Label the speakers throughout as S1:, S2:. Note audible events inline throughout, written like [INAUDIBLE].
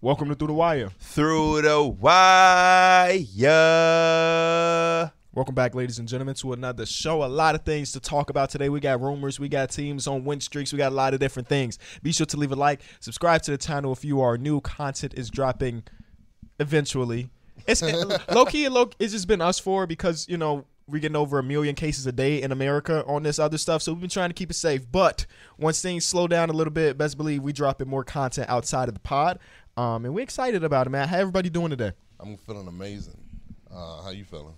S1: Welcome to Through the Wire.
S2: Through the wire.
S1: Welcome back, ladies and gentlemen, to another show. A lot of things to talk about today. We got rumors, we got teams on win streaks, we got a lot of different things. Be sure to leave a like, subscribe to the channel if you are new. Content is dropping eventually. It's
S2: [LAUGHS]
S1: low key, low, it's just been us four because you know we're getting over a million cases a day in America on this other stuff, so we've been trying to keep it safe. But once things slow down a little bit, best believe we dropping more content outside of the pod. Um, and we're excited about it, man. How everybody doing today?
S3: I'm feeling amazing. Uh, how you feeling?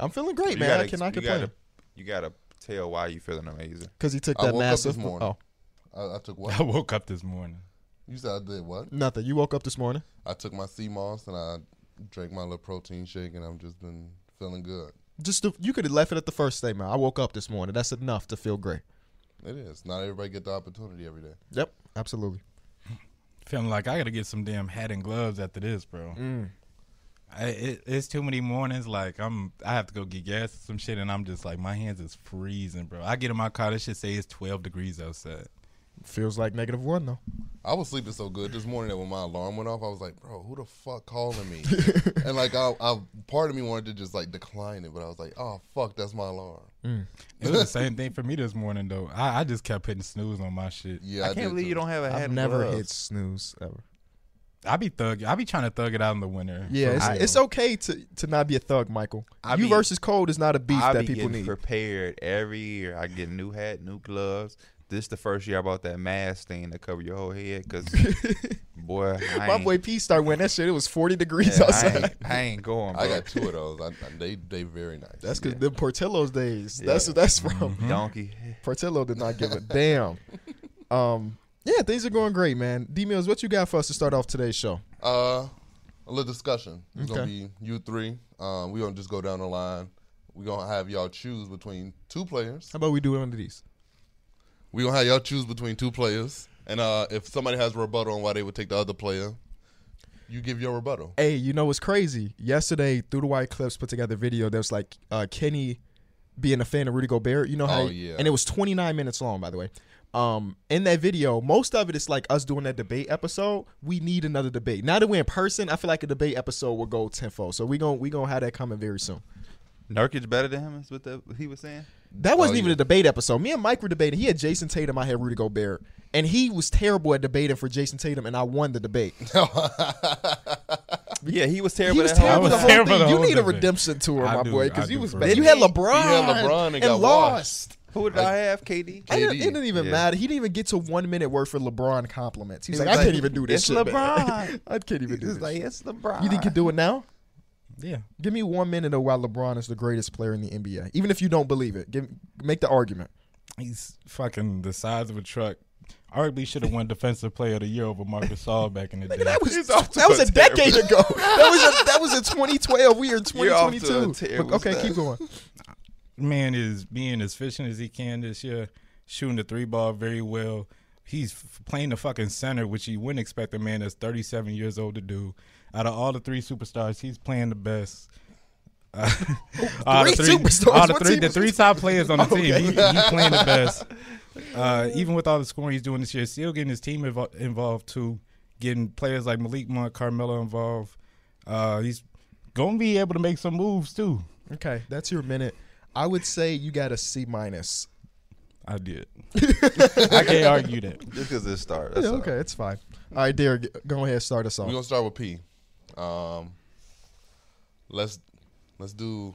S1: I'm feeling great, man. I cannot
S2: you
S1: complain.
S2: Gotta, you gotta tell why you feeling amazing.
S1: Because he took
S3: I
S1: that
S3: woke up
S1: massive.
S3: this morning.
S1: Oh,
S3: I, I took
S2: [LAUGHS]
S4: I
S3: what?
S4: woke up this morning.
S3: You said I did what?
S1: nothing. You woke up this morning.
S3: I took my sea moss and I drank my little protein shake and I'm just been feeling good.
S1: Just the, you could have left it at the first statement. I woke up this morning. That's enough to feel great.
S3: It is. Not everybody get the opportunity every day.
S1: Yep, absolutely.
S4: Feeling like I gotta get some damn hat and gloves after this, bro.
S1: Mm.
S4: I, it, it's too many mornings. Like I'm, I have to go get gas or some shit, and I'm just like, my hands is freezing, bro. I get in my car, this shit say it's 12 degrees outside.
S1: Feels like negative one though.
S3: I was sleeping so good this morning that when my alarm went off, I was like, "Bro, who the fuck
S2: [LAUGHS]
S3: calling me?" and like, I, I part of me wanted to just like decline it, but I was like, "Oh fuck, that's my alarm."
S4: It
S1: [LAUGHS]
S4: was the same thing for me this morning though. I, I just kept hitting snooze on my shit.
S3: Yeah, I,
S2: I can't
S3: did
S2: believe
S3: too.
S2: you don't have a hat.
S1: I've
S2: and
S1: never
S2: gloves.
S1: hit snooze ever.
S4: I be thug, I be trying to thug it out in the winter.
S1: Yeah,
S4: for
S1: it's,
S4: real.
S1: it's okay to to not be a thug, Michael.
S2: I
S1: you
S2: be-
S1: versus cold is not a beef
S2: I
S1: that
S2: be
S1: people
S2: getting
S1: need.
S2: prepared every year. I get new hat, new gloves. This the first year I bought that mask thing to cover your whole head, cause boy, I
S1: My
S2: ain't-
S1: boy P started wearing that shit. It was forty degrees
S2: yeah, I,
S1: outside.
S2: ain't, I ain't going. Bro. [LAUGHS]
S3: I got two of those. I, I- they they very nice.
S1: [LAUGHS] That's because the Portillo's days. That's
S2: Yeah. Mm-hmm.
S1: what that's from.
S4: Hmm?
S2: donkey.
S1: Portillo did not give a damn. Um, yeah, things are going great, man. D Mills, what you got for us to start off today's show?
S3: Uh, a little discussion. It's gonna
S1: Okay.
S3: be you three. Um, we gonna just go down the line. We gonna have y'all choose between two players.
S1: How about we do one of these?
S3: We gonna have y'all choose between two players. And uh, if somebody has a rebuttal on why they would take the other player, you give your rebuttal.
S1: Hey, you know what's crazy? Yesterday, Through the White Clips put together a video that was like uh, Kenny being a fan of Rudy Gobert. You know how?
S3: Oh, yeah.
S1: And it was 29 minutes long, by the way. Um, in that video, most of it is like us doing that debate episode. We need another debate. Now that we're in person, I feel like a debate episode will go tenfold. So we gon' we gonna have that coming very soon.
S2: Nurkic better than him is what the, he was saying.
S1: That wasn't
S3: Oh,
S1: even
S3: yeah.
S1: a debate episode. Me and Mike were debating. He had Jason Tatum. I had Rudy Gobert, and he was terrible at debating for Jason Tatum, and I won the debate. [LAUGHS]
S2: Yeah, he was terrible.
S1: He was
S2: that
S1: terrible the
S2: whole [LAUGHS] time.
S1: whole
S4: terrible
S1: thing.
S4: the
S1: you
S4: whole
S1: need a
S4: debate.
S1: redemption tour,
S4: I
S1: my
S4: do,
S1: boy,
S4: I
S1: because you
S4: do
S1: was
S4: for
S1: bad.
S4: real.
S1: You had LeBron.
S3: He had LeBron and got
S1: lost.
S2: Who did I have? KD.
S1: I didn't, it
S3: KD.
S1: didn't even
S2: Yeah.
S1: matter. He didn't even get to one minute worth of LeBron compliments. He's
S2: He
S1: like,
S2: was
S1: I
S2: like,
S1: can't even do this
S2: "It's
S1: shit. man."
S2: LeBron.
S1: [LAUGHS] I can't even do
S2: He's
S1: this.
S2: like "Ah."
S1: shit.
S2: it's LeBron.
S1: You think you do it now?
S4: yeah.
S1: Give me one minute of why LeBron is the greatest player in the NBA, even if you don't believe it. Give, make the argument.
S4: He's fucking the size of a truck. Arguably should have won Defensive Player of the Year over Marcus Gasol
S1: [LAUGHS]
S4: back in the day.
S1: That was
S2: [LAUGHS] He's off to
S1: that was
S2: a
S1: a
S2: terrible-
S1: decade ago. [LAUGHS] That was a, that was in 2012. We are in
S2: You're off to a
S1: 2022.
S2: terrible
S1: But, okay,
S2: start.
S1: keep going.
S4: man is being as efficient as he can this year, shooting the three ball very well. He's f- playing the fucking center, which you wouldn't expect a man that's 37 years old to do. Out of all the three superstars, he's playing the best. [LAUGHS] Uh, out of
S1: Three superstars?
S4: Out of
S1: What
S4: three,
S1: team
S4: the
S1: was
S4: three top players on the team, he, he playing the
S1: [LAUGHS]
S4: best. Uh, even with all the scoring he's doing this year, still getting his team invo- involved too, getting players like Malik Monk, Carmelo involved. Uh, he's gonna be able to make some moves too.
S1: Okay, that's your minute. I would say you got a C minus.
S4: I did. I can't argue that.
S2: Just because it started.
S1: Yeah,
S2: that's all.
S1: okay, it's fine. All right, Derek, go ahead, start us
S3: We're
S1: off.
S3: gonna start with P. Um, let's let's do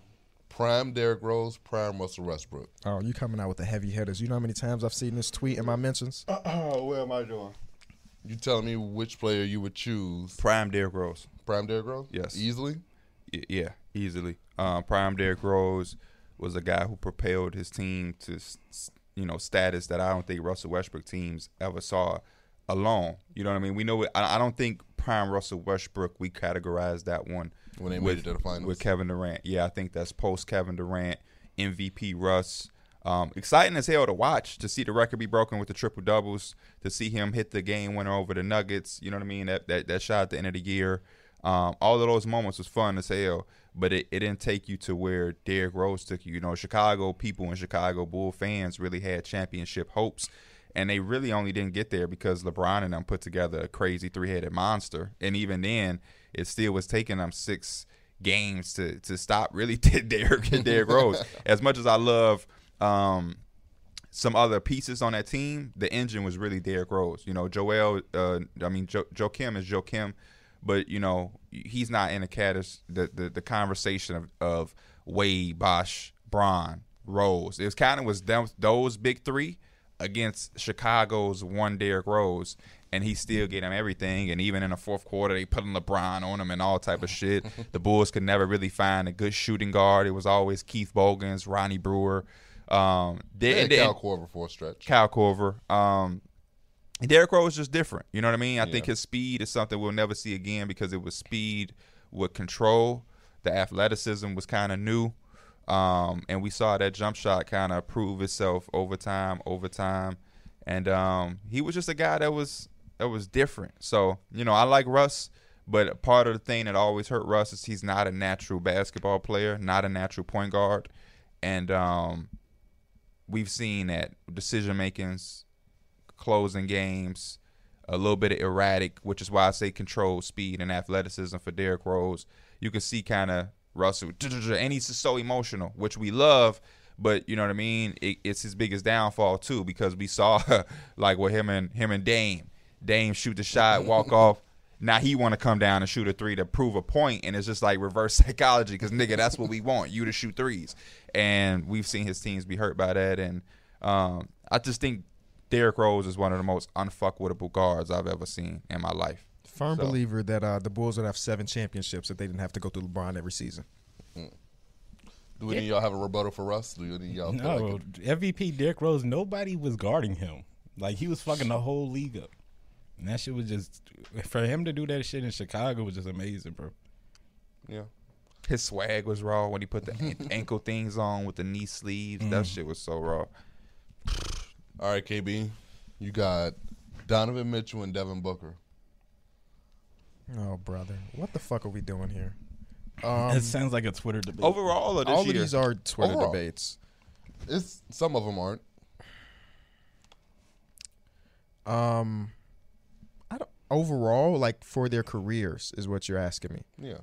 S3: prime Derrick Rose, prime Russell Westbrook.
S1: Oh, you coming out with the heavy hitters. You know how many times I've seen this tweet in my mentions?
S2: Oh, what am I doing?
S3: You telling me which player you would choose?
S2: Prime Derrick Rose.
S3: Prime Derrick Rose?
S2: Yes.
S3: Easily?
S2: Y- Yeah, easily. Um, Prime Derrick Rose was a guy who propelled his team to, s- s- you know, status that I don't think Russell Westbrook teams ever saw alone. You know what I mean? We know it. I I don't think Prime Russell Westbrook. We categorize that one
S3: When they made
S2: with,
S3: it to the finals.
S2: with Kevin Durant. Yeah, I think that's post Kevin Durant MVP Russ. Um, exciting as hell to watch to see the record be broken with the triple doubles to see him hit the game winner over the Nuggets. You know what I mean? That that, that shot at the end of the year. Um, all of those moments was fun as hell, but it, it didn't take you to where Derrick Rose took you. You know, Chicago people and Chicago Bull fans really had championship hopes And they really only didn't get there because LeBron and them put together a crazy three headed monster. And even then, it still was taking them six games to to stop really [LAUGHS] Derrick and Derrick Rose. As much as I love um, some other pieces on that team, the engine was really Derrick Rose. You know, Joel, uh, I mean, jo- Joe Kim is Joe Kim, but, you know, he's not in the, catas- the, the, the conversation of, of Wade, Bosch, Braun, Rose. It was kind of was them, those big three against Chicago's one Derrick Rose, and he still get him everything. And even in the fourth quarter, they putting LeBron on him and all type of shit. the Bulls could never really find a good shooting guard. It was always Keith Bogans, Ronnie Brewer. Um, they,
S3: They had
S2: they-
S3: Cal Corver for a stretch.
S2: Kyle Corver. Um, Derrick Rose is just different. You know what I mean? I think his speed is something we'll never see again because it was speed with control. The athleticism was kind of new. Um, and we saw that jump shot kind of prove itself over time, over time. And um, he was just a guy that was that was different. So, you know, I like Russ, but part of the thing that always hurt Russ is he's not a natural basketball player, not a natural point guard. And um, we've seen that decision makings, closing games, a little bit of erratic, which is why I say control, speed, and athleticism for Derrick Rose. You can see kind of Russell, and he's just so emotional, which we love. But you know what I mean? It, it's his biggest downfall too, because we saw [LAUGHS] like with him and him and Dame, Dame shoot the shot, walk off. Now he want to come down and shoot a three to prove a point, and it's just like reverse [LAUGHS] psychology because nigga, that's what we want you to shoot threes, and we've seen his teams be hurt by that, and um, I just think Derrick Rose is one of the most unfuckwittable guards I've ever seen in my life.
S1: Firm
S2: So-
S1: believer that uh, the Bulls would have seven championships if they didn't have to go through LeBron every season.
S3: Do any of y'all have a rebuttal for Russ? Do any of y'all feel like
S4: No, MVP Derrick Rose, nobody was guarding him. Like he was fucking the whole league up. And that shit was just for him to do that shit in Chicago was just amazing, bro.
S3: Yeah.
S2: His swag was raw when he put the
S1: [LAUGHS]
S2: an- ankle things on with the knee sleeves. That
S1: Mm.
S2: shit was so raw.
S3: All right, KB. You got Donovan Mitchell and Devin Booker.
S1: Oh, brother. What the fuck are we doing here?
S4: it sounds like a Twitter debate.
S2: Overall, or this
S1: All
S2: year,
S1: of these are Twitter
S3: Overall.
S1: debates.
S3: It's some of them aren't.
S1: Um, I don't, overall, like for their careers, is what you're asking me.
S3: Yeah.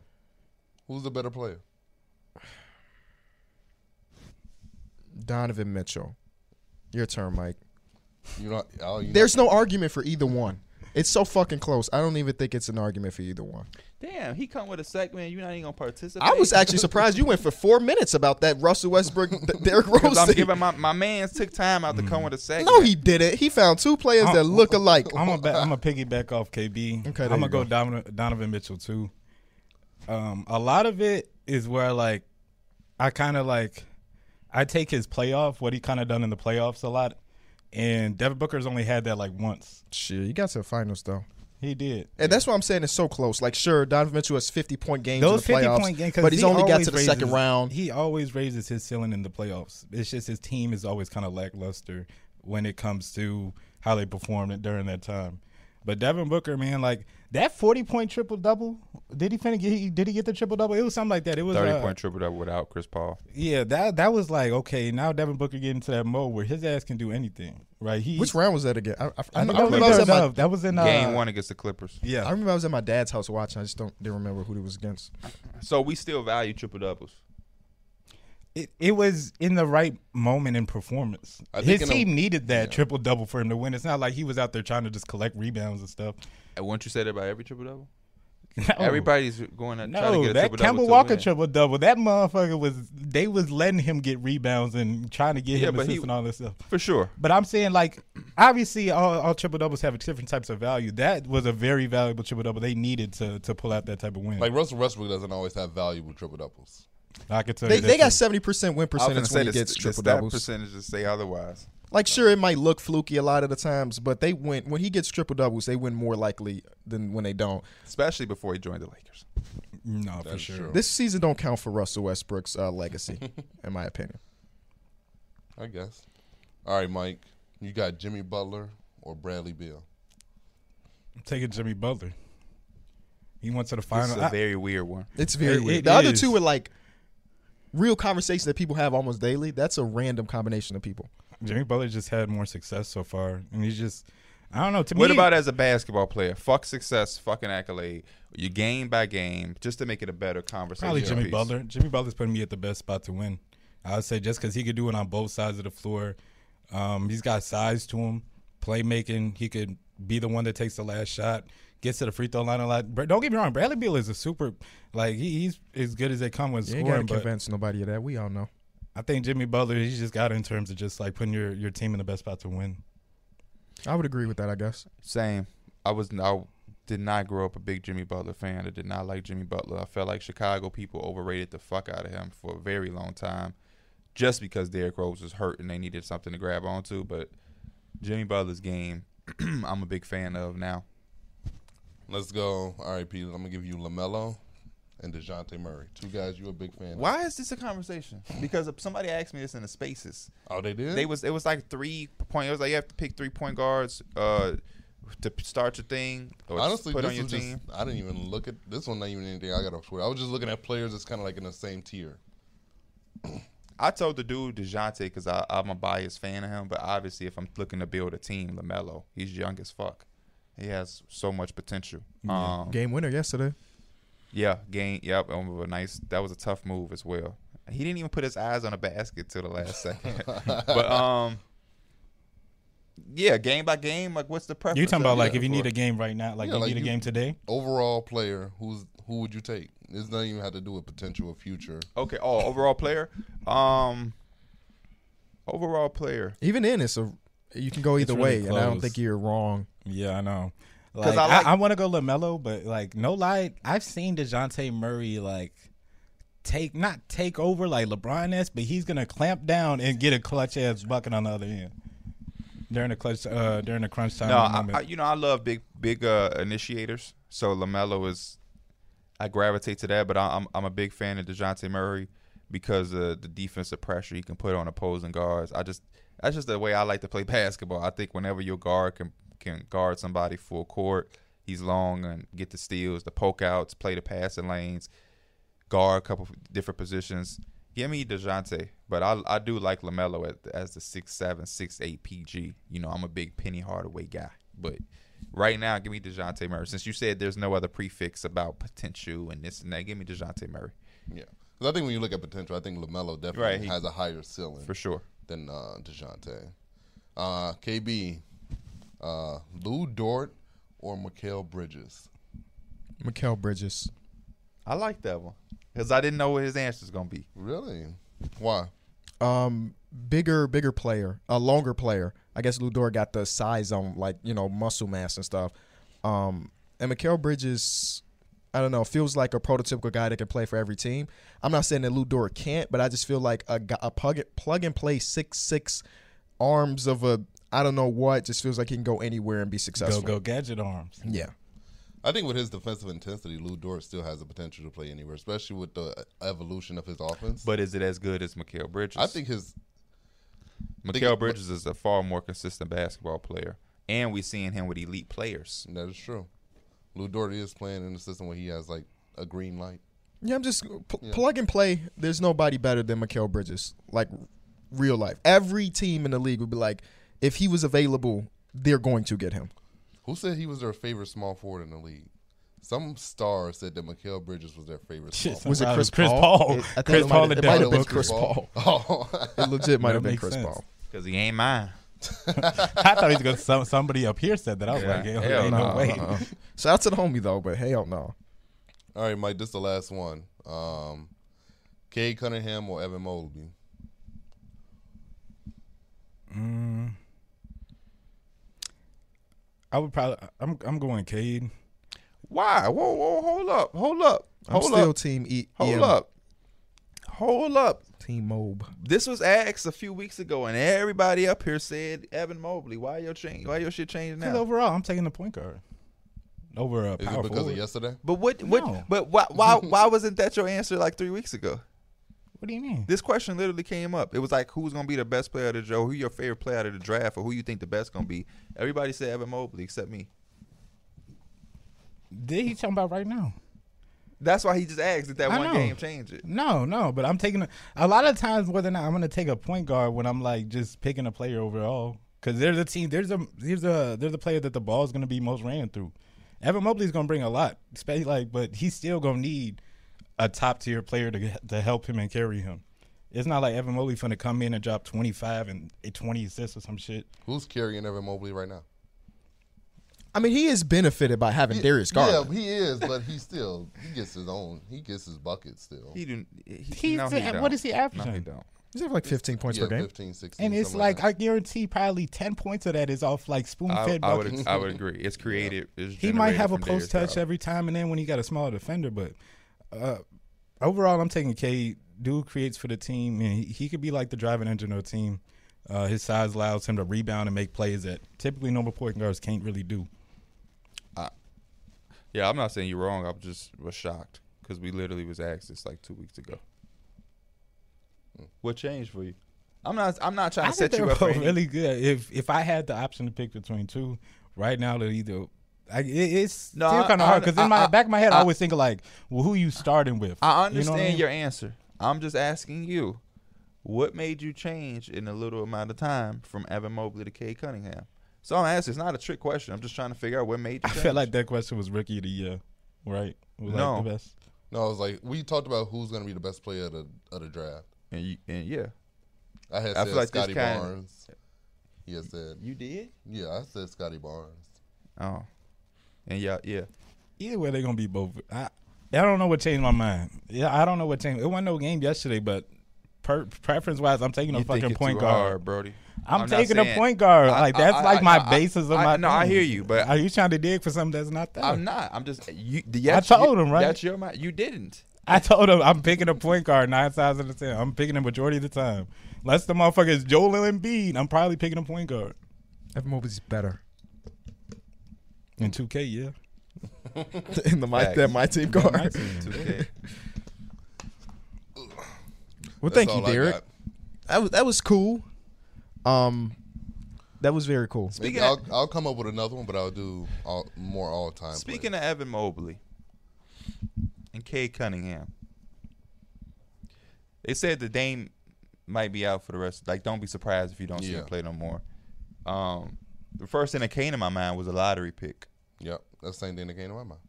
S3: Who's the better player?
S1: Donovan Mitchell. Your turn, Mike.
S3: You know, oh, you
S1: There's no argument for either one. It's so fucking close. I don't even think it's an argument for either one.
S2: damn, he come with a segment. You're not even gonna participate.
S1: I was actually surprised you went for four minutes about that Russell Westbrook,
S2: [LAUGHS]
S1: th- Derrick Rose.
S2: because I'm
S1: thing.
S2: giving my my man's took time out Uh-uh. to come with a segment.
S1: Mm. no, he didn't. He found two players that look alike.
S4: I'm a ba- I'm a piggyback off KB.
S1: Okay, there
S4: I'm gonna
S1: you
S4: go,
S1: go.
S4: Donovan, Donovan Mitchell too. Um, a lot of it is where like I kind of like I take his playoff what he kind of done in the playoffs a lot, and Devin Booker's only had that like once.
S1: Shit, you got to the finals though.
S4: He did.
S1: And that's why I'm saying it's so close. Like, sure, Donovan Mitchell has 50 point games
S4: Those
S1: in the
S4: 50
S1: playoffs,
S4: point games,
S1: but he's only got to the second round.
S4: He always raises his ceiling in the playoffs. It's just his team is always kind of lackluster when it comes to how they performed it during that time. But Devin Booker, man, like that forty point triple double. Did he finna get? he- Did he get the triple double? It was something like that. It was
S2: thirty
S4: uh,
S2: point triple double without Chris Paul.
S4: Yeah, that that was like okay. Now Devin Booker getting into that mode where his ass can do anything, right? He
S1: Which round was that again? I, I, I,
S4: I think
S1: I
S4: that was,
S1: remember I was
S4: in
S1: at my,
S4: Dub. that was in uh,
S2: Game one against the Clippers.
S4: Yeah,
S1: I remember I was at my dad's house watching. I just don't didn't remember who it was against.
S2: So we still value triple doubles.
S4: it, it was in the right moment in performance.
S3: I think
S4: His
S3: in a-
S4: team needed that triple double for him to win. It's not like he was out there trying to just collect rebounds and stuff. [LAUGHS]
S2: And won't you say that about every triple double?
S4: No,
S1: Oh.
S2: Everybody's going to try to
S4: no,
S2: get a
S4: that
S2: triple double.
S4: Kemba Walker triple double. That motherfucker was they was letting him get rebounds and trying to get
S2: Yeah,
S4: him
S2: but he-
S4: assists and all this stuff.
S2: for sure.
S4: But I'm saying like obviously all, all triple doubles have different types of value. That was a very valuable triple double. They needed to to pull out that type of win.
S3: Like Russell Westbrook doesn't always have valuable triple doubles.
S4: I could tell
S1: They,
S4: you that
S1: they
S4: too.
S1: got 70% win
S2: I was gonna
S1: percentage
S2: say
S1: when
S2: the,
S1: he gets
S2: the
S1: triple
S2: stat
S1: doubles.
S2: percentages say otherwise.
S1: Like, sure, it might look fluky a lot of the times, but they win when he gets triple doubles. They win more likely than when they don't.
S2: especially before he joined the Lakers.
S4: no for
S3: That's
S4: sure.
S3: true.
S1: This season don't count for Russell Westbrook's uh, [LAUGHS] legacy, in my opinion.
S3: I guess. All right, Mike. You got Jimmy Butler or Bradley Beal?
S4: I'm taking Jimmy Butler. He went to the
S2: This
S4: final.
S2: is a
S4: I-
S2: very weird one.
S1: It's very
S4: It-
S1: weird.
S4: it
S1: the other
S4: is.
S1: two are like real conversations that people have almost daily. That's a random combination of people.
S4: Jimmy Butler just had more success so far, and he's just I don't know. To
S2: What
S4: me,
S2: about as a basketball player? Fuck success, fucking accolade. You game by game, just to make it a better conversation.
S4: Probably Jimmy
S2: piece.
S4: Butler. Jimmy Butler's putting me at the best spot to win. I would say just because he could do it on both sides of the floor. Um, he's got size to him, playmaking. He could be the one that takes the last shot, gets to the free throw line a lot. Bra- Don't get me wrong, Bradley Beal is a super like he, he's as good as they come with
S1: You ain't gotta
S4: scoring. But
S1: convince nobody of that. We all know.
S4: I think Jimmy Butler, he's just got it in terms of just like putting your your team in the best spot to win.
S1: I would agree with that. I guess.
S2: Same. I was I did not grow up a big Jimmy Butler fan. I did not like Jimmy Butler. I felt like Chicago people overrated the fuck out of him for a very long time, just because Derrick Rose was hurt and they needed something to grab onto. But Jimmy Butler's game, [CLEARS THROAT] I'm a big fan of now.
S3: Let's go. All right, Peter. I'm gonna give you Lamelo and Dejounte Murray. Two guys you a big fan. Of.
S2: Why is this a conversation? Because somebody asked me this in the spaces.
S3: Oh, they did.
S2: They was it was like three point. It was like you have to pick three point guards uh, to start your thing. Or
S3: Honestly,
S2: put
S3: this
S2: on your
S3: was
S2: team. Mm-hmm.
S3: just. I didn't even look at this one. Not even anything I got off Twitter. I was just looking at players that's kind of like in the same tier.
S2: I told the dude Dejounte because I'm a biased fan of him, but obviously if I'm looking to build a team, Lamelo, he's young as fuck. He has so much potential. Um,
S1: Game winner yesterday.
S2: yeah, game. Yep, and with a nice. That was a tough move as well. He didn't even put his eyes on a basket till the last
S3: [LAUGHS]
S2: second. but um, yeah, game by game, like what's the preference?
S4: You talking
S2: that
S4: about like if you
S2: looking
S4: need
S2: for?
S4: a game right now, like
S3: Yeah,
S4: you
S3: like
S4: need a
S3: you-
S4: game today?
S3: Overall player, who's who would you take? This doesn't even have to do with potential or future.
S2: okay, oh overall player, um, overall player.
S1: Even then, it's a you can go either
S4: really
S1: way, and I don't
S4: close.
S1: think you're wrong.
S4: Yeah, I know.
S2: 'Cause
S4: Like,
S2: I
S4: I,
S2: like-
S4: I, want to go Lamelo, but like no lie, I've seen Dejounte Murray like take not take over like LeBron s, but he's gonna clamp down and get a clutch ass bucket on the other end during the clutch uh during the crunch time.
S2: No, I,
S4: moment.
S2: I, you know I love big big uh, initiators. So Lamelo is, I gravitate to that. But I, I'm I'm a big fan of Dejounte Murray because of the defensive pressure he can put on opposing guards. I just that's just the way I like to play [LAUGHS] basketball. I think whenever your guard can can guard somebody full court, he's long and get the steals, the poke outs, play the passing lanes, guard a couple different positions. Give me Dejounte, but I I do like Lamelo at, as the six seven six eight PG. You know I'm a big Penny Hardaway guy, but right now give me Dejounte Murray. Since you said there's no other prefix about potential and this and that, give me Dejounte Murray
S3: Yeah, 'Cause I think when you look at potential, I think Lamelo definitely
S2: Right, he-
S3: has a higher ceiling
S2: for sure.
S3: than uh, Dejounte. Uh, KB, uh, Lou Dort or Mikael Bridges.
S1: Mikel Bridges.
S2: I like that one because I didn't know what his answer's gonna be.
S3: Really? Why?
S1: um bigger bigger player a longer player i guess ludor got the size on like you know muscle mass and stuff um and Mikael bridges i don't know feels like a prototypical guy that can play for every team i'm not saying that ludor can't but i just feel like a, gu- a plug, plug and play six six arms of a i don't know what just feels like he can go anywhere and be
S4: go
S1: successful
S4: go gadget arms. [LAUGHS]
S1: yeah
S3: I think with his defensive intensity, Lou Dort still has the potential to play anywhere, especially with the uh, evolution of his offense.
S2: But is it as good as Mikael Bridges?
S3: I think his
S2: Mikael Bridges is a far more consistent basketball player, and we're seeing him with elite players.
S3: that is true. Lou Dort is playing in a system where he has like a green light.
S1: yeah i'm just pl- plug and play there's nobody better than Mikael bridges like real life every team in the league would be like if he was available they're going to get him
S3: Who said he was their favorite small forward in the league? Some star said that Mikael Bridges was their favorite small forward.
S1: Was it
S4: Uh,
S1: Chris
S4: Chris
S1: Paul?
S4: Paul?
S1: It- I think
S4: Chris
S1: it might-
S4: Paul and
S1: it might
S4: Devin
S1: have been
S4: Booker.
S1: Chris Paul.
S4: [LAUGHS]
S3: Oh,
S1: It legit might have been
S4: makes
S1: Chris
S4: sense.
S1: Paul.
S2: Because he ain't mine.
S4: I thought he was gonna some, somebody up here said that. I was
S2: Yeah.
S4: like, hell,
S2: Hell
S4: ain't
S2: nah,
S4: no way.
S1: Uh-uh. [LAUGHS] Shout out to the homie though, but hell no.
S3: [LAUGHS] All right, Mike, this is the last one. Um, Cade Cunningham or Evan Mobley?
S4: I would probably. I'm I'm going Cade.
S2: Why? Whoa, whoa, hold up, hold up,
S1: I'm
S2: hold
S1: still
S2: up,
S1: team E.
S2: hold
S1: EM.
S2: up, hold up.
S1: Team Mob.
S2: This was asked a few weeks ago, and everybody up here said Evan Mobley. Why your change? Why your shit changing
S4: Because
S2: now?
S4: overall, I'm taking the point guard over a
S3: Is
S4: power
S3: it because
S4: forward.
S3: of yesterday?
S2: But what? What?
S4: No.
S2: But why?
S4: [LAUGHS]
S2: Why? Why wasn't that your answer like three weeks ago?
S4: What do you mean?
S2: This question literally came up. It was like, who's gonna be the best player of the Joe? Who your favorite player out of the draft, or who you think the best gonna be? Everybody said Evan Mobley except me.
S4: Did he talking about right now?
S2: That's why he just asked that that
S4: I
S2: one
S4: know.
S2: game change it.
S4: No, no, but I'm taking a, a lot of times more than not, I'm going to take a point guard when I'm like just picking a player overall because there's a team, there's a there's a there's a player that the ball is going to be most ran through. Evan Mobley's going to bring a lot, especially like, but he's still going to need a top tier player to to help him and carry him. It's not like Evan Mobley's going to come in and drop 25 and 20 assists or some shit.
S3: Who's carrying Evan Mobley right now?
S1: I mean, he is benefited by having Darius Garland.
S3: Yeah, he is, but he still he gets his own. He gets his bucket still.
S2: He didn't. He,
S4: He's
S2: no, he
S4: what is he
S2: No,
S4: averaging?
S2: he don't.
S1: He's have like 15 points
S3: yeah,
S1: per game.
S3: 15, 16,
S4: and it's
S3: something
S4: like
S3: that.
S4: I guarantee probably 10 points of that is off like spoon
S2: I,
S4: fed
S2: I
S4: buckets.
S2: would. I would agree. It's creative. It's
S4: he might
S2: generated
S4: have a
S2: from Darius
S4: post touch
S2: Garland.
S4: every time and then when he got a smaller defender, but uh, overall, I'm taking K. Dude creates for the team, and he, he could be like the driving engine of the team. Uh, his size allows him to rebound and make plays that typically normal point guards can't really do.
S2: Yeah, I'm not saying you're wrong. I just was shocked because we literally was asked this like two weeks ago. What changed for you? I'm not. I'm not trying
S4: I
S2: to set
S4: think
S2: you
S4: they're
S2: up for
S4: both
S2: any-
S4: really good. If if I had the option to pick between two, right now they're either. I, it, it's
S2: No,
S4: still
S2: I-
S4: kind of hard
S2: I-
S4: because in
S2: I-
S4: my
S2: I-
S4: back of my head, I,
S2: I-
S4: always think of like, well, who you starting with?
S2: I
S4: You know what
S2: understand
S4: mean?
S2: your answer. I'm just asking you, what made you change in a little amount of time from Evan Mobley to Kay Cunningham? So I'm asking. It's not a trick question. I'm just trying to figure out what made you.
S4: I
S2: Change.
S4: felt like that question was rookie of the year, right? Was, like,
S2: No.
S4: the best.
S3: no, I was like we talked about who's gonna be the best player of the, of the draft.
S2: and, you, and yeah,
S3: I had
S2: I
S3: said
S2: feel like this
S3: Scotty
S2: kind-
S3: Barnes. He had said
S2: you did.
S3: yeah, I said Scotty Barnes.
S2: Oh, and yeah, yeah.
S4: Either way, they're gonna be both. I I don't know what changed my mind. Yeah, I don't know what changed. It wasn't no game yesterday, but per, preference wise, I'm taking a
S2: You think
S4: fucking
S2: it's
S4: point
S2: too
S4: guard.
S2: hard, Brody.
S4: I'm,
S2: not
S4: taking a
S2: saying-
S4: point guard.
S2: I-
S4: like
S2: I-
S4: that's
S2: I-
S4: like
S2: I-
S4: my
S2: I-
S4: basis of
S2: I-
S4: my.
S2: no, I
S4: thing.
S2: hear you, but-
S4: are you trying to dig for something that's not there?
S2: I'm not. I'm just. You, that's,
S4: told him, right?
S2: That's your mind. You didn't.
S4: I told him I'm picking a point guard nine times out of ten. I'm picking a majority of the time. Unless the motherfucker is Joel Embiid, I'm probably picking a point guard
S1: Evan Mobley's better
S4: in 2K. Yeah,
S1: [LAUGHS]
S2: [LAUGHS]
S1: in the my,
S2: Facts.
S1: than my team
S4: my
S1: guard.
S4: team.
S2: 2K.
S1: Well,
S3: That's
S1: thank you,
S3: all I
S1: Derek.
S3: got.
S1: That was that was cool. Um, that was very cool.
S3: Maybe
S2: Speaking
S3: I'll,
S2: of-
S3: I'll come up with another one, but I'll do all, more all time.
S2: Speaking of Evan Mobley and Kay Cunningham, they said the Dame might be out for the rest. Like, don't be surprised if you don't see
S3: Yeah.
S2: him play no more. Um, the first thing that came to my mind was a lottery pick,
S3: yep, that's the same thing that came to my mind.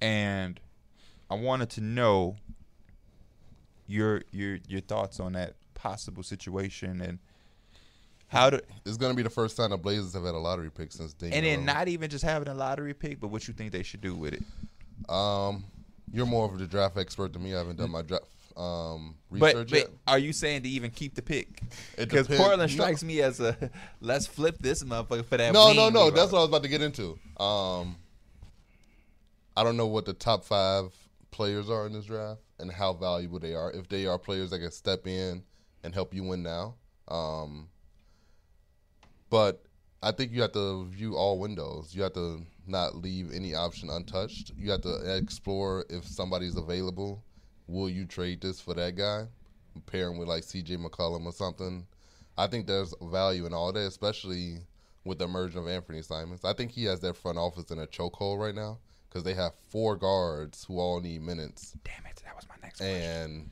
S2: and I wanted to know your your your thoughts on that possible situation and how to
S3: It's gonna be the first time the Blazers have had a lottery pick since Dean.
S2: and then
S3: Marone.
S2: not even just having a lottery pick, but what you think they should do with it.
S3: Um, you're more of the draft expert than me. I haven't done my draft um,
S2: But,
S3: research
S2: but
S3: yet.
S2: are you saying to even keep the pick?
S3: It
S2: Because
S3: depends-
S2: Portland
S3: no.
S2: strikes me as a [LAUGHS] let's flip this motherfucker for that.
S3: No,
S2: wing
S3: no,
S2: we
S3: no. That's
S2: bought."
S3: what I was about to get into. Um, I don't know what the top five players are in this draft and how valuable they are. If they are players that can step in and help you win now, um, but I think you have to view all windows. You have to not leave any option untouched. You have to explore if somebody's available. Will you trade this for that guy? Pair him with like CJ McCollum or something. I think there's value in all that, especially with the emergence of Anthony Simons. I think he has their front office in a chokehold right now because they have four guards who all need minutes,
S2: Damn it, that was my next. one.
S3: and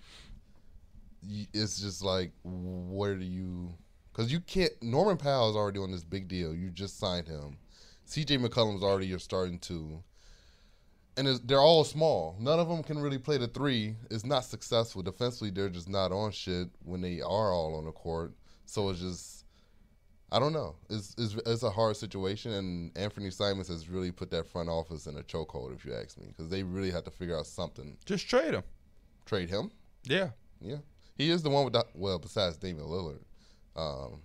S3: y- it's just like, where do you? Because you can't. Norman Powell is already on this big deal. You just signed him. C.J. McCollum's already your starting two, and it's, they're all small. None of them can really play the three. It's not successful defensively. They're just not on shit when they are all on the court. So it's just. I don't know. It's, it's it's a hard situation, and Anthony Simons has really put that front office in a chokehold, if you ask me, because they really have to figure out something.
S2: Just trade him.
S3: Trade him,
S2: Yeah,
S3: yeah. He is the one with the, well, besides Damian Lillard, um,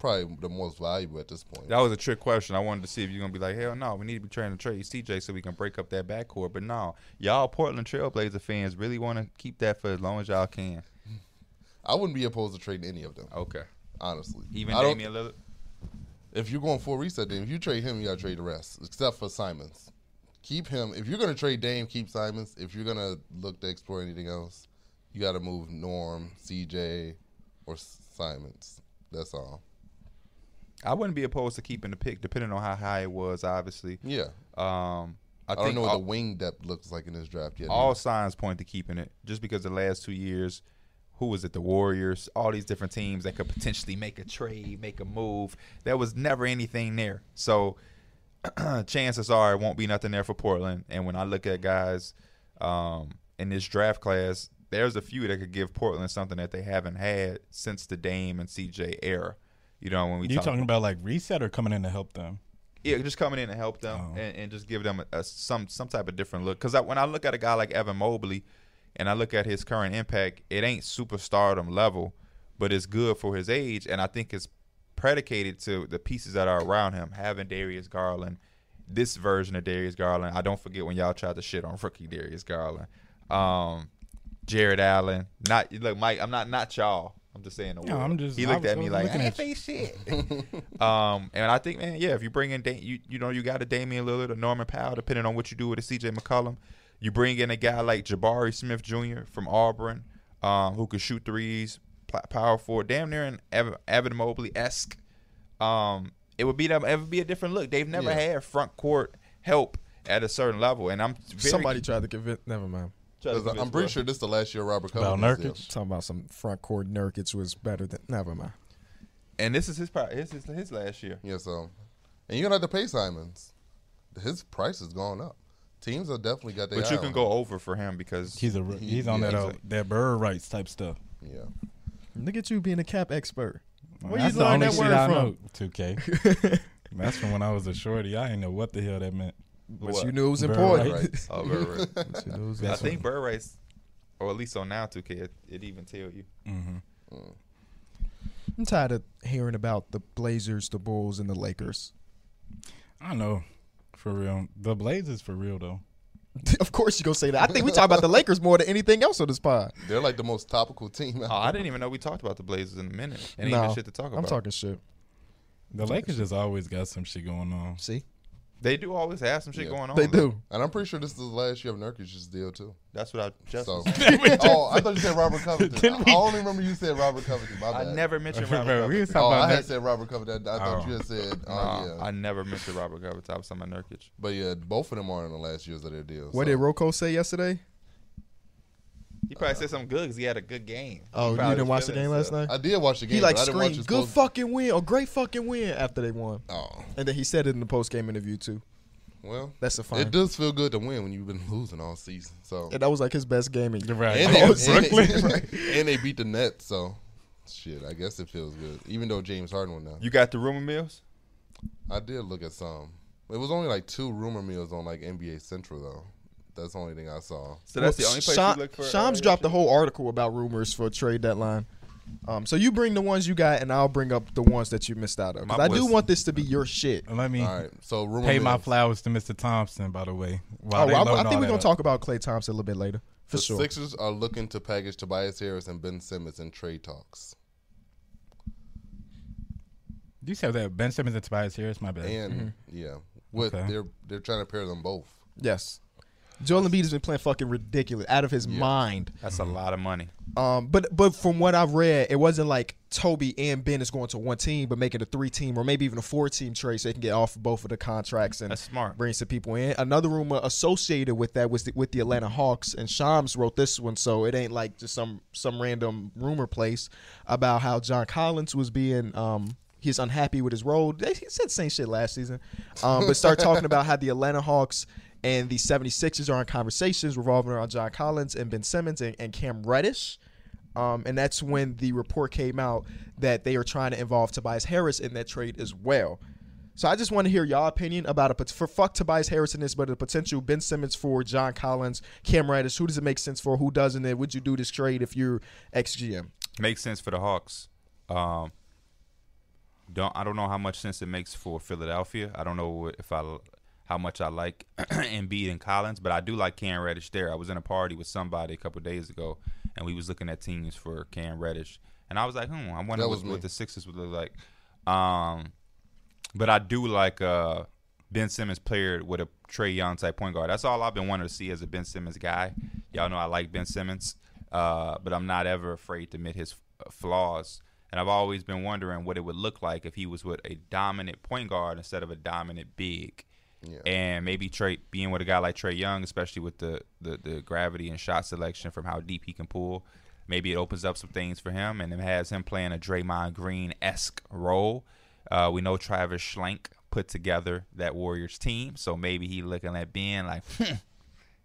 S3: probably the most valuable at this point.
S2: that was a trick question. I wanted to see if you're gonna be like, hell no, we need to be trying to trade CJ so we can break up that backcourt. But no, y'all Portland Trailblazer fans really want to keep that for as long as y'all can.
S3: I wouldn't be opposed to trading any of them,
S2: Okay,
S3: honestly.
S2: even
S3: I don't,
S2: Damian Lillard.
S3: if you're going for a reset, then if you trade him, you gotta trade the rest, except for Simons. Keep him. If you're gonna trade Dame, keep Simons. If you're gonna look to explore anything else, you gotta move Norm, CJ, or Simons. That's all.
S2: I wouldn't be opposed to keeping the pick, depending on how high it was, obviously.
S3: Yeah,
S2: Um, I,
S3: I
S2: think
S3: don't know what
S2: all,
S3: the wing depth looks like in this draft yet.
S2: all signs point to keeping it, just because the last two years, who was it? The Warriors, all these different teams that could potentially make a trade, make a move. There was never anything there. So [CLEARS THROAT] chances are it won't be nothing there for Portland. And when I look at guys um, in this draft class, there's a few that could give Portland something that they haven't had since the Dame and CJ era. You know, when we
S4: You
S2: talk
S4: talking about like reset or coming in to help them?
S2: Yeah, just coming in and help them
S4: Oh.
S2: and, and just give them a, a- some some type of different look. Because I, when I look at a guy like Evan Mobley, and I look at his current impact, it ain't superstardom level, but it's good for his age, and I think it's predicated to the pieces that are around him. Having Darius Garland, this version of Darius Garland, I don't forget when y'all tried to shit on rookie Darius Garland, um, Jared Allen. Not look, Mike. I'm not not y'all. I'm just saying the
S4: No,
S2: word.
S4: I'm just-
S2: He
S4: I
S2: looked
S4: was-
S2: at
S4: I
S2: me
S4: was
S2: like
S4: looking
S2: "Eh,
S4: at you."
S2: face shit. Um, and I think, man, yeah, if you bring in, da- you you know, you got a Damian Lillard or Norman Powell, depending on what you do with a CJ McCollum, you bring in a guy like Jabari Smith Jr. from Auburn, um, who can shoot threes, pl- power forward, damn near an Ev- Evan Mobley esque. Um, it would be them. It would be a different look. They've never
S3: Yeah.
S2: had front court help at a certain level, and I'm very,
S1: Somebody tried to convince. Never mind.
S2: trying to
S3: 'Cause I'm
S2: convince
S3: pretty
S2: Will.
S3: sure this is the last year Robert
S4: About
S3: Covington's there.
S4: Nurkic?
S1: Talking about some front court Nurkic was better than. Never mind.
S2: And this is his pro- his his, his last year.
S3: Yeah, so and you're gonna have to pay Simons. His price is going up. Teams have definitely got their.
S2: But
S3: eye
S2: you
S3: on
S2: can
S3: him.
S2: go over for him because
S4: He's a ro-
S3: He-
S4: he's on
S3: yeah,
S4: that uh,
S3: he's
S4: that bird rights type stuff.
S3: Yeah.
S1: Look at you being a cap expert. Where
S4: That's
S1: you
S4: the
S1: learn
S4: only
S1: that
S4: shit
S1: word
S4: I
S1: from?
S4: know. Two K.
S1: [LAUGHS]
S4: That's from when I was a shorty. I didn't know what the hell that meant.
S1: But
S2: What?
S1: you knew it was
S4: Bird
S1: important.
S4: [LAUGHS] rights.
S2: Oh, Bird
S1: [LAUGHS]
S2: rights.
S1: But you knew it was
S2: I
S1: important.
S2: think bird rights, or at least on now 2K, it, it even tell you.
S4: hmm
S1: I'm tired of hearing about the Blazers, the Bulls, and the Lakers. [LAUGHS]
S4: I know, for real. The Blazers for real though.
S1: of course, you gonna say that. I think we talk about the Lakers more than anything else on this pod.
S3: They're like the most topical team.
S2: Oh,
S3: Out.
S2: I didn't even know we talked about the Blazers in a minute. Ain't
S1: No,
S2: even shit to talk about.
S1: I'm talking shit.
S4: The Lakers just always got some shit going on.
S1: See,
S2: They do always have some shit
S3: Yeah.
S2: going on.
S1: they
S2: though.
S1: do.
S3: And I'm pretty sure this is the last year of Nurkic's deal too.
S2: That's what I just. [LAUGHS]
S3: So,
S1: [LAUGHS]
S2: was saying.
S3: oh, I thought you said Robert
S2: [LAUGHS]
S3: Covington. I,
S4: Didn't
S3: I
S4: we-
S3: only remember you said Robert Covington. My bad.
S2: I
S1: [LAUGHS]
S2: never mentioned
S4: Bro,
S2: Robert
S4: we
S2: Covington.
S4: was
S3: Oh,
S4: talking about
S3: I had
S4: that.
S3: said Robert Covington. I, I thought
S4: Oh.
S3: you had said. Oh,
S2: Nah,
S3: yeah.
S2: I never mentioned Robert Covington. I was talking about Nurkic.
S3: but yeah, both of them are in the last years of their deals.
S1: What
S3: so.
S1: did Rocco say yesterday?
S2: He probably said something good because he had a good game.
S1: Uh, Oh,
S2: He
S1: you
S2: probably
S1: didn't
S2: was
S1: watch the
S2: feeling
S1: game last
S2: himself.
S1: night.
S3: I did watch the game.
S1: he like
S3: but I didn't watch
S1: screamed,
S3: his
S1: "Good
S3: post-
S1: fucking win, or great fucking win!" After they won,
S3: Oh
S1: and then he said it in the post game interview too.
S3: well,
S1: That's a
S3: it
S1: fine.
S3: does feel good to win when you've been [LAUGHS] losing all season. So
S1: And that was like his best game. in-
S4: You're right.
S3: And [LAUGHS] they,
S4: Oh,
S3: and,
S4: Brooklyn. [LAUGHS]
S3: [LAUGHS] they, and they beat the Nets, so shit. I guess it feels good, even though James Harden went down.
S2: You got the rumor mills?
S3: I did look at some. It was only like two rumor meals on like NBA Central though. That's the only thing I saw.
S2: So that's
S1: Well,
S2: the only place
S1: Sham-
S2: you look for.
S1: Shams
S2: uh,
S1: dropped a
S2: shit?
S1: whole article about rumors for trade deadline. Um, so you bring the ones you got, and I'll bring up the ones that you missed out of. 'Cause
S2: My
S1: I do
S2: boys-
S1: want this to be your shit.
S4: Let me
S3: All right, so rumor.
S4: Mm. pay my
S3: meals.
S4: flowers to Mr. Thompson, by the way. While
S1: Oh,
S4: they
S1: well, I, I
S4: loading all
S1: think we're
S4: that
S1: gonna
S4: up.
S1: talk about Clay Thompson a little bit later for
S3: the
S1: sure.
S3: Sixers are looking to package Tobias Harris and Ben Simmons in trade talks,
S4: You said that Ben Simmons and Tobias Harris, my bad.
S3: and yeah, with
S4: Mm-hmm. Okay.
S3: they're they're trying to pair them both.
S1: Yes, Joel Embiid has been playing fucking ridiculous, out of his mind.
S2: That's a lot of money.
S1: Um, but but from what I've read, it wasn't like Toby and Ben is going to one team, but making a three team or maybe even a four team trade so they can get off both of the contracts and
S2: That's smart.
S1: bring some people in. Another rumor associated with that was the, with the Atlanta Hawks, and Shams wrote this one, so it ain't like just some some random rumor place about how John Collins was being um he's unhappy with his role. They, he said the same shit last season, um, but start talking about how the Atlanta Hawks. And the 76ers are in conversations revolving around John Collins and Ben Simmons and, and Cam Reddish. Um, and that's when the report came out that they are trying to involve Tobias Harris in that trade as well. So I just want to hear y'all opinion about it. But for fuck Tobias Harris in this, but the potential Ben Simmons for John Collins, Cam Reddish. Who does it make sense for? Who doesn't? it? would you do this trade if you're ex GM?
S2: makes sense for the Hawks. Um, don't I don't know how much sense it makes for Philadelphia. I don't know if I how much I like [CLEARS THROAT] Embiid and Collins, but I do like Cam Reddish there. I was in a party with somebody a couple days ago, and we was looking at teams for Cam Reddish, and I was like, hmm, I wonder
S3: That
S2: what,
S3: was me.
S2: what the Sixers would look like. Um, but I do like uh, Ben Simmons paired with a Trey Young type point guard. That's all I've been wanting to see as a Ben Simmons guy. Y'all know I like Ben Simmons, uh, but I'm not ever afraid to admit his uh, flaws. And I've always been wondering what it would look like if he was with a dominant point guard instead of a dominant big.
S3: Yeah.
S2: And maybe Trey being with a guy like Trey Young, especially with the, the the gravity and shot selection from how deep he can pull, maybe it opens up some things for him and it has him playing a Draymond Green esque role. Uh, we know Travis Schlenk put together that Warriors team, so maybe he looking at being like [LAUGHS] "Hmm,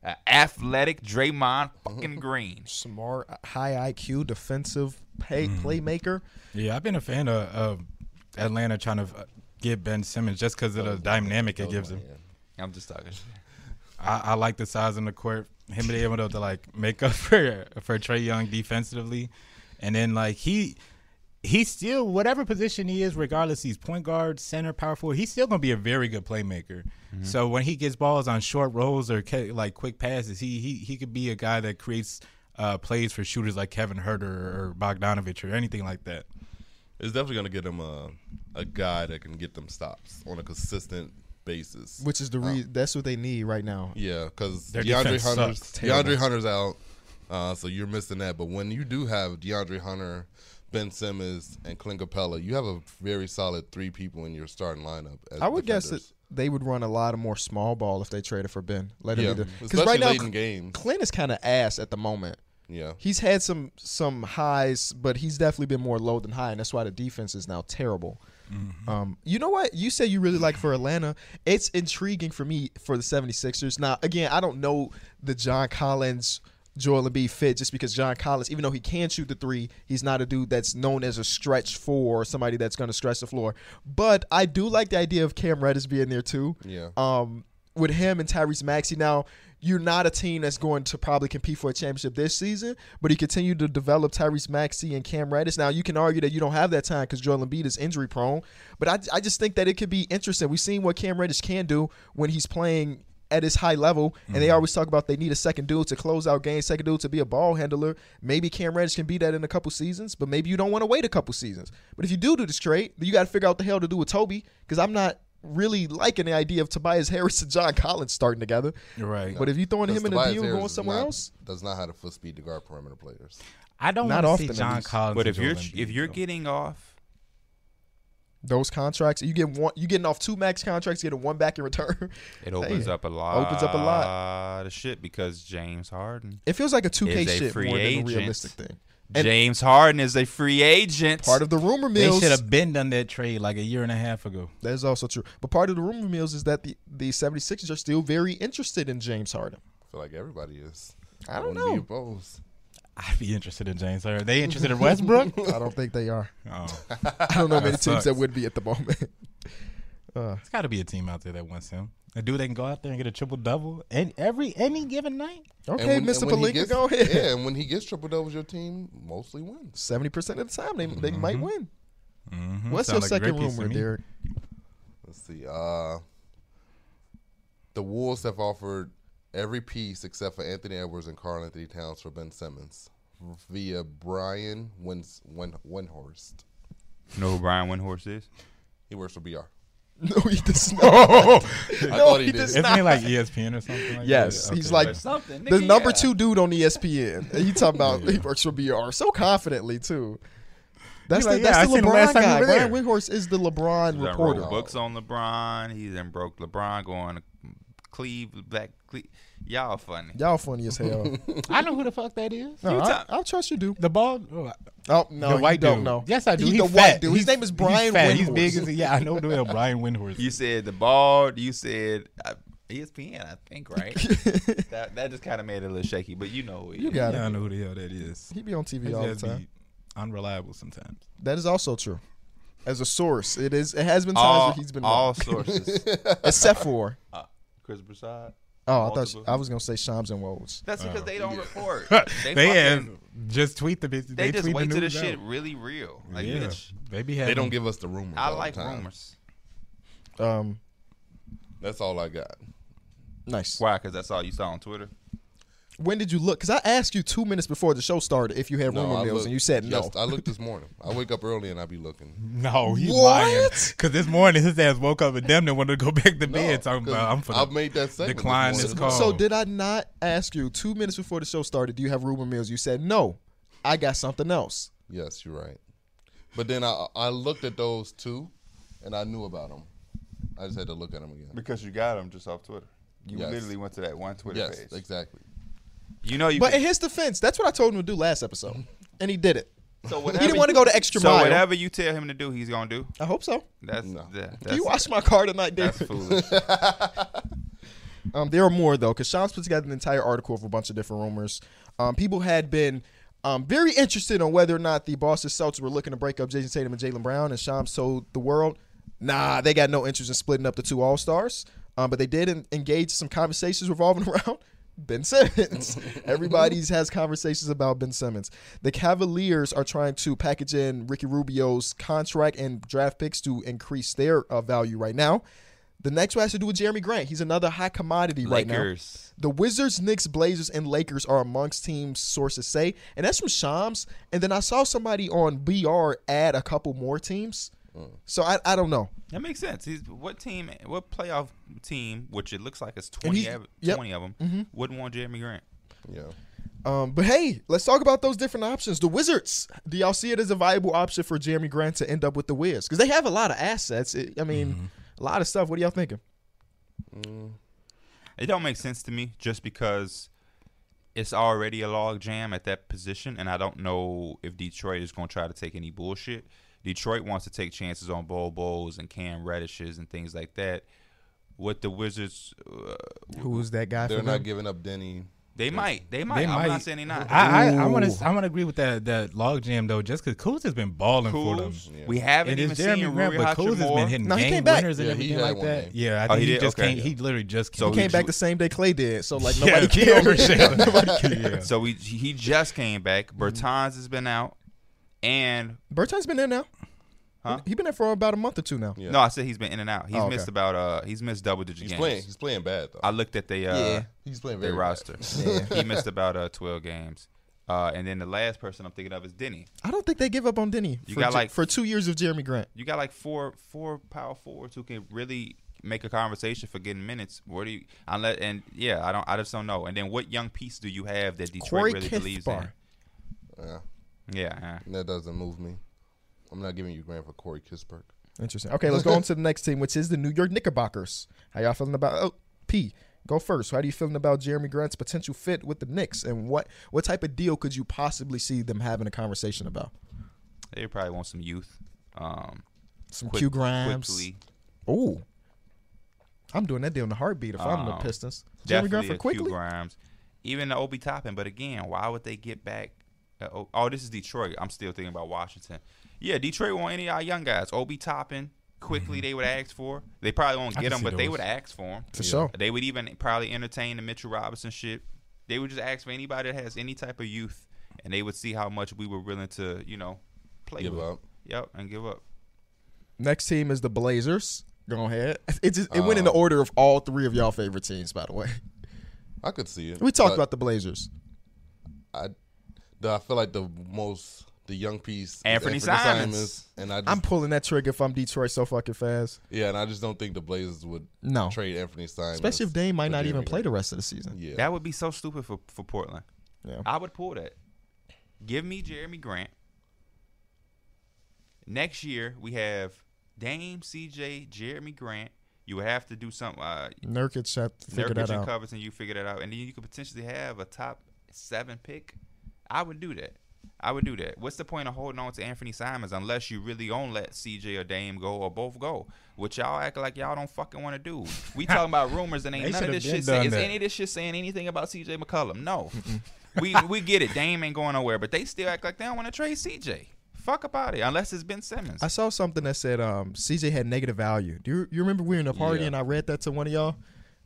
S2: a athletic Draymond
S1: [LAUGHS]
S2: fucking Green.
S1: Smart, high IQ, defensive pay,
S3: Mm.
S1: playmaker.
S4: Yeah, I've been a fan of, of Atlanta trying to uh, get Ben Simmons just because of the dynamic it gives him.
S2: I'm just talking. shit.
S4: I, I like the size on the court. Him being able to like make up [LAUGHS] for for Trey Young defensively, and then like he he still whatever position he is, regardless he's point guard, center, power forward, he's still gonna be a very good playmaker.
S2: Mm-hmm.
S4: So when he gets balls on short rolls or ca- like quick passes, he he he could be a guy that creates uh, plays for shooters like Kevin Herter or Bogdanovich or anything like that.
S3: It's definitely gonna get them a a guy that can get them stops on a consistent basis.
S1: Which is the re- that's what they need right now.
S3: Yeah, because
S4: Their
S3: DeAndre
S4: defense
S3: Hunter's
S4: sucks.
S3: DeAndre
S1: Terrible.
S3: Hunter's out, uh, so you're missing that. But when you do have DeAndre Hunter, Ben Simmons, and Clint Capella, you have a very solid three people in your starting lineup. As
S1: I would guess
S3: defenders.
S1: that they would run a lot of more small ball if they traded for Ben. Let him
S3: Yeah,
S1: do
S3: especially
S1: because right now
S3: late in games.
S1: Clint is kind of ass at the moment.
S3: Yeah,
S1: He's had some some highs, but he's definitely been more low than high, and that's why the defense is now terrible. Um, you know what? You say you really like for Atlanta. It's intriguing for me for the 76ers. Now, again, I don't know the John Collins, Joel Embiid fit just because John Collins, even though he can shoot the three, he's not a dude that's known as a stretch four or somebody that's going to stretch the floor. But I do like the idea of Cam Reddish being there too
S3: yeah.
S1: um, with him and Tyrese Maxey. Now, you're not a team that's going to probably compete for a championship this season, but you continue to develop Tyrese Maxey and Cam Reddish. Now, you can argue that you don't have that time because Joel Embiid is injury prone, but I, I just think that it could be interesting. We've seen what Cam Reddish can do when he's playing at his high level, and they always talk about they need a second dude to close out games, second dude to be a ball handler. Maybe Cam Reddish can be that in a couple seasons, but maybe you don't want to wait a couple seasons. But if you do do this trade, then you got to figure out what the hell to do with Toby because I'm not really liking the idea of Tobias [LAUGHS] Harris and John Collins starting together.
S4: You're right.
S1: But if you throwing him in the
S3: Tobias
S1: deal
S3: Harris
S1: going
S3: is
S1: somewhere
S3: not-
S1: else,
S3: does not have the foot speed to guard perimeter players.
S4: I don't
S1: Not
S4: want to
S1: often,
S4: see
S1: at
S4: John
S1: least.
S4: Collins.
S2: But
S4: and
S2: if you're
S4: Joel Embiid,
S2: if you're
S4: though.
S2: getting off
S1: those contracts you get one, you getting off two max contracts, getting one back in return. [LAUGHS]
S2: It opens
S1: Hey,
S2: up a lot.
S1: opens up a lot.
S2: of shit because James Harden.
S1: It feels like a 2K
S2: Is a
S1: shit more
S2: free
S1: than a
S2: agent.
S1: realistic thing. And-
S2: James Harden is a free agent.
S1: Part of the rumor
S4: they
S1: mills.
S4: should have been done that trade like a year and a half ago.
S1: That is also true. But part of the rumor mills is that the, the 76ers are still very interested in James Harden.
S3: I feel like everybody is.
S1: I don't
S3: wouldn't Be
S1: know.
S3: opposed.
S4: I'd be interested in James. Are they interested
S1: [LAUGHS]
S4: in Westbrook?
S1: I don't think they
S4: [LAUGHS]
S1: are.
S4: oh,
S1: I don't know
S4: That
S1: many teams
S4: sucks.
S1: that would be at the moment. Uh,
S4: it's got to be a team out there that wants him. A dude that can go out there and get a triple double and every any given night.
S3: And
S1: [LAUGHS] okay,
S3: when-
S1: Mr.
S3: and when he
S1: Palinka,
S3: gets-
S1: go ahead.
S3: Yeah, and when he gets triple doubles, your team mostly wins.
S1: 70% of the time, they, they might win.
S4: Mm-hmm.
S1: What's your second rumor, Derek?
S3: Let's see. Uh, the Wolves have offered every piece except for Anthony Edwards and Carl Anthony Towns for Ben Simmons via Brian Wins Win Winhorst.
S2: You know who Brian Windhorst is?
S3: He works for BR.
S1: [LAUGHS] No, he
S4: [LAUGHS]
S1: does not.
S3: I
S1: no,
S3: thought he
S1: he,
S3: did.
S1: does
S4: Isn't
S1: not.
S4: he like E ESPN or something? Like
S1: yes,
S4: that?
S1: he's
S4: Okay.
S1: like
S2: Something.
S1: the number two dude on E ESPN. And He talking about he works for BR so confidently too. That's
S4: He
S1: the,
S4: like,
S1: that's
S4: yeah,
S1: the
S4: I seen him
S1: LeBron
S4: last time we
S1: guy.
S4: were
S1: Brian
S4: there.
S1: Windhorst is the LeBron
S2: He's
S1: reporter.
S2: wrote books on LeBron. He then broke LeBron going to Cleve, Black Cleve. Y'all funny.
S1: Y'all funny as
S4: [LAUGHS]
S1: hell.
S4: I know who the fuck that is.
S1: No, I,
S2: talk-
S1: I'll trust you, dude.
S4: The bald, oh,
S1: Oh no,
S4: the
S1: you
S4: white
S1: don't
S4: dude.
S1: know.
S4: Yes, I do.
S1: He
S4: He's
S1: the
S4: fat.
S1: white dude. His
S4: He's-
S1: name is Brian
S4: He's, fat. he's
S1: Windhorst.
S4: big as yeah. I know the name Brian
S1: [LAUGHS]
S4: Windhorst.
S2: You said the bald. You said uh, ESPN, I
S1: [LAUGHS]
S2: think, right? that, that just kind of made it a little shaky, but you know who he
S1: You
S2: is.
S1: got
S4: yeah, I
S1: it.
S4: know who the hell that is.
S1: He be on TV
S4: His
S1: all the
S4: ass
S1: time.
S4: be unreliable sometimes.
S1: That is also true. As a source, it is. It has been times
S2: all,
S1: where he's been
S2: all
S1: wrong.
S2: sources.
S1: [LAUGHS] except for.
S2: Uh, Chris Broussard.
S1: Oh, I thought you-
S2: Multiple.
S1: I was gonna say Shams and Woes.
S2: That's because they don't report.
S4: Uh,
S2: [LAUGHS]
S4: They,
S2: fucking-
S4: have just tweet the bitch.
S2: they, just
S4: tweet
S2: wait
S4: the
S2: till the
S4: news
S2: shit
S4: out.
S2: really real. Like,
S4: yeah,
S2: bitch,
S4: they be having.
S3: They don't give us the rumors.
S2: I
S3: all the
S2: like
S3: time.
S2: rumors.
S1: Um,
S3: That's all I got.
S1: nice.
S2: Why? Because that's all you saw on Twitter.
S1: When did you look? Because I asked you two minutes before the show started if you had
S3: No,
S1: rumor
S3: I
S1: mills,
S3: looked
S1: and you said no.
S3: just- I looked this morning. I wake up early and I be
S4: [LAUGHS]
S3: looking.
S4: No, he's
S1: What?
S4: lying. Because this morning his ass woke up and damn near wanted to go back
S3: No,
S4: to bed talking
S3: 'cause
S4: about I'm for
S3: I've made that segment.
S4: decline
S3: this
S4: this
S3: morning.
S4: call.
S1: So did I not ask you two minutes before the show started? Do you have rumor mills? You said no. I got something else.
S3: Yes, you're right. But then I I looked at those two, and I knew about them. I just had to look at him again.
S2: Because you got him just off Twitter. You
S3: Yes.
S2: literally went to that one Twitter
S3: Yes,
S2: page.
S3: exactly.
S2: You know you.
S1: But
S2: could-
S1: in his defense, that's what I told him to do last episode, and he did it.
S2: so
S1: He
S2: whatever
S1: didn't want to go the extra
S2: So
S1: mile.
S2: whatever you tell him to do, he's gonna do.
S1: I hope so.
S2: That's
S3: No.
S2: that, that's,
S1: Do you wash my car tonight, David? [LAUGHS]
S2: that's foolish.
S1: Um, there are more though, because Sean's put together an entire article of a bunch of different rumors. Um, people had been um, very interested on whether or not the Boston Celtics were looking to break up Jason Tatum and Jalen Brown, and Sean told the world, nah, they got no interest in splitting up the two All Stars. Um, but they did en- engage some conversations revolving [LAUGHS] around Ben Simmons. Everybody's has conversations about Ben Simmons. The Cavaliers are trying to package in Ricky Rubio's contract and draft picks to increase their uh, value right now. The next one has to do with Jeremy Grant. He's another high commodity right now.
S2: Lakers.
S1: The Wizards, Knicks, Blazers, and Lakers are amongst teams sources say, and that's from Shams. And then I saw somebody on BR add a couple more teams.
S2: Mm.
S1: So I, I don't know.
S2: That makes sense. He's, what team? What playoff team? Which it looks like it's
S1: And
S2: twenty.
S1: he's-
S2: Av-
S1: yep. Mm-hmm.
S2: Twenty of them wouldn't want Jeremy Grant.
S3: Yeah.
S1: Um, but hey, let's talk about those different options. The Wizards, do y'all see it as a viable option for Jeremy Grant to end up with the Wiz? Because they have a lot of assets. It- I mean,
S2: Mm-hmm.
S1: a lot of stuff. What are y'all thinking?
S2: It don't make sense to me just because it's already a log jam at that position, and I don't know if Detroit is going to try to take any bullshit. Detroit wants to take chances on Bol Bols and Cam Reddishes and things like that. What the Wizards, uh,
S1: Who's that guy
S3: They're not giving up Denny.
S2: they might, they might.
S4: They
S2: I'm
S4: might.
S2: not saying they not.
S4: I I want to I want to agree with that that log jam though, just because Kuz has been balling for them.
S2: Kuz, we haven't
S4: And
S2: even
S4: it's Jeremy
S2: seen
S4: Grant,
S2: Rui
S4: but Kuz has been
S2: Hachimura.
S4: hitting
S1: No, he
S4: game
S1: came back.
S4: winners and
S3: Yeah, he
S4: everything
S3: had
S4: like
S3: one
S4: that.
S3: game.
S4: Yeah, I
S2: Oh,
S4: think
S2: he
S4: he,
S2: did?
S4: just
S2: Okay.
S4: came. He literally just
S2: So
S4: came.
S1: He came back the same day Clay did, so like
S2: [LAUGHS] Yeah,
S1: nobody cared.
S4: [LAUGHS] Nobody cared.
S2: So we, he just came back.
S4: Mm-hmm.
S2: Bertans has been out, and
S1: Berton's been there now.
S2: Huh?
S1: He been there for about a month or two now.
S3: Yeah.
S2: no, I said he's been in and out. He's
S1: Oh, okay.
S2: missed about uh, he's missed double digit
S3: He's
S2: games.
S3: playing. He's playing bad though.
S2: I looked at the uh,
S1: Yeah.
S3: he's playing
S2: their
S3: very
S2: roster.
S1: Yeah.
S2: he missed about uh, 12 games. Uh, and then the last person I'm thinking of is Denny.
S1: I don't think they give up on Denny.
S2: You
S1: for
S2: got,
S1: Jer-
S2: like-
S1: for two years of Jeremy Grant.
S2: You got like four four power forwards who can really make a conversation for getting minutes. Where do you unless and yeah, I don't I just don't know. And then what young piece do you have that Detroit
S1: Corey
S2: really believes
S1: Kispar.
S3: Bad. Yeah,
S2: in? Yeah. uh,
S3: that doesn't move me. I'm not giving you Grant for Corey Kispert.
S1: Interesting. Okay, let's go on to the next team, which is the New York Knickerbockers. How y'all feeling about? Oh, P, go first. How do you feeling about Jeremy Grant's potential fit with the Knicks, and what what type of deal could you possibly see them having a conversation about?
S2: They probably want some youth. Um
S1: Some
S2: quick-
S1: Q Grimes.
S2: quickly.
S1: Oh, I'm doing that deal in the heartbeat if I'm the
S2: Um,
S1: Pistons. Jeremy
S2: Definitely
S1: Grant for
S2: a Q
S1: quickly.
S2: Grimes. Even the Obi Toppin, but again, why would they get back? Uh, oh, oh, this is Detroit. I'm still thinking about Washington. Yeah, Detroit want any of our young guys. Obi Toppin, quickly they would ask for. They probably won't
S4: I
S2: get him,
S4: can see
S2: but they
S4: those.
S2: would ask for him.
S1: For sure.
S2: They would even probably entertain the Mitchell Robinson shit. They would just ask for anybody that has any type of youth, and they would see how much we were willing to, you know, play
S3: Give
S2: with.
S3: up.
S2: Yep, and give up.
S1: Next team is the Blazers. Go ahead. [LAUGHS] It just it went in the
S2: Oh.
S1: order of all three of y'all favorite teams, by the way.
S3: I could see it.
S1: We talked
S3: but
S1: about the Blazers.
S3: I, though I feel like the most the young piece is
S2: Anthony Simons.
S3: and I just,
S1: I'm pulling that trigger if I'm Detroit so fucking fast.
S3: yeah, and I just don't think the Blazers would
S1: No.
S3: trade Anthony Simons,
S1: Especially if Dame might
S3: for
S1: not even
S3: Jeremy
S1: play the
S3: Grant.
S1: rest of the season.
S3: Yeah,
S2: That would be so stupid for, for Portland.
S1: Yeah.
S2: I would pull that. Give me Jeremy Grant. Next year we have Dame, CJ, Jeremy Grant. You would have to do something. Uh,
S1: Nurkic had to figure
S2: Nurkic
S1: that
S2: and
S1: out.
S2: Covington, you figure that out, and then you could potentially have a top seven pick. I would do that. I would do that. What's the point of holding on to Anthony Simons unless you really don't let CJ or Dame go or both go? Which y'all act like y'all don't fucking want to do. We talking
S4: [LAUGHS]
S2: about rumors and ain't
S4: They
S2: none of
S4: should've
S2: this
S4: been
S2: shit. Say,
S4: done
S2: is
S4: that.
S2: any of this shit saying anything about CJ McCollum? No. we we get it. Dame ain't going nowhere, but they still act like they don't want to trade CJ. Fuck about it. Unless it's Ben Simmons.
S1: I saw something that said um, CJ had negative value. Do you, you remember we were in a party
S3: Yeah.
S1: and I read that to one of y'all?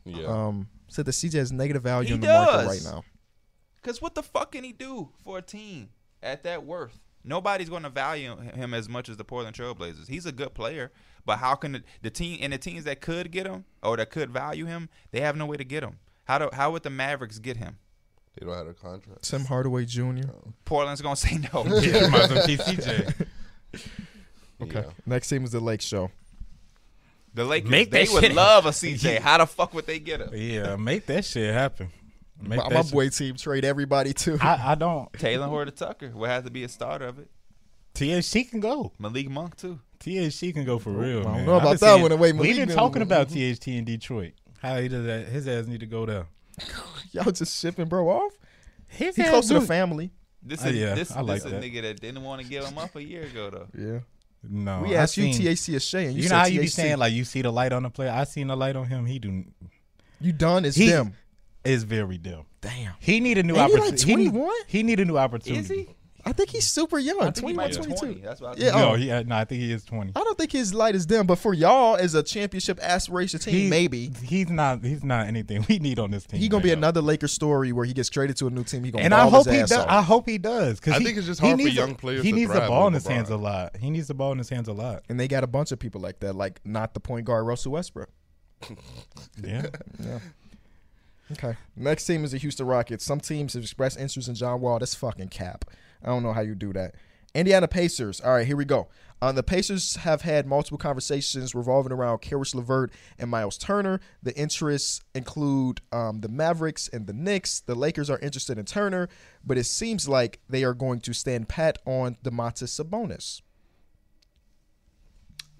S3: yeah.
S1: Um, said that CJ has negative value
S2: He
S1: in the market right
S2: does.
S1: now.
S2: Because what the fuck can he do for a team at that worth? Nobody's going to value him as much as the Portland Trailblazers. He's a good player, but how can the, the team and the teams that could get him or that could value him, they have no way to get him. How do how would the Mavericks get him?
S3: they don't have a contract.
S1: Tim Hardaway Jr.
S2: Portland's going to [LAUGHS] say
S4: [LAUGHS]
S2: no.
S4: Yeah, might as well keep CJ.
S1: Okay.
S3: Yeah.
S1: Next team is the Lake Show.
S2: The Lakers,
S4: Make
S2: they
S4: that
S2: would
S4: shit
S2: love a
S4: [LAUGHS]
S2: CJ. How the fuck would they get him?
S4: Yeah, make that shit happen. Make
S1: My,
S4: that
S1: my
S4: shit-
S1: boy team trade everybody too.
S4: I, I don't.
S2: Taylor Horton Tucker will have to be a starter of it.
S4: THC can go.
S2: Malik Monk too.
S4: THT can go for real.
S1: I don't
S4: man.
S1: know about
S4: I've been
S1: that
S4: seeing-
S1: one, the way
S4: We've
S1: Malik
S4: been
S1: been- Mm-hmm.
S4: talking about THT in Detroit. How he does that? His ass need to go there.
S1: [LAUGHS] Y'all just shipping bro off.
S4: His
S1: He
S4: ass
S1: close to the
S4: do-
S1: family.
S2: This
S4: Oh,
S2: is
S4: yeah,
S2: this,
S4: I like
S2: this a
S4: that.
S2: nigga that didn't want to give him up a year ago though.
S1: Yeah.
S4: No,
S1: we
S4: Oh, I
S1: asked you
S4: seen-
S1: THC is Shay, and you,
S4: You
S1: said
S4: know how you be
S1: THC.
S4: saying like you see the light on the player. I seen the light on him. He do.
S1: you done. It's
S4: He-
S1: them.
S4: Is very dim.
S1: Damn.
S4: He need a new
S1: Ain't he, like,
S4: opportunity. he, need-
S1: 21?
S4: he need a new opportunity.
S2: Is he?
S1: I think he's super young.
S2: I think he
S1: 21,
S2: might be
S1: 22.
S2: 20. That's what I
S1: Yeah,
S2: yeah.
S4: No,
S1: oh.
S4: he, uh, no, I think he is twenty.
S1: I don't think his light is dim, but for y'all as a championship aspiration team,
S4: He-
S1: maybe
S4: he's not. He's not anything [LAUGHS] we need on this team.
S1: he gonna be
S4: right now.
S1: another Lakers story where he gets traded to a new team. He gonna
S4: And I
S1: ball
S4: hope
S1: his
S4: he
S1: ass
S4: does.
S1: off.
S4: I hope he does. Cause
S3: I
S4: he,
S3: think it's just
S4: he
S3: hard for
S4: needs a-
S3: young players
S4: He
S3: to
S4: needs the
S3: thrive
S4: ball in
S3: with
S4: his hands a
S3: LeBron.
S4: lot. He needs the ball in his hands a lot.
S1: and they got a bunch of people like that, like not the point guard Russell Westbrook. [LAUGHS]
S4: Yeah.
S1: Okay. Next team is the Houston Rockets. Some teams have expressed interest in John Wall. That's fucking cap. I don't know how you do that. Indiana Pacers. All right, here we go. Uh, the Pacers have had multiple conversations revolving around Karis LeVert and Miles Turner. The interests include um, the Mavericks and the Knicks. The Lakers are interested in Turner, but it seems like they are going to stand pat on Demontis Sabonis.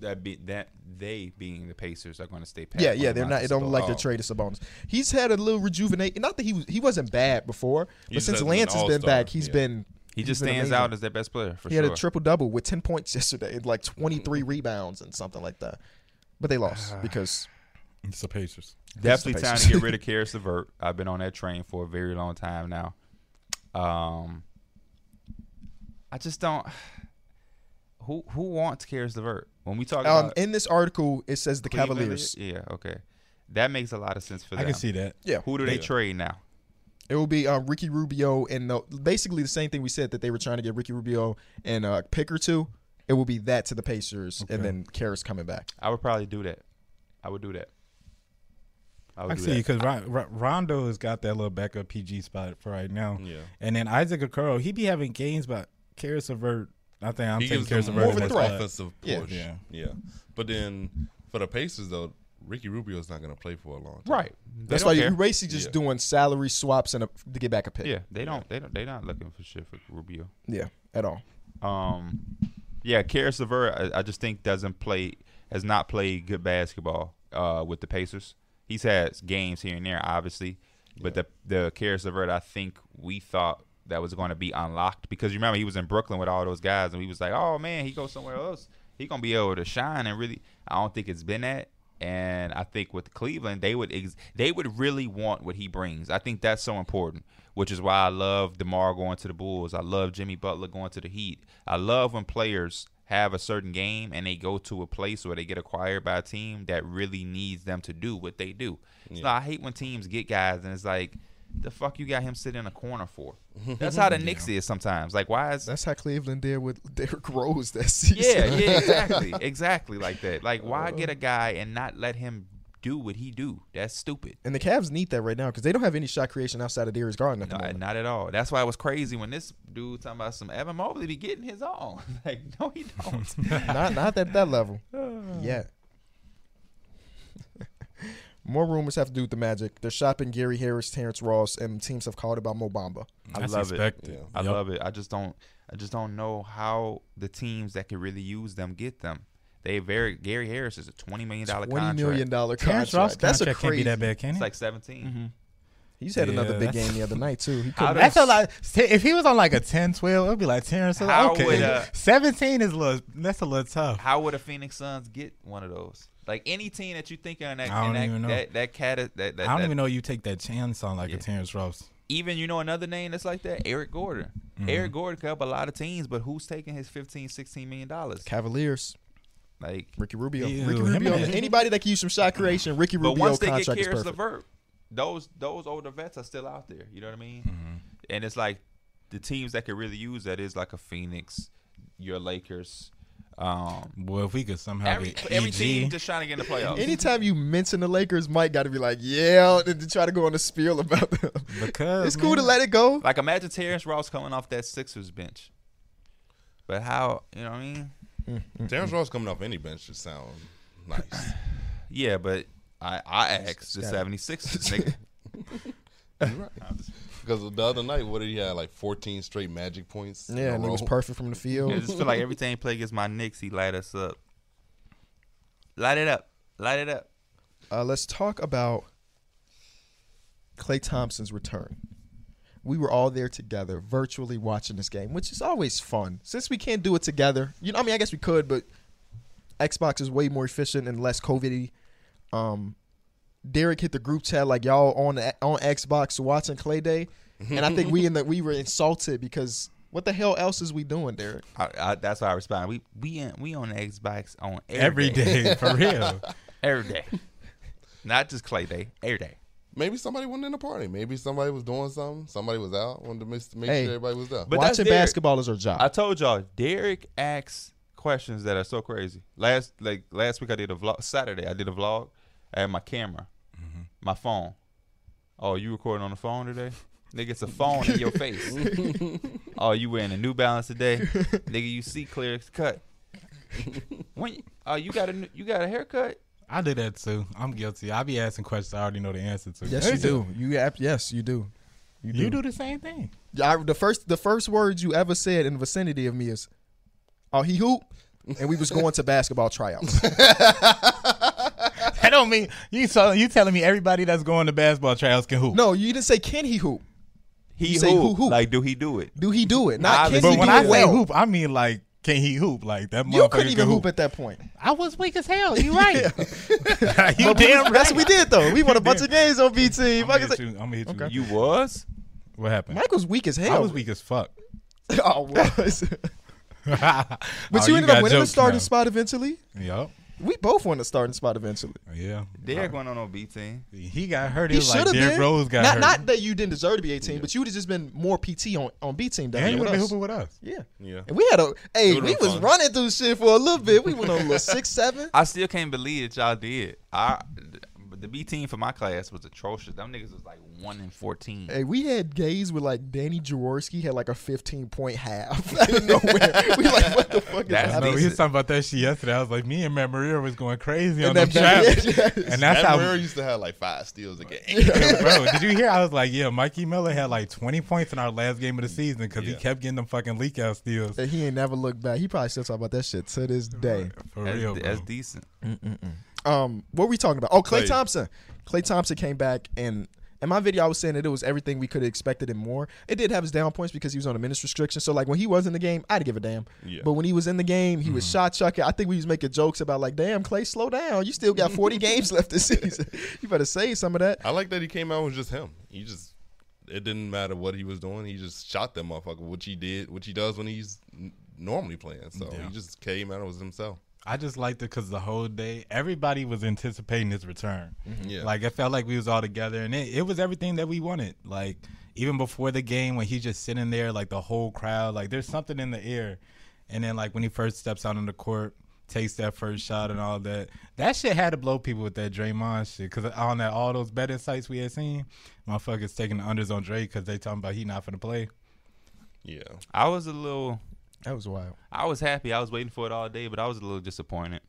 S2: That be that they being the Pacers are going to stay. Pat
S1: Yeah,
S2: on
S1: yeah,
S2: the
S1: they're not. They
S2: Montes
S1: don't like
S2: Sabonis.
S1: to trade us Sabonis. He's had a little rejuvenate. Not that he was, he wasn't bad before, but
S2: He's
S1: since
S2: a- an
S1: Lance has been
S2: all-star,
S1: back, he's
S2: yeah.
S1: been.
S2: He
S1: he's
S2: just
S1: been
S2: stands
S1: amazing.
S2: out as their best player for
S1: He
S2: sure.
S1: had a triple double with ten points yesterday, and like twenty three rebounds and something like that. But they
S2: [SIGHS]
S1: lost because
S4: It's the Pacers.
S2: Definitely time to
S1: Pacers. [LAUGHS]
S2: get rid of Karis LeVert. I've been on that train for a very long time now. Um, I just don't. [SIGHS] Who who wants Karis LeVert? When we talk
S1: um,
S2: about
S1: in this article it says the
S2: Cleveland,
S1: Cavaliers.
S2: yeah, okay, that makes a lot of sense for
S4: I
S2: them.
S4: can see that.
S1: Yeah,
S2: Who do they
S4: Yeah.
S2: trade now?
S1: it will be um, Ricky Rubio and the, basically the same thing we said that they were trying to get Ricky Rubio and a pick or two. It will be that to the Pacers, and then Karras coming back.
S2: I would probably do that. I would do that. I would
S4: I
S2: do
S4: can see
S2: that.
S4: because Rondo has got that little backup PG spot for right now.
S5: Yeah.
S4: And then Isaac Okoro, he be having games, but Karis Avert, I think I'm
S5: He
S4: taking
S5: gives
S4: Karis
S5: them
S4: Avert
S5: more
S4: in
S5: of
S4: that
S5: an
S4: spot.
S5: offensive
S1: Yeah.
S5: push.
S4: Yeah.
S5: Yeah. But then for the Pacers though, Ricky Rubio's not going to play for a long time.
S2: Right.
S1: That's
S2: they
S1: why
S2: don't
S1: you're
S2: care.
S1: basically just
S5: Yeah.
S1: doing salary swaps and a, to get back a pick.
S2: Yeah, they don't. They don't. They're not looking for shit for Rubio.
S1: Yeah, at all.
S2: Um, yeah, Karis LeVert, I, I just think doesn't play has not played good basketball uh, with the Pacers. He's had games here and there, obviously, but the the Karis LeVert, I think we thought that was going to be unlocked because you remember he was in Brooklyn with all those guys, and we was like, oh man, he goes somewhere else, he gonna be able to shine and really. I don't think it's been that. And I think with Cleveland, they would ex- they would really want what he brings. I think that's so important, which is why I love Demar going to the Bulls. I love Jimmy Butler going to the Heat. I love when players have a certain game and they go to a place where they get acquired by a team that really needs them to do what they do. So I hate when teams get guys and it's like, the fuck you got him sitting in a corner for? That's how the Knicks is sometimes. Like, why is
S1: That's how Cleveland did with [LAUGHS] Derrick Rose that season.
S4: [LAUGHS]
S2: yeah, yeah, exactly, exactly like that. Like, why get a guy and not let him do what he do? That's stupid.
S1: And the Cavs need that right now because they don't have any shot creation outside of Darius Garden at the
S2: No,
S1: moment.
S2: not at all. That's why it was crazy when this dude talking about some Evan Mobley be getting his own. [LAUGHS] Like, no,
S4: [LAUGHS]
S2: he don't.
S1: not not at that level. yeah. More rumors have to do with the Magic. They're shopping Gary Harris, Terrence Ross, and teams have called about Mobamba.
S2: I
S4: That's
S2: love it.
S4: expected.
S5: Yeah.
S2: I
S4: Yep.
S2: love it. I just don't. I just don't know how the teams that can really use them get them. They very Gary Harris is a twenty million dollar
S1: Twenty
S2: contract.
S1: million dollar
S4: Terrence
S1: contract.
S4: Ross
S1: That's a
S4: contract
S1: crazy.
S4: can't be that bad, can
S2: It's
S4: he?
S2: like 17
S4: Mm-hmm.
S1: He's had another
S4: Yeah,
S1: big
S4: that's-
S1: game the other night too. He
S2: How
S1: couldn't.
S4: That's a lot. T- If he was on like a 10, 12, it would be like Terrence. Hill,
S2: How
S4: okay.
S2: would, uh,
S4: 17 is a little, that's a little tough.
S2: How would the Phoenix Suns get one of those? Like any team that you think on that
S4: I don't
S2: in that,
S4: even know.
S2: that that cat that that,
S4: I don't
S2: that-
S4: even know you take that chance on like
S2: Yeah.
S4: a Terrence Ross.
S2: even you know another name that's like that Eric Gordon.
S1: Mm-hmm.
S2: Eric Gordon could help a lot of teams, but who's taking his 15, 16 million dollars?
S1: Cavaliers,
S2: Like,
S1: Ricky Rubio,
S4: Ew,
S1: Ricky
S4: him
S1: Rubio.
S4: and-
S1: Anybody that can use some shot creation, Ricky
S2: but
S1: Rubio
S2: once they get
S1: contract is
S2: Karis
S1: perfect.
S2: LeVert, those those older vets are still out there. You know what I mean?
S1: Mm-hmm.
S2: And it's like the teams that could really use that is like a Phoenix, your Lakers. Um,
S4: Boy, if we could somehow
S2: every
S4: get E
S2: every
S1: E
S4: EG.
S2: team just trying
S1: [LAUGHS]
S2: to get in the playoffs.
S1: Anytime you mention the Lakers, Mike got to be like, yeah, and to try to go on a spiel about them.
S4: because
S1: It's cool to
S4: man,
S1: let it go.
S2: Oh, Like imagine Terrence Ross coming off that Sixers bench. But how you know what I mean?
S5: Terrence Ross coming off any bench should sound nice.
S1: [LAUGHS]
S2: Yeah, but I I asked the
S1: Scott.
S2: 76ers.
S1: [LAUGHS]
S2: nigga.
S3: Because the other night, what did he have? Like 14 straight magic points. in
S1: Yeah,
S3: a
S1: and he was
S3: row?
S1: perfect from the
S2: I [LAUGHS]
S1: field.
S2: just feel like every time he play against my Knicks, he light us up. Light it up. Light it up.
S1: Uh, let's talk about Clay Thompson's return. We were all there together, virtually watching this game, which is always fun. Since we can't do it together, you know, I mean, I guess we could, but Xbox is way more efficient and less COVID-y. Um, Derek hit the group chat like y'all on the, on Xbox watching Clay Day, and I think we in the, we were insulted because what the hell else is we doing, Derek?
S2: I, I, that's how I respond. We we in, we on Xbox on
S4: Every day, for real.
S2: every day, not just Clay Day. Every day.
S3: Maybe somebody wasn't in the party. Maybe somebody was doing something. Somebody was out. Wanted to miss, make
S1: Hey.
S3: sure everybody was there.
S2: But that's
S1: watching
S2: Derek.
S1: basketball is our job.
S2: I told y'all, Derek asks questions that are so crazy. Last like last week, I did a vlog. Saturday, I did a vlog. I had my camera, my phone. Oh, you recording on the phone today? [LAUGHS] Nigga, it's a phone in your face.
S1: [LAUGHS]
S2: oh, you wearing a New Balance today? Nigga, you see clear as cut. when oh you got a new- you got a haircut?
S4: I do that too. I'm guilty. I be asking questions I already know the answer to.
S1: yes, you do. You ab- yes, you do.
S4: You do. the same thing.
S1: I, the first the first words you ever said in the vicinity of me is, "Oh, he hoop," and we was going to basketball tryouts.
S4: That don't mean you. So you telling me everybody that's going to basketball trials can hoop?
S1: no, you didn't say can he hoop.
S2: He
S1: You say
S2: who?
S1: who, who?
S2: Like, do he do it?
S1: Do he do it? Not can
S2: Obviously.
S1: he
S4: but when
S1: do
S4: I
S1: it
S4: say
S1: well.
S4: hoop, I mean like can he hoop? Like that
S1: you
S4: motherfucker
S1: couldn't even
S4: can
S1: hoop at that point.
S4: I was weak as hell.
S1: [LAUGHS]
S4: You [LAUGHS] right. you [LAUGHS] damn right.
S1: That's what we did though.
S4: [LAUGHS]
S1: We won a bunch of games on BT.
S4: I'm gonna hit you. I'm gonna hit you.
S2: You was?
S4: What happened?
S1: Michael's weak as hell.
S4: I was weak as fuck.
S1: [LAUGHS]
S4: [LAUGHS]
S1: oh,
S4: Oh,
S1: was.
S4: but
S1: but you ended up winning the starting spot eventually.
S4: Yup.
S1: We both won the starting spot eventually.
S4: Yeah.
S2: Derek went on no B team.
S4: He got hurt. It
S1: He
S4: was
S1: should
S4: like
S1: have
S4: Derrick
S1: been.
S4: Rose got
S1: not,
S4: hurt.
S1: not that you didn't deserve to be 18, but you would have just been more PT on, on B team down
S4: and
S1: there
S4: he
S1: with
S4: would have
S1: us.
S4: hooping with us.
S1: Yeah.
S5: Yeah.
S1: And we had a hey,
S5: would've
S1: we
S5: been
S1: was
S5: fun.
S1: running through shit for a little bit. We went on a
S5: [LAUGHS]
S1: little six seven.
S2: I still can't believe that y'all did. I the B team for my class was atrocious. Them niggas was like one in fourteen.
S1: Hey, we had gays with like Danny Jaworski had like a fifteen point [LAUGHS] half out of nowhere. we like what the fuck is
S2: That's
S4: I know
S1: happening?
S4: we was
S2: decent.
S4: talking about that shit yesterday. I was like, me and Matt Maria was going crazy
S1: And
S4: on that
S1: that-
S4: [LAUGHS] trap,
S1: yeah, yeah.
S4: and that's
S5: Matt
S4: how.
S5: Murray used to have like five steals a
S1: [LAUGHS]
S5: game.
S4: bro, did you hear? I was like, yeah, Mikey Miller had like 20 points in our last game of the season because he
S5: Yeah.
S4: kept getting them fucking leak out steals.
S1: And he ain't never looked back. He probably still talk about that shit to this day.
S4: For
S2: That's,
S4: real, bro.
S2: that's decent.
S1: Um, what were we talking about? Oh, Clay,
S5: Klay.
S1: Thompson. Clay Thompson came back and in my video I was saying that it was everything we could have expected and more. It did have his down points because he was on a minutes restriction. So like when he was in the game, I'd give a damn.
S5: Yeah. Mm-hmm.
S1: But when he was in the game, he was shot chucking. I think we was making jokes about like, damn, Clay, slow down. You still
S5: [LAUGHS]
S1: got 40 games left this season. You better save some of that.
S5: I like that he came out with just him. He just it didn't matter what he was doing. He just shot that motherfucker, which he did, which he does when he's n- normally playing. So
S4: Yeah.
S5: he just came out as himself.
S4: I just liked it because the whole day everybody was anticipating his return.
S5: Yeah.
S4: Like I felt like we was all together, and it, it was everything that we wanted. Like even before the game, when he's just sitting there, like the whole crowd, like there's something in the air. And then like when he first steps out on the court, takes that first shot and all that. That shit had to blow people with that Draymond shit because on that all those betting sites we had seen, motherfuckers taking the unders on Dray because they talking about he not for the play.
S5: Yeah.
S2: I was a little.
S1: That was wild.
S2: I was happy. I was waiting for it all day, but I was a little disappointed.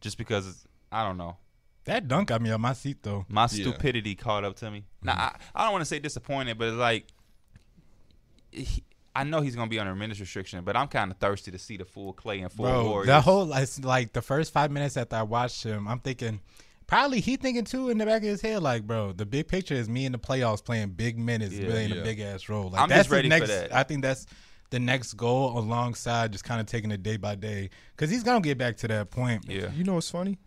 S2: Just because I don't know,
S4: That dunk got me on my seat though.
S2: my stupidity caught up to me. Now
S4: Mm-hmm.
S2: I, I don't want to say disappointed, but like, he, I know he's gonna be under minutes restriction, but I'm kind of thirsty to see the full Clay and full
S4: Bro,
S2: Warriors.
S4: that whole like, s- like the first five minutes after I watched him, I'm thinking probably he thinking too in the back of his head like, bro, the big picture is me in the playoffs playing big minutes,
S2: Yeah.
S4: playing
S5: Yeah.
S4: a big ass role. Like
S2: I'm just
S4: that's
S2: ready
S4: the
S2: for
S4: next.
S2: that.
S4: I think that's the next goal alongside just kind of taking it day by day because he's gonna get back to that point.
S2: yeah,
S1: You know what's funny?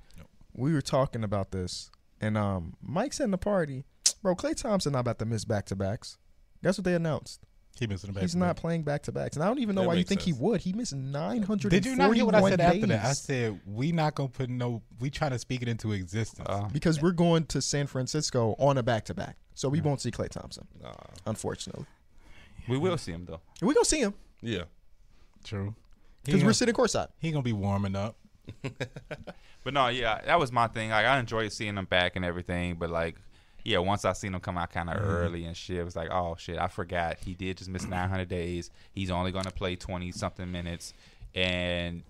S1: We were talking about this, and um, Mike's in the party. Bro, Clay Thompson not about to miss back to backs. Guess what they announced?
S4: He missing the back.
S1: He's not playing back to backs, and I don't even know
S5: That
S1: why you
S5: makes
S1: think
S5: sense.
S1: he would. He missed nine hundred.
S4: Did you not hear what I said after that? I
S1: days
S4: said we not gonna put no. We trying to speak it into existence.
S2: Uh,
S1: because we're going to San Francisco on a back to back, so we won't see Clay Thompson,
S5: Mm. Nah.
S1: unfortunately.
S2: we will see him though.
S1: And we're gonna see him
S5: Yeah.
S4: True. He
S1: because we're
S4: gonna,
S1: sitting courtside.
S4: he gonna be warming up.
S2: But no, yeah, that was my thing. Like I enjoyed seeing them back and everything, but like, yeah, once I seen them come out kind
S4: Mm-hmm.
S2: of early and shit, it was like, oh shit, I forgot he did just miss 900 days. He's only going to play 20 something minutes, and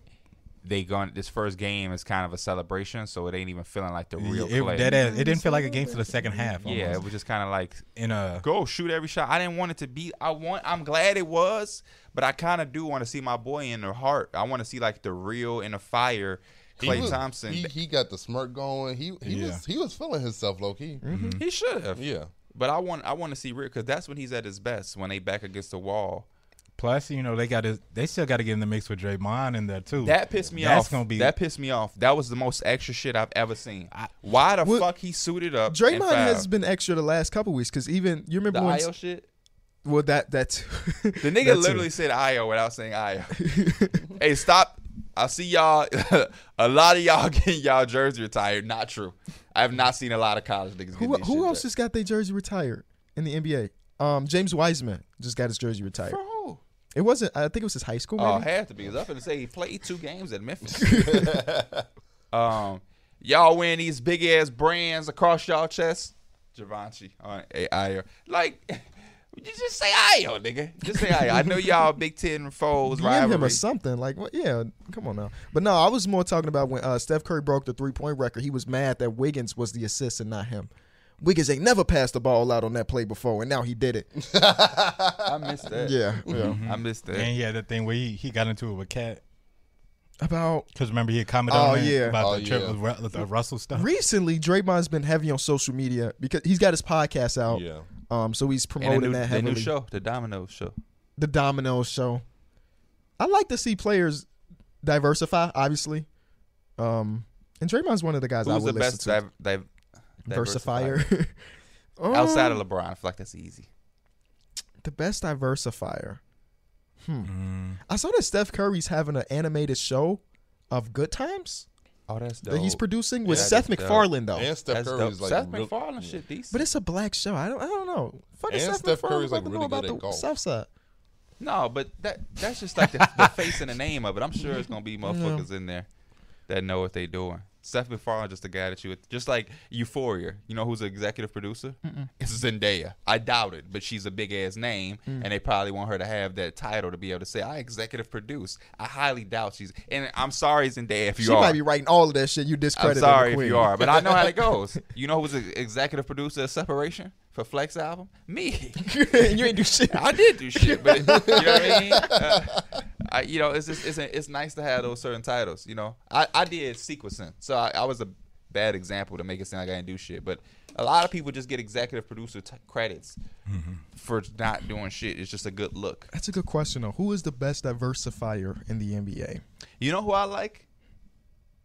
S2: they going this first game is kind of a celebration, so it ain't even feeling like the real
S4: it,
S2: play.
S4: that ass- it didn't feel like a game to the second half. Almost.
S2: yeah, it was just kind of like
S4: in a
S2: go shoot every shot. I didn't want it to be. I want. I'm glad it was, but I kind of do want to see my boy in the heart. I want to see like the real and the fire Clay
S3: was-
S2: Thompson.
S3: He, he got the smirk going. He he
S4: Yeah.
S3: was he was feeling himself low key.
S2: He should have.
S3: Yeah.
S2: But I want I want to see Rick because that's when he's at his best when they back against the wall.
S4: Plus, you know, they got to they still got to get in the mix with Draymond in there too.
S2: That pissed me
S4: That's
S2: off.
S4: gonna be-
S2: that pissed me off. That was the most extra shit I've ever seen. Why the
S1: Well,
S2: fuck he suited up? and
S1: Draymond has
S2: fouled?
S1: been extra the last couple weeks because even you remember
S2: the
S1: when
S2: IO shit.
S1: well that [LAUGHS] that
S2: The nigga literally said IO without
S1: [LAUGHS]
S2: saying IO. hey, stop. I see y'all. [LAUGHS] a lot of y'all [LAUGHS] getting y'all jersey retired. Not true. I have not seen a lot of college niggas.
S1: who
S2: get
S1: who else has got their jersey retired in the NBA? Um, James Wiseman just got his jersey retired.
S2: For who?
S1: It wasn't. I think it was his high school. Maybe.
S2: Oh, had to be. Because I was going to say he played two games
S1: [LAUGHS]
S2: at Memphis. um, y'all wearing these big ass brands across y'all chest. Givenchy on AIO. Like, [LAUGHS] you just say IO, nigga. Just say IO. I know y'all Big
S1: [LAUGHS]
S2: Ten foes,
S1: DM him
S2: rivalry.
S1: or something. Like, what yeah, come on now. But no, I was more talking about when uh, Steph Curry broke the three point record. He was mad that Wiggins was the assist and not him. Wiggins ain't never passed the ball out on that play before, and now he did it.
S2: I missed that.
S1: yeah, yeah.
S2: I missed that.
S4: and yeah, that thing where he, he got into it with Cat.
S1: [LAUGHS] About
S4: Because remember he had commented
S1: Oh,
S4: on that
S1: yeah.
S4: about
S3: Oh,
S4: the trip
S3: yeah.
S4: with Ru- with the Russell stuff.
S1: recently, Draymond's been heavy on social media because he's got his podcast
S2: Oh.
S1: out.
S5: Yeah.
S1: Um, so he's
S2: And
S1: promoting
S2: the new,
S1: that
S2: the
S1: heavily.
S2: new show, the Domino show.
S1: the Domino Show. I like to see players diversify, obviously. Um, and Draymond's one of the guys I
S2: Who's
S1: would
S2: the best
S1: listen
S2: div- div-
S1: to. [LAUGHS] Diversifier. Um,
S2: Outside of LeBron, I feel like that's easy.
S1: the best diversifier. Hmm.
S4: Mm.
S1: I saw that Steph Curry's having an animated show of Good Times
S2: Oh, that's
S1: that he's producing with
S2: Yeah,
S1: Seth
S2: that's dope.
S1: McFarlane though.
S3: And
S2: Oh.
S3: Steph
S2: That's
S3: Curry
S2: dope.
S3: is like
S2: Seth
S3: real-
S2: McFarlane shit decent.
S1: but it's a black show. I don't. I don't know. Fucking
S3: And
S1: Steph,
S3: Steph
S1: McFarlane
S3: Curry's, like,
S1: about to
S3: really
S1: know
S3: good
S1: about
S3: at
S1: the
S3: golf.
S1: South Side.
S2: No, but that that's just like the, the face and the name of it. I'm sure it's gonna be motherfuckers in there that know what they doing. Seth MacFarlane just a guy that you would just like Euphoria. You know who's the executive producer? It's Zendaya. I doubt it, but she's a big ass name,
S1: Mm.
S2: and they probably want her to have that title to be able to say I executive produce. I highly doubt she's. And I'm sorry, Zendaya, if you
S1: She
S2: are.
S1: might be writing all of that shit. You
S2: I'm
S1: discredited. the
S2: sorry if
S1: queen.
S2: you are, but I know
S1: [LAUGHS]
S2: how it goes. You know who was the executive producer of Separation for Flex album? Me.
S1: And [LAUGHS] you ain't do shit.
S2: I did do shit, but it, you know what
S1: [LAUGHS]
S2: I mean. Uh, I, you know, it's just it's it's nice to have those certain titles. You know, I, I did sequencing, so I, I was a bad example to make it sound like I didn't do shit. But a lot of people just get executive producer t- credits
S1: Mm-hmm.
S2: for not doing shit. It's just a good look.
S1: That's a good question though. Who is the best diversifier in the NBA?
S2: You know who I like,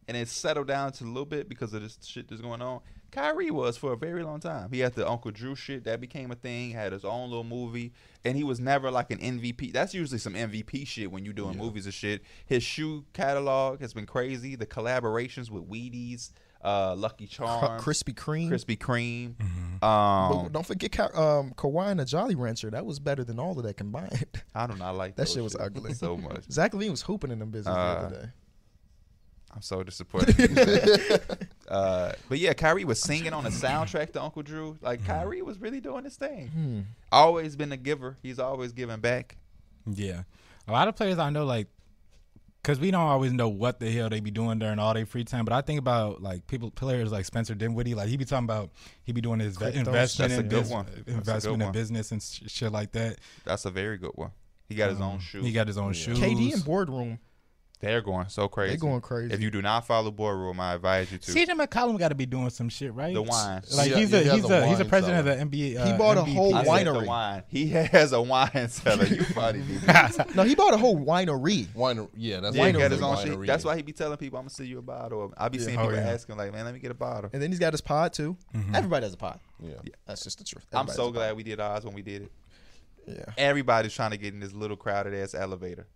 S2: and it's settled down to a little bit because of this shit that's going on. Kyrie was for a very long time. He had the Uncle Drew shit that became a thing. Had his own little movie, and he was never like an MVP. That's usually some MVP shit when you doing movies and shit. His shoe catalog has been crazy. The collaborations with Wheaties, uh, Lucky Charms,
S1: Krispy Kreme.
S2: Krispy Kreme.
S1: But
S2: Um,
S1: don't forget Ka- um, Kawhi and the Jolly Rancher. That was better than all of that combined. [LAUGHS]
S2: I don't know. I like
S1: That
S2: those
S1: shit was ugly.
S2: so much.
S1: Zach Levine was hooping in them business the
S2: Uh,
S1: other day.
S2: I'm so disappointed. uh, but yeah, Kyrie was singing on the soundtrack to Uncle Drew. Like Kyrie was really doing his thing. Always been a giver. He's always giving back.
S4: Yeah. A lot of players I know, like, because we don't always know what the hell they be doing during all their free time. But I think about, like, people, players like Spencer Dinwiddie, like, he be talking about he be doing his ve- investment,
S2: That's a
S4: in,
S2: good
S4: bus-
S2: one. That's a good
S4: investment
S2: one.
S4: in business and sh- shit like that.
S2: That's a very good one. He got his own shoe.
S4: He got his own shoes.
S1: KD and boardroom.
S2: They're going so crazy.
S1: They going crazy.
S2: If you do not follow Boardroom, I advise you to.
S4: CJ McCollum got to be doing some shit, right?
S2: The wine.
S4: Like
S3: Yeah,
S4: he's
S3: he
S4: a
S3: has
S4: he's
S3: a
S4: a, he's a
S3: wine
S4: president
S3: cellar.
S4: of the NBA.
S1: He
S4: uh,
S1: bought a
S4: MVP.
S1: whole
S2: I said the
S1: winery.
S2: wine. He has a wine cellar. You funny. dude.
S1: no, he bought a whole winery.
S3: Winer, yeah, that's
S2: Yeah, he
S3: winery,
S2: got his own shit.
S3: winery.
S2: That's why he be telling people, "I'm gonna send you a bottle." I be seeing
S4: Oh,
S2: people
S4: yeah.
S2: asking, like, "Man, let me get a bottle."
S1: And then he's got his pod too. Everybody has a pod.
S3: Yeah.
S1: That's just the truth.
S2: I'm
S1: Everybody
S2: so
S1: has
S2: glad we did ours when we did it.
S1: a pod. Yeah.
S2: everybody's trying to get in this little crowded ass elevator.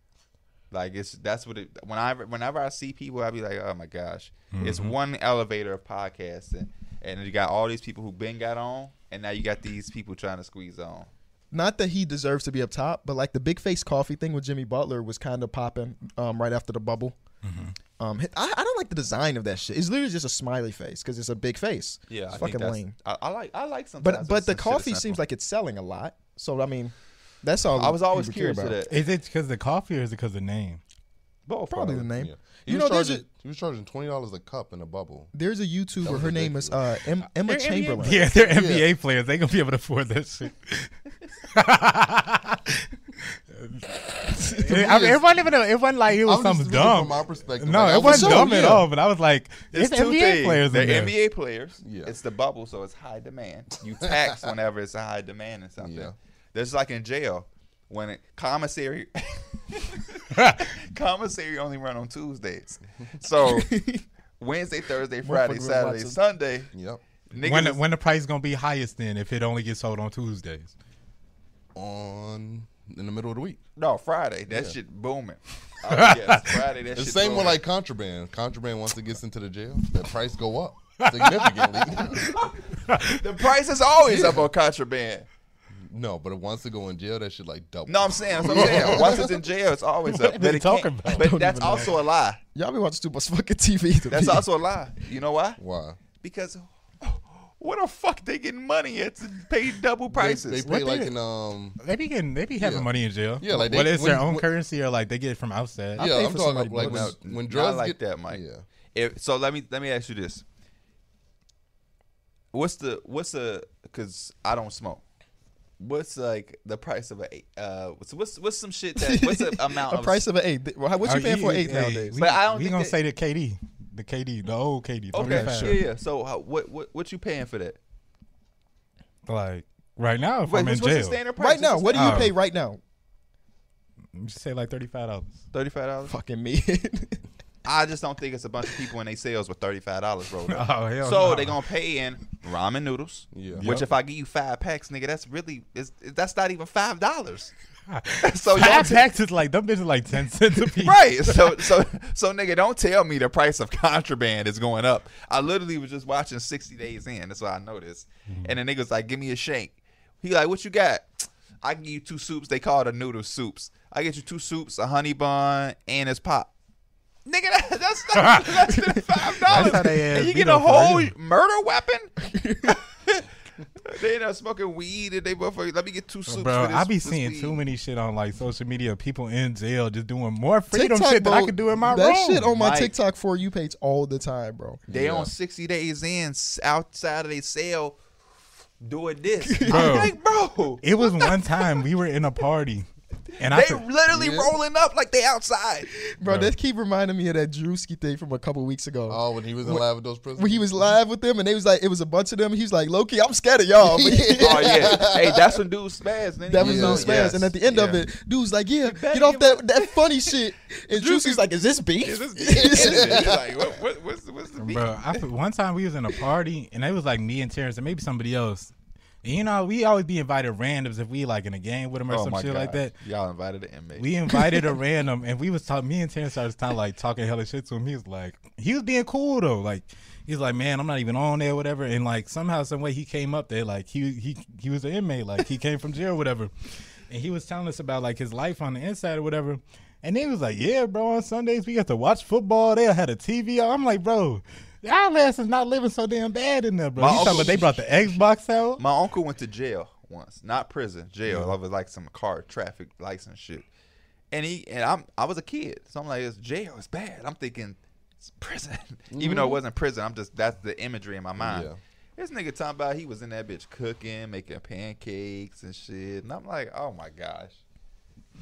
S2: Like it's that's what it. When I whenever I see people, I be like, oh my gosh, it's
S1: Mm-hmm.
S2: one elevator of podcasting, and you got all these people who been got on, and now you got these people trying to squeeze on.
S1: Not that he deserves to be up top, but like the big face coffee thing with Jimmy Butler was kind of popping um, right after the bubble. Um, hi- I, I don't like the design of that shit. It's literally just a smiley face because it's a big face.
S2: Yeah,
S1: it's
S2: I think
S1: fucking
S2: that's-
S1: lame.
S2: I, I like I like sometimes.
S1: But
S2: when
S1: but the
S2: some shit is
S1: coffee
S2: simple.
S1: seems like it's selling a lot. So I mean, that's all.
S2: I was always
S1: people care
S2: curious to
S1: about.
S2: that.
S4: Is it because the coffee or is it because the name?
S2: Both
S1: Probably the name.
S3: Yeah. He
S1: You know,
S3: was
S1: there's a
S3: charging, he was charging twenty dollars a cup in a bubble.
S1: there's a YouTuber. Her name is uh, em- Emma
S2: They're NBA
S1: Chamberlain.
S4: Yeah, they're NBA players.
S3: [LAUGHS]
S4: They gonna be able to afford that shit.
S3: to me,
S4: I mean,
S3: it's-
S4: it wasn't even. A, it wasn't like it was
S3: I'm just
S4: something
S3: looking
S4: dumb.
S3: From my perspective,
S4: No,
S3: Like,
S4: it
S3: I'm
S4: wasn't
S3: sure,
S4: dumb at
S3: yeah.
S4: all. But I was like,
S2: It's,
S4: it's,
S2: two
S4: NBA
S2: things.
S4: players.
S2: They're
S4: in there.
S2: NBA players.
S3: Yeah.
S2: It's the bubble, so it's high demand. You
S3: [LAUGHS]
S2: tax whenever it's a high demand and something.
S3: Yeah.
S2: There's like in jail when it,
S3: [LAUGHS]
S2: commissary [LAUGHS] commissary only run on Tuesdays.
S3: [LAUGHS]
S2: So Wednesday, Thursday, Friday,
S6: Motherfucker
S2: Saturday,
S6: watches-
S2: Sunday.
S3: Yep.
S2: Niggas
S4: When the,
S2: is-
S4: when the price gonna be highest then if it only gets sold on Tuesdays?
S3: On in the middle of the week.
S2: no Friday, that shit
S3: [LAUGHS]
S2: booming. Oh, yes, Friday, that
S3: The
S2: shit.
S3: same with
S2: booming.
S3: like contraband. Contraband once it gets into the jail, the price go up [LAUGHS] significantly. [LAUGHS]
S2: the price is always up on contraband.
S3: no, but it wants to go in jail, that shit like double.
S2: No, I'm saying, that's what I'm
S3: [LAUGHS]
S2: saying. Once it's in jail, it's always up.
S4: are
S2: But
S4: they
S2: it can't-
S4: talking about? I
S2: But that's also a lie.
S1: Y'all be watching too much fucking TV. To
S2: That's
S1: me.
S2: also a lie. You know why?
S3: Why?
S2: Because oh, what the fuck they getting money at to pay double
S3: They,
S2: prices?
S3: they pay
S4: What
S3: like
S4: they-
S3: in um.
S4: They be getting. They be having
S3: Yeah.
S4: money in jail.
S3: Yeah, like they-
S4: whether it's
S3: when
S4: their
S3: you-
S4: own
S3: when-
S4: currency or like they get it from outside.
S3: Yeah,
S1: pay
S3: I'm
S1: for
S3: talking
S1: somebody
S3: about like when,
S1: books.
S3: when
S2: Not
S3: drugs
S2: like
S3: get
S2: that, Mike.
S3: Yeah,
S2: If, so let me let me ask you this: What's the what's the because I don't smoke. What's like the price of a uh? What's what's, what's some shit that what's [LAUGHS] the
S1: [LAUGHS]
S2: amount
S1: a
S2: of
S1: price of an eight. Th- What what you
S4: Are
S1: paying for an eight
S4: hey,
S1: nowadays?
S4: We,
S2: But I don't
S4: We
S2: think
S4: gonna
S2: that-
S4: say the KD, the KD, the old KD.
S2: Okay,
S4: 25.
S2: yeah, yeah. So how, what what what you paying for that?
S4: Like right now, if
S2: Wait,
S4: I'm in
S2: what's, what's the
S4: jail,
S2: standard price?
S1: Right now, what do you
S4: Oh.
S1: pay right now?
S4: you say like thirty five dollars.
S2: Thirty five dollars.
S1: Fucking me.
S2: I just don't think it's a bunch of people in their sales with thirty five dollars
S4: [LAUGHS]
S2: rolled up.
S4: [LAUGHS] Oh, hell
S2: so
S4: no.
S2: they gonna pay in ramen noodles.
S3: Yeah.
S2: Which
S4: Yep.
S2: if I give you five packs, nigga, that's really is that's not even five
S4: [LAUGHS]
S2: dollars. [LAUGHS] so y'all
S4: Five
S2: t-
S4: taxes, like them bitches, like ten cents a
S2: [LAUGHS]
S4: piece.
S2: Right. So so so nigga, don't tell me the price of contraband is going up. I literally was just watching 60 Days In. That's why I noticed.
S4: Mm-hmm.
S2: And the nigga's like, give me a shake. He like, what you got? I can give you two soups. They call it a noodle soups. I get you two soups, a honey bun, and it's pop. Nigga, that, that's
S4: [LAUGHS]
S2: not less than five
S4: That's how
S2: dollars.
S4: they, uh,
S2: And you
S4: beat
S2: get a
S4: them for
S2: whole
S4: real.
S2: murder weapon.
S4: [LAUGHS]
S2: [LAUGHS] they not smoking weed and they motherfucker. Let me get two soups.
S4: Bro,
S2: for this,
S4: I be
S2: this
S4: seeing
S2: weed.
S4: too many shit on like social media. People in jail just doing more freedom
S1: TikTok,
S4: shit
S1: bro,
S4: that I could do in my
S1: that
S4: room.
S1: shit on my
S2: Mike.
S1: TikTok for you page all the time, bro.
S2: They
S3: Yeah.
S2: on 60 days in s- outside of their cell doing
S1: [LAUGHS]
S2: this.
S4: Bro.
S2: I'm like, bro,
S4: it was one time we were in a party, and I
S2: they
S4: could,
S2: literally
S3: Yeah.
S2: rolling up like they outside.
S1: Bro,
S4: Bro.
S1: that keep reminding me of that Drewski thing from a couple weeks ago.
S3: Oh, when he was in Lavados prison.
S1: when he was live with them, and they was like, it was a bunch of them. He was like, Loki, I'm scared of y'all. But-
S2: Oh [LAUGHS] yeah, hey, that's when dudes spaz.
S1: [LAUGHS]
S2: nigga.
S1: That was
S3: Yeah.
S1: no
S2: Yes,
S1: spares. And at the end of
S2: yeah.
S1: it, dude's like, yeah,
S2: better
S1: get off that,
S2: give
S1: that funny shit. And Juicy's like, is this beef? [LAUGHS]
S2: Is this- like, what, what, what's, what's the beat?
S4: Bro, I, one time we was in a party and it was like me and Terrence and maybe somebody else. And, you know, we always be invited randoms if we like in a game with them
S2: Oh
S1: oh
S4: or some shit like that.
S2: Y'all invited the inmate.
S4: We invited a random and we was talking. Me and Terrence started talking like talking hella shit to him. He was like, he was being cool though. Like he's like, man, I'm not even on there, whatever. And like somehow, some way, he came up there. Like he he he was an inmate. Like he came from jail, whatever. And he was telling us about like his life on the inside or whatever. And then he was like, yeah, bro, on Sundays we have to watch football. They had a TV. on." I'm like, bro. Our ass is not living so damn bad in there, bro.
S2: My
S4: He's talking
S2: uncle-
S4: about they brought the Xbox out.
S2: My uncle went to jail once, not prison, jail.
S1: Mm-hmm.
S2: I was like some car traffic license shit. And he and I'm I was a kid, so I'm like, it's jail, it's bad. I'm thinking it's prison, [LAUGHS] even
S1: Mm-hmm.
S2: though it wasn't prison. I'm just that's the imagery in my mind.
S3: Yeah.
S2: This nigga talking about he was in that bitch cooking, making pancakes and shit, and I'm like, oh my gosh.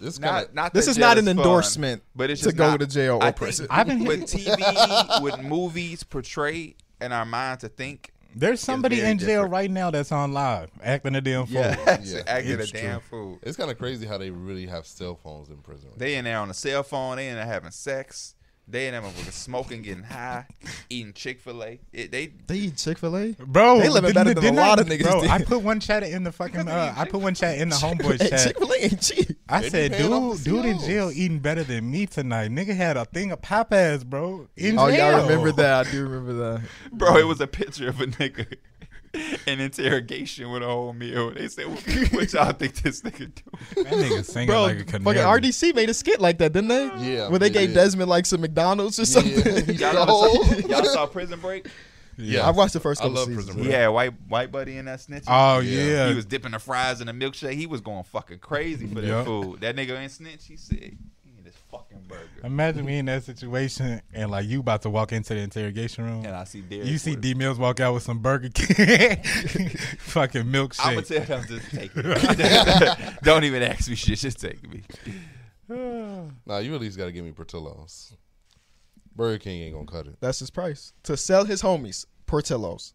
S3: this kind
S2: Not,
S3: of
S2: not
S1: This
S2: that
S1: is not
S2: jail
S1: an
S2: fun,
S1: endorsement
S2: but it's
S1: to
S2: just
S1: go
S2: not-
S1: to jail or
S2: I think [LAUGHS]
S1: prison.
S4: I've been-
S2: with
S4: [LAUGHS]
S2: TV, with movies portray in our mind to think.
S4: There's somebody
S2: very
S4: in jail
S2: different.
S4: right now that's on live acting a damn fool.
S2: Yeah, [LAUGHS]
S3: Yeah,
S2: acting a
S4: it's true.
S2: damn fool.
S3: it's kind of crazy how they really have cell phones in prison.
S2: They in there on a cell phone. They in there having sex. They in there motherfucking smoking, getting high, eating Chick Fil A. They
S1: They eat Chick fil A?
S4: Bro,
S1: They living
S4: did-
S1: better than
S4: did
S1: a lot
S4: I-
S1: of niggas
S4: Bro,
S1: did.
S4: I put one chat in the fucking. Uh, I put one
S1: [LAUGHS]
S4: chat in the homeboy
S1: Chick
S4: chat.
S1: fil A ain't cheap.
S4: I
S3: They be
S4: said,
S3: paying off the
S4: dude, dude in
S3: COs.
S4: jail eating better than me tonight. Nigga had a thing of pop ass, bro. In
S1: Oh,
S4: jail.
S1: y'all remember that. I do remember that.
S2: [LAUGHS] bro, it was a picture of a nigga [LAUGHS] in interrogation with a whole meal. They said, "What y'all think this nigga do?"
S4: [LAUGHS] That nigga singing
S1: Bro,
S4: like a
S1: fucking
S4: canary.
S1: RDC made a skit like that, didn't they?
S3: Yeah,
S1: Where they
S3: they
S1: gave
S3: did.
S1: Desmond like some McDonald's or
S3: [LAUGHS]
S1: something.
S2: Y'all, ever saw, y'all saw Prison Break?
S1: [LAUGHS]
S3: yeah,
S1: I watched the first
S3: I
S1: couple
S3: love
S1: seasons.
S3: Prison
S1: bro.
S3: Break.
S2: Yeah, white white buddy in that snitching.
S4: Oh
S3: Yeah.
S4: yeah.
S2: He was dipping the fries in the milkshake. He was going fucking crazy for that
S4: Yeah.
S2: food. That nigga ain't snitch. He said, "Eat this fucking burger."
S4: Imagine me in that situation and like you about to walk into the interrogation room.
S2: And I see Derek.
S4: You see
S2: with-
S4: D Mills walk out with some Burger King,
S1: [LAUGHS]
S4: fucking milkshake.
S2: I'm gonna [LAUGHS] tell them just take me. Don't even ask me shit. Just take me.
S3: Nah, you at least got to give me Portillo's. Burger King ain't gonna cut it.
S1: That's his price to sell his homies Portillo's,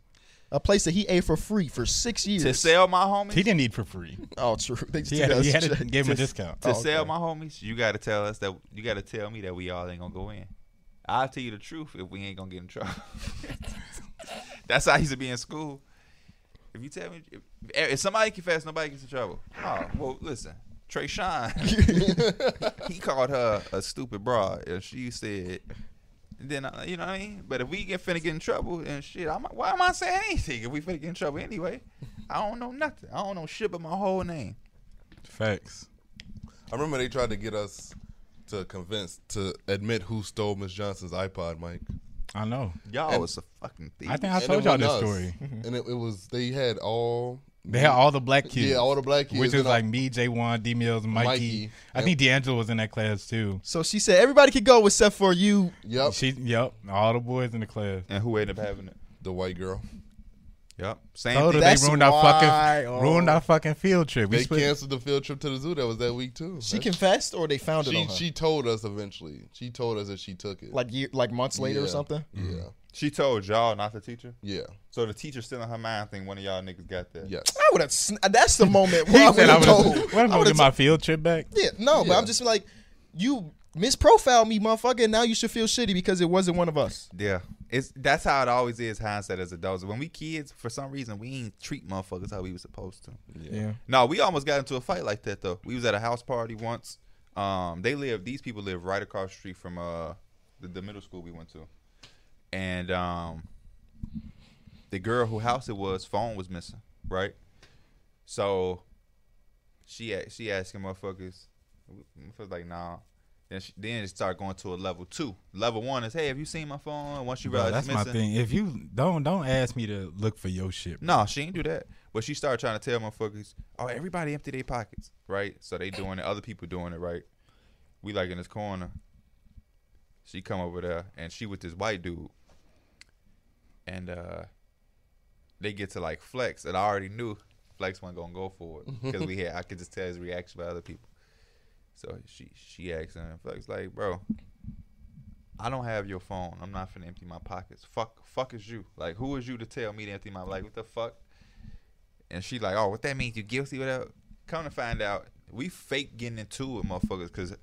S1: a place that he ate for free for six years.
S2: To sell my
S4: He
S2: homies,
S4: didn't eat for free.
S1: Oh, true. [LAUGHS] They
S4: He had,
S1: that's
S4: he had to
S1: check. [LAUGHS]
S4: give him a discount.
S2: to sell my homies, you gotta tell us that you gotta tell me that we all ain't gonna go in. I'll tell you the truth if we ain't gonna get in trouble. [LAUGHS] That's how I used to be in school. If you tell me, if, if somebody confess, nobody gets in trouble. Oh well, listen, Trey Sean, [LAUGHS] he called her a stupid broad, and she said. Then uh, you know what I mean, but if we get finna get in trouble and shit, I'm, why am I saying anything? If we finna get in trouble anyway, I don't know nothing. I don't know shit but my whole name.
S4: Facts.
S3: I remember they tried to get us to convince to admit who stole Miss Johnson's iPod, Mike.
S4: I know.
S2: Y'all
S3: And-
S2: was a fucking thief.
S4: I think I
S3: And
S4: told
S3: it
S4: y'all
S3: wasn't
S4: this
S3: us.
S4: story.
S3: [LAUGHS] And it, it was they had all
S4: They had all the black kids.
S3: yeah all the black kids,
S4: Which is
S3: and all-
S4: like me, J. Wan, D. Mills, Mikey.
S3: Mikey.
S4: I think D'Angelo was in that class too.
S1: So she said everybody could go except for you.
S3: yep,
S4: She, yep, all the boys in the class.
S2: and who ended up having it?
S3: the white girl.
S2: Yep. Same
S4: Told her
S2: thing.
S4: they
S1: That's
S4: ruined our
S1: why,
S4: fucking
S1: oh.
S4: ruined our fucking field trip. We
S3: They
S4: split-
S3: canceled the field trip to the zoo that was that week too.
S1: She
S3: That's-
S1: confessed, or they found it on
S3: She
S1: her,
S3: she told us eventually. She told us that she took it.
S1: like year, like months later or
S3: Yeah.
S1: something.
S3: yeah,
S2: She told y'all, not the teacher.
S3: yeah,
S2: So the teacher still in her mind think one of y'all niggas got that.
S3: yes.
S1: I would have. Sn- that's
S4: [LAUGHS]
S1: the moment
S4: He
S1: where I would
S4: said I
S1: have
S4: was.
S1: told. [LAUGHS]
S4: [LAUGHS] What am I
S1: I
S4: gonna
S1: would've
S4: get my field trip back?
S1: Yeah, no, but
S3: Yeah.
S1: I'm just like, you misprofiled me, motherfucker, and now you should feel shitty because it wasn't one of us.
S2: Yeah. It's that's how it always is hindsight as adults. When we kids, for some reason, we ain't treat motherfuckers how we was supposed to.
S1: Yeah.
S4: Mm-hmm.
S2: No, we almost got into a fight like that though. We was at a house party once. Um, they live these people live right across the street from uh the, the middle school we went to. And um the girl who house it was, phone was missing, right? So she a- she asking motherfuckers, motherfuckers like nah. Then she, then it start going to a level two. Level one is hey, have you seen my phone? And Once you
S4: Bro,
S2: realize
S4: that's
S2: it's
S4: my
S2: missing,
S4: thing. If you don't don't ask me to look for your shit, bro.
S2: no, she ain't do that. But she started trying to tell motherfuckers, oh, everybody empty their pockets, right? So they doing it, other people doing it, right? We like in this corner. She come over there and she with this white dude. And uh they get to like flex. And I already knew Flex wasn't gonna go for it. Because we had I could just tell his reaction by other people. So she she asked him, Flex like, bro, I don't have your phone. I'm not finna empty my pockets. Fuck, fuck is you. Like, who is you to tell me to empty my? Like, what the fuck? And she like, oh, what that means? You guilty? Whatever. Come to find out, we fake getting into it, motherfuckers, because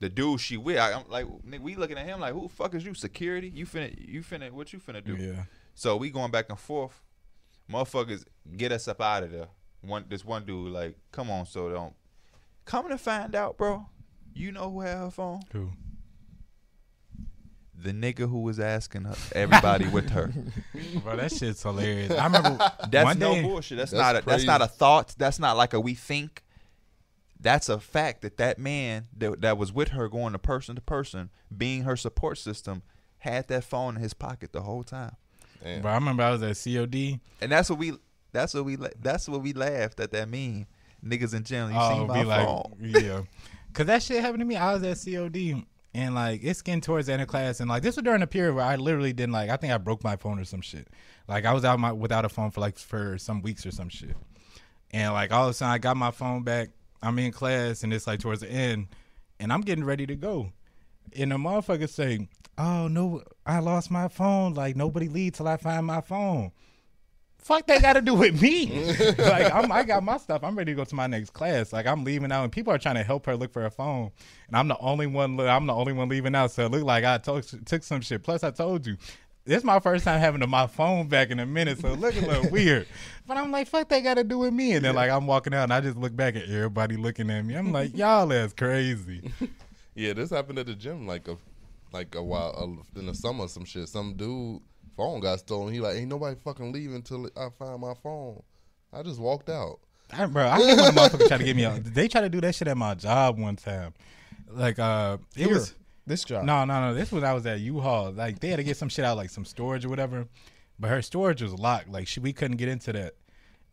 S2: the dude she with, I, I'm like, nigga, we looking at him like, who the fuck is you? Security? You finna, you finna, what you finna do?
S4: Yeah.
S2: So we going back and forth. Motherfuckers, get us up out of there. One, this one dude like, come on, so don't. Come to find out, bro. You know who had her phone?
S4: Who?
S2: the nigga who was asking her, everybody with her.
S4: Bro, that shit's hilarious. I remember
S2: That's
S4: one
S2: no
S4: day,
S2: bullshit. That's,
S3: That's
S2: not. A, that's
S3: crazy.
S2: not a thought. That's not like a we think. That's a fact that that man that, that was with her going to person to person, being her support system, had that phone in his pocket the whole time.
S4: Bro, I remember I was at COD.
S2: And that's what we. That's what we. la- That's what we laughed at that meme. Niggas in general, you
S4: Oh,
S2: seen
S4: be
S2: my
S4: like,
S2: phone. [LAUGHS]
S4: yeah, because that shit happened to me. I was at COD and like it's getting towards the end of class, and like this was during a period where I literally didn't like. I think I broke my phone or some shit. Like I was out my without a phone for like for some weeks or some shit, and like all of a sudden I got my phone back. I'm in class and it's like towards the end, and I'm getting ready to go, and the motherfucker say, "Oh no, I lost my phone. Like nobody leave till I find my phone." fuck that got to do with me? [LAUGHS] like I'm, I got my stuff. I'm ready to go to my next class. Like I'm leaving out, and people are trying to help her look for her phone, and I'm the only one. le- I'm the only one leaving out. So it looked like I to- took some shit. Plus, I told you. This is my first time having to- my phone back in a minute, so it look a little weird. But I'm like, fuck, they got to do with me. And then, like, I'm walking out and I just look back at everybody looking at me. I'm like, y'all, that's crazy.
S3: Yeah, this happened at the gym like a like a while uh, in the summer. Some shit. Some dude phone got stolen. He like ain't nobody fucking leave until I find my phone. I just walked out.
S4: I, bro,
S1: [LAUGHS]
S4: I hate when a motherfucker try to get me out. They try to do that shit at my job one time. Like, uh, it
S1: Here,
S4: was.
S1: this job.
S4: No, no, no. This was I was at U-Haul. Like they had to get some shit out, like some storage or whatever. But her storage was locked. Like she, we couldn't get into that.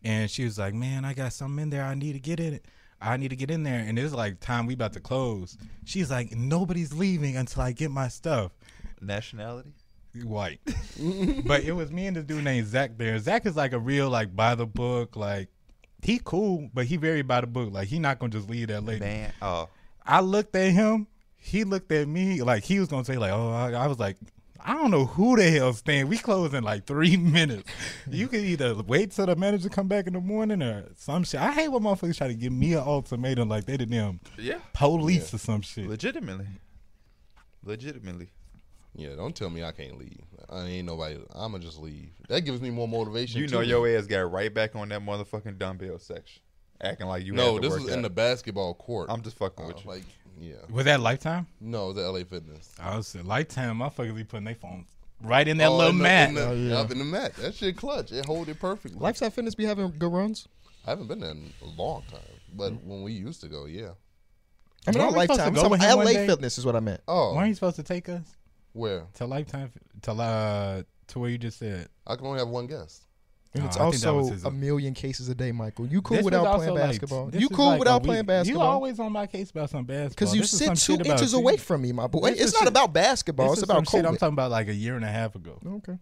S4: And she was like, "Man, I got something in there. I need to get in it. I need to get in there." And it's like time we about to close. She's like, "Nobody's leaving until I get my stuff."
S2: Nationality.
S3: [LAUGHS]
S4: White. but it was me and this dude named Zach there. Zach is like a real like by the book. Like he cool, but he very by the book. Like he not gonna just leave that lady.
S2: Man. Oh.
S4: I looked at him. he looked at me like he was gonna say like, oh, I, I was like, I don't know who the hell's staying. We close in like three [LAUGHS] minutes. you can either wait till the manager come back in the morning or some shit. I hate when motherfuckers try to give me an ultimatum like they the damn
S2: Yeah.
S4: police or some shit.
S2: Legitimately. Legitimately.
S3: Yeah, don't tell me I can't leave. I ain't nobody. I'ma just leave. That gives me more motivation.
S2: You know
S3: too.
S2: your ass got right back on that motherfucking dumbbell section. Acting like you
S3: No,
S2: had to
S3: this
S2: work
S3: was in the
S2: out.
S3: basketball court.
S2: I'm just fucking
S3: Uh,
S2: with you.
S3: Like, yeah.
S4: Was that lifetime?
S3: No, it was at LA Fitness.
S4: I was at lifetime. Motherfuckers be putting their phones right in that
S3: Oh,
S4: little
S3: in the-
S4: mat.
S3: in the-
S1: Oh, yeah.
S3: Up in the mat. That shit clutch. It hold it perfectly.
S1: Lifestyle Fitness be having good runs.
S3: I haven't been there in a long time, but
S2: Mm-hmm.
S3: when we used to go, yeah.
S1: I mean, not
S4: Why are we supposed to
S1: lifetime.
S4: go
S1: I'm
S4: with
S1: talking
S4: him one
S1: LA
S4: day?
S1: Fitness is what I meant.
S3: Oh,
S4: Why are you supposed to take us
S3: where?
S4: to lifetime to uh to where you just said?
S3: I can only have one guest.
S1: And
S4: No,
S1: it's
S4: I think that was
S1: also
S4: his- uh,
S1: a million cases a day, Michael. You cool
S4: This was
S1: without playing
S4: also like-
S1: basketball.
S4: this
S1: You
S4: is
S1: cool
S4: like oh, a
S1: without
S4: week-
S1: playing
S4: You
S1: basketball.
S4: always on my case about some basketball
S1: Because you
S4: This is some
S1: sit two
S4: shit about
S1: inches
S4: you.
S1: away from me, my boy.
S4: This
S1: It's
S4: is
S1: not
S4: shit-
S1: about
S4: This
S1: basketball.
S4: is
S1: It's
S4: some
S1: about
S4: shit I'm
S1: COVID.
S4: talking about like a year and a half ago.
S1: Okay.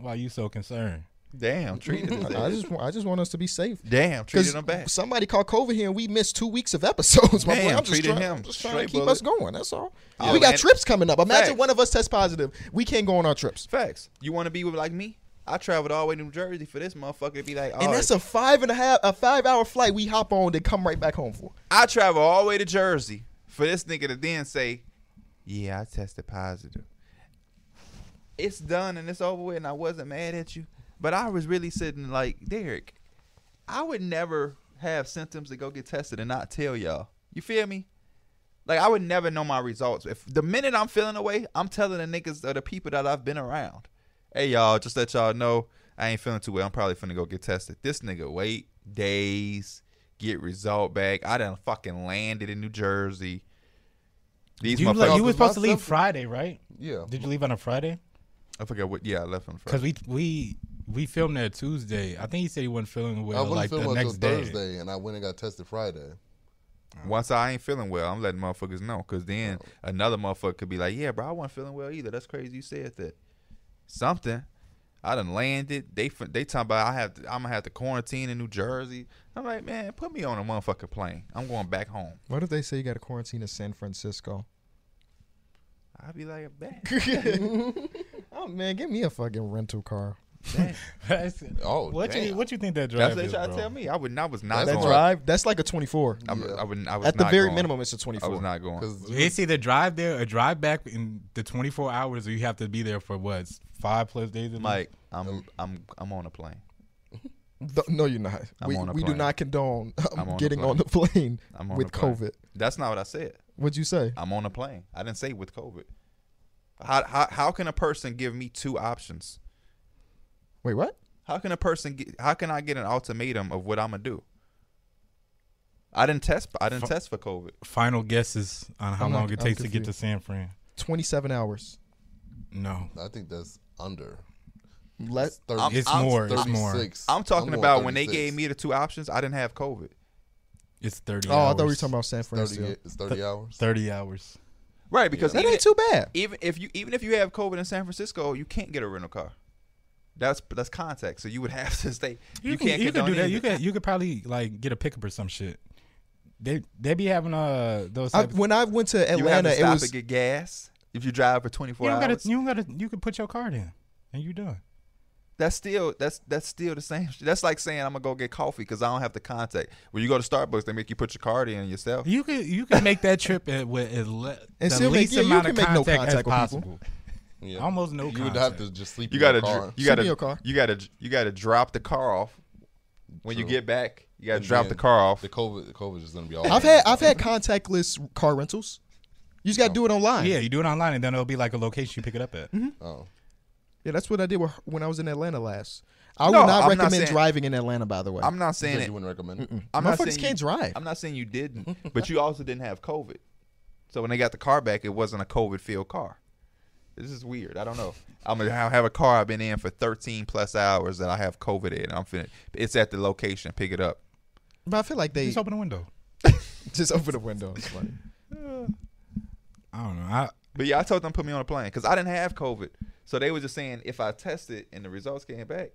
S4: Why you so concerned?
S2: Damn, treated him
S1: I
S2: bad.
S1: just, wa- I just want us to be safe.
S2: [LAUGHS]
S1: [LAUGHS]
S2: Damn, treated him bad.
S1: Because somebody called COVID here and we missed two weeks of episodes. [LAUGHS] My boy,
S2: Damn,
S1: I'm just
S2: treated
S1: trying,
S2: him
S1: just trying to
S2: straight
S1: keep
S2: bullet.
S1: us going. That's all.
S2: Yeah.
S1: we got
S2: And-
S1: trips coming up. Imagine
S2: Facts.
S1: one of us tests positive. We can't go on our trips.
S2: Facts. You want to be with like me? I traveled all the way to New Jersey for this motherfucker to be like, oh,
S1: And that's a five and a half, a five hour flight. We hop on and come right back home for.
S2: I travel all the way to Jersey for this nigga to then say, yeah, I tested positive. It's done and it's over with, and I wasn't mad at you. But I was really sitting like, Derek, I would never have symptoms to go get tested and not tell y'all. You feel me? Like I would never know my results. If the minute I'm feeling away, I'm telling the niggas or the people that I've been around. Hey y'all, just let y'all know I ain't feeling too well. I'm probably finna go get tested. This nigga wait days, get result back. I done fucking landed in New Jersey. These
S4: You,
S2: motherfuckers.
S4: you were
S3: was
S4: supposed to leave
S3: myself-
S4: Friday, right?
S3: Yeah.
S4: Did you leave on a Friday?
S2: I forgot what. Yeah, I left on
S4: Because
S2: Friday.
S4: we we we filmed there Tuesday. I think he said he wasn't feeling
S3: I
S4: well
S3: wouldn't
S4: like
S3: film
S4: the
S3: until
S4: next day.
S3: Thursday, and I went and got tested Friday.
S2: Uh-huh. Once I ain't feeling well, I'm letting motherfuckers know. Cause
S1: Oh.
S2: then another motherfucker could be like, "Yeah, bro, I wasn't feeling well either. That's crazy. You said that. Something. I done landed. They fin- they talking about I have to, I'm gonna have to quarantine in New Jersey. I'm like, man, put me on a motherfucking plane. I'm going back home.
S1: What if they say you got to quarantine in San Francisco?
S2: I'd be like,
S1: [LAUGHS]
S2: bet.
S1: Oh man, give me a fucking rental car.
S4: That's-
S3: Oh,
S4: [LAUGHS] what
S3: damn.
S4: you what you think that
S2: That's
S4: drive
S2: what they
S4: is,
S2: try to
S4: bro?
S2: tell me. I would not. I was not
S1: That
S2: going.
S1: drive, that's like a 24.
S2: I, would- I would. I was
S1: At the
S2: not
S1: very
S2: going.
S1: minimum, it's a
S2: I
S1: 24.
S2: was not going.
S3: Because
S4: It's either drive there or drive back in the 24 hours, or you have to be there for what five plus days. at
S2: Mike, I'm I'm I'm on a plane.
S1: Th- no, you're not.
S2: I'm
S1: we
S2: on a
S1: we do
S2: plane.
S1: not condone um,
S2: [LAUGHS] I'm on a
S1: getting
S2: plane.
S1: on the plane
S2: I'm on
S1: with
S2: a plane. Uh,
S1: COVID.
S2: That's not what I said.
S1: What'd you say?
S2: I'm on a plane. I didn't say with COVID. How, how how can a person give me two options?
S1: Wait, what?
S2: How can a person get? How can I get an ultimatum of what I'm gonna do? I didn't test. I didn't test for COVID.
S4: least. Final guesses on how
S1: I'm not-
S4: long it
S1: I'm
S4: takes to get to
S1: confused.
S4: San Fran.
S1: 27 hours.
S4: No,
S3: I think that's under.
S1: Let
S3: It's, 30,
S4: it's
S2: I'm-
S4: more. It's more.
S3: 36.
S2: I'm talking
S3: going
S2: about when they
S3: 36.
S2: gave me the two options. I didn't have COVID.
S4: It's 30.
S1: Oh, I
S4: hours.
S1: thought we were talking about San
S3: It's 30,
S1: Francisco.
S3: it's 30 hours.
S4: 30 hours.
S2: Right, because
S1: That
S2: even,
S1: ain't too bad.
S2: even if you even if you have COVID in San Francisco, you can't get a rental car. That's that's contact. So you would have to stay. You, can't
S4: you
S2: get
S4: can do that. You
S2: can.
S4: could you could probably like get a pickup or some shit. They they be having uh those.
S1: I,
S4: Type of,
S1: when I went to
S2: You have
S1: Atlanta,
S2: to
S1: it
S2: stop
S1: was
S2: and get gas if you drive for 24
S4: you don't
S2: hours.
S4: gotta you don't gotta you can put your card in and you done.
S2: that's still that's that's still the same. shit. That's like saying I'm gonna go get coffee because I don't have to contact. When you go to Starbucks, they make you put your card in yourself.
S4: You could you could make that trip at, with at le- the
S1: still make-
S4: least
S1: yeah, you
S4: amount
S1: can
S4: of
S1: make no
S4: contact,
S1: contact
S4: as
S1: with people.
S4: possible.
S3: Yeah.
S4: Almost no.
S3: you
S4: contact.
S3: would have to just sleep
S2: You
S3: in
S2: gotta
S3: your
S2: dr-
S3: car.
S2: you
S1: Sleep
S2: gotta
S1: in your car.
S2: you gotta you gotta drop the car off when you
S3: True.
S2: get back. You gotta
S3: And
S2: drop
S3: then
S2: the car off.
S3: The COVID, the COVID is going to be all
S1: I've had I've had contactless car rentals. You
S2: Oh.
S1: just got to do it online.
S4: Yeah, you do it online, and then it'll be like a location you pick it up at.
S3: Oh.
S1: Yeah, that's what I did with, when I was in Atlanta last. I
S2: No,
S1: would not
S2: I'm not
S1: recommend
S2: saying-
S1: driving in Atlanta, by the way.
S2: I'm not saying
S3: Said
S2: it.
S3: you wouldn't recommend it?
S2: I'm not saying
S1: Motherfuckers can't
S2: you,
S1: drive.
S2: I'm not saying you didn't,
S3: [LAUGHS]
S2: but you also didn't have COVID. So when they got the car back, it wasn't a COVID filled car. This is weird. I don't know. I'm gonna have a car I've been in for 13 plus hours that I have COVID in. I'm finna. It's at the location. Pick it up.
S1: but I feel like they
S4: Just
S1: just,
S4: open the window.
S1: open the window. It's funny.
S4: I don't know. I
S2: But yeah, I told them put me on a plane because I didn't have COVID. So they were just saying if I tested and the results came back,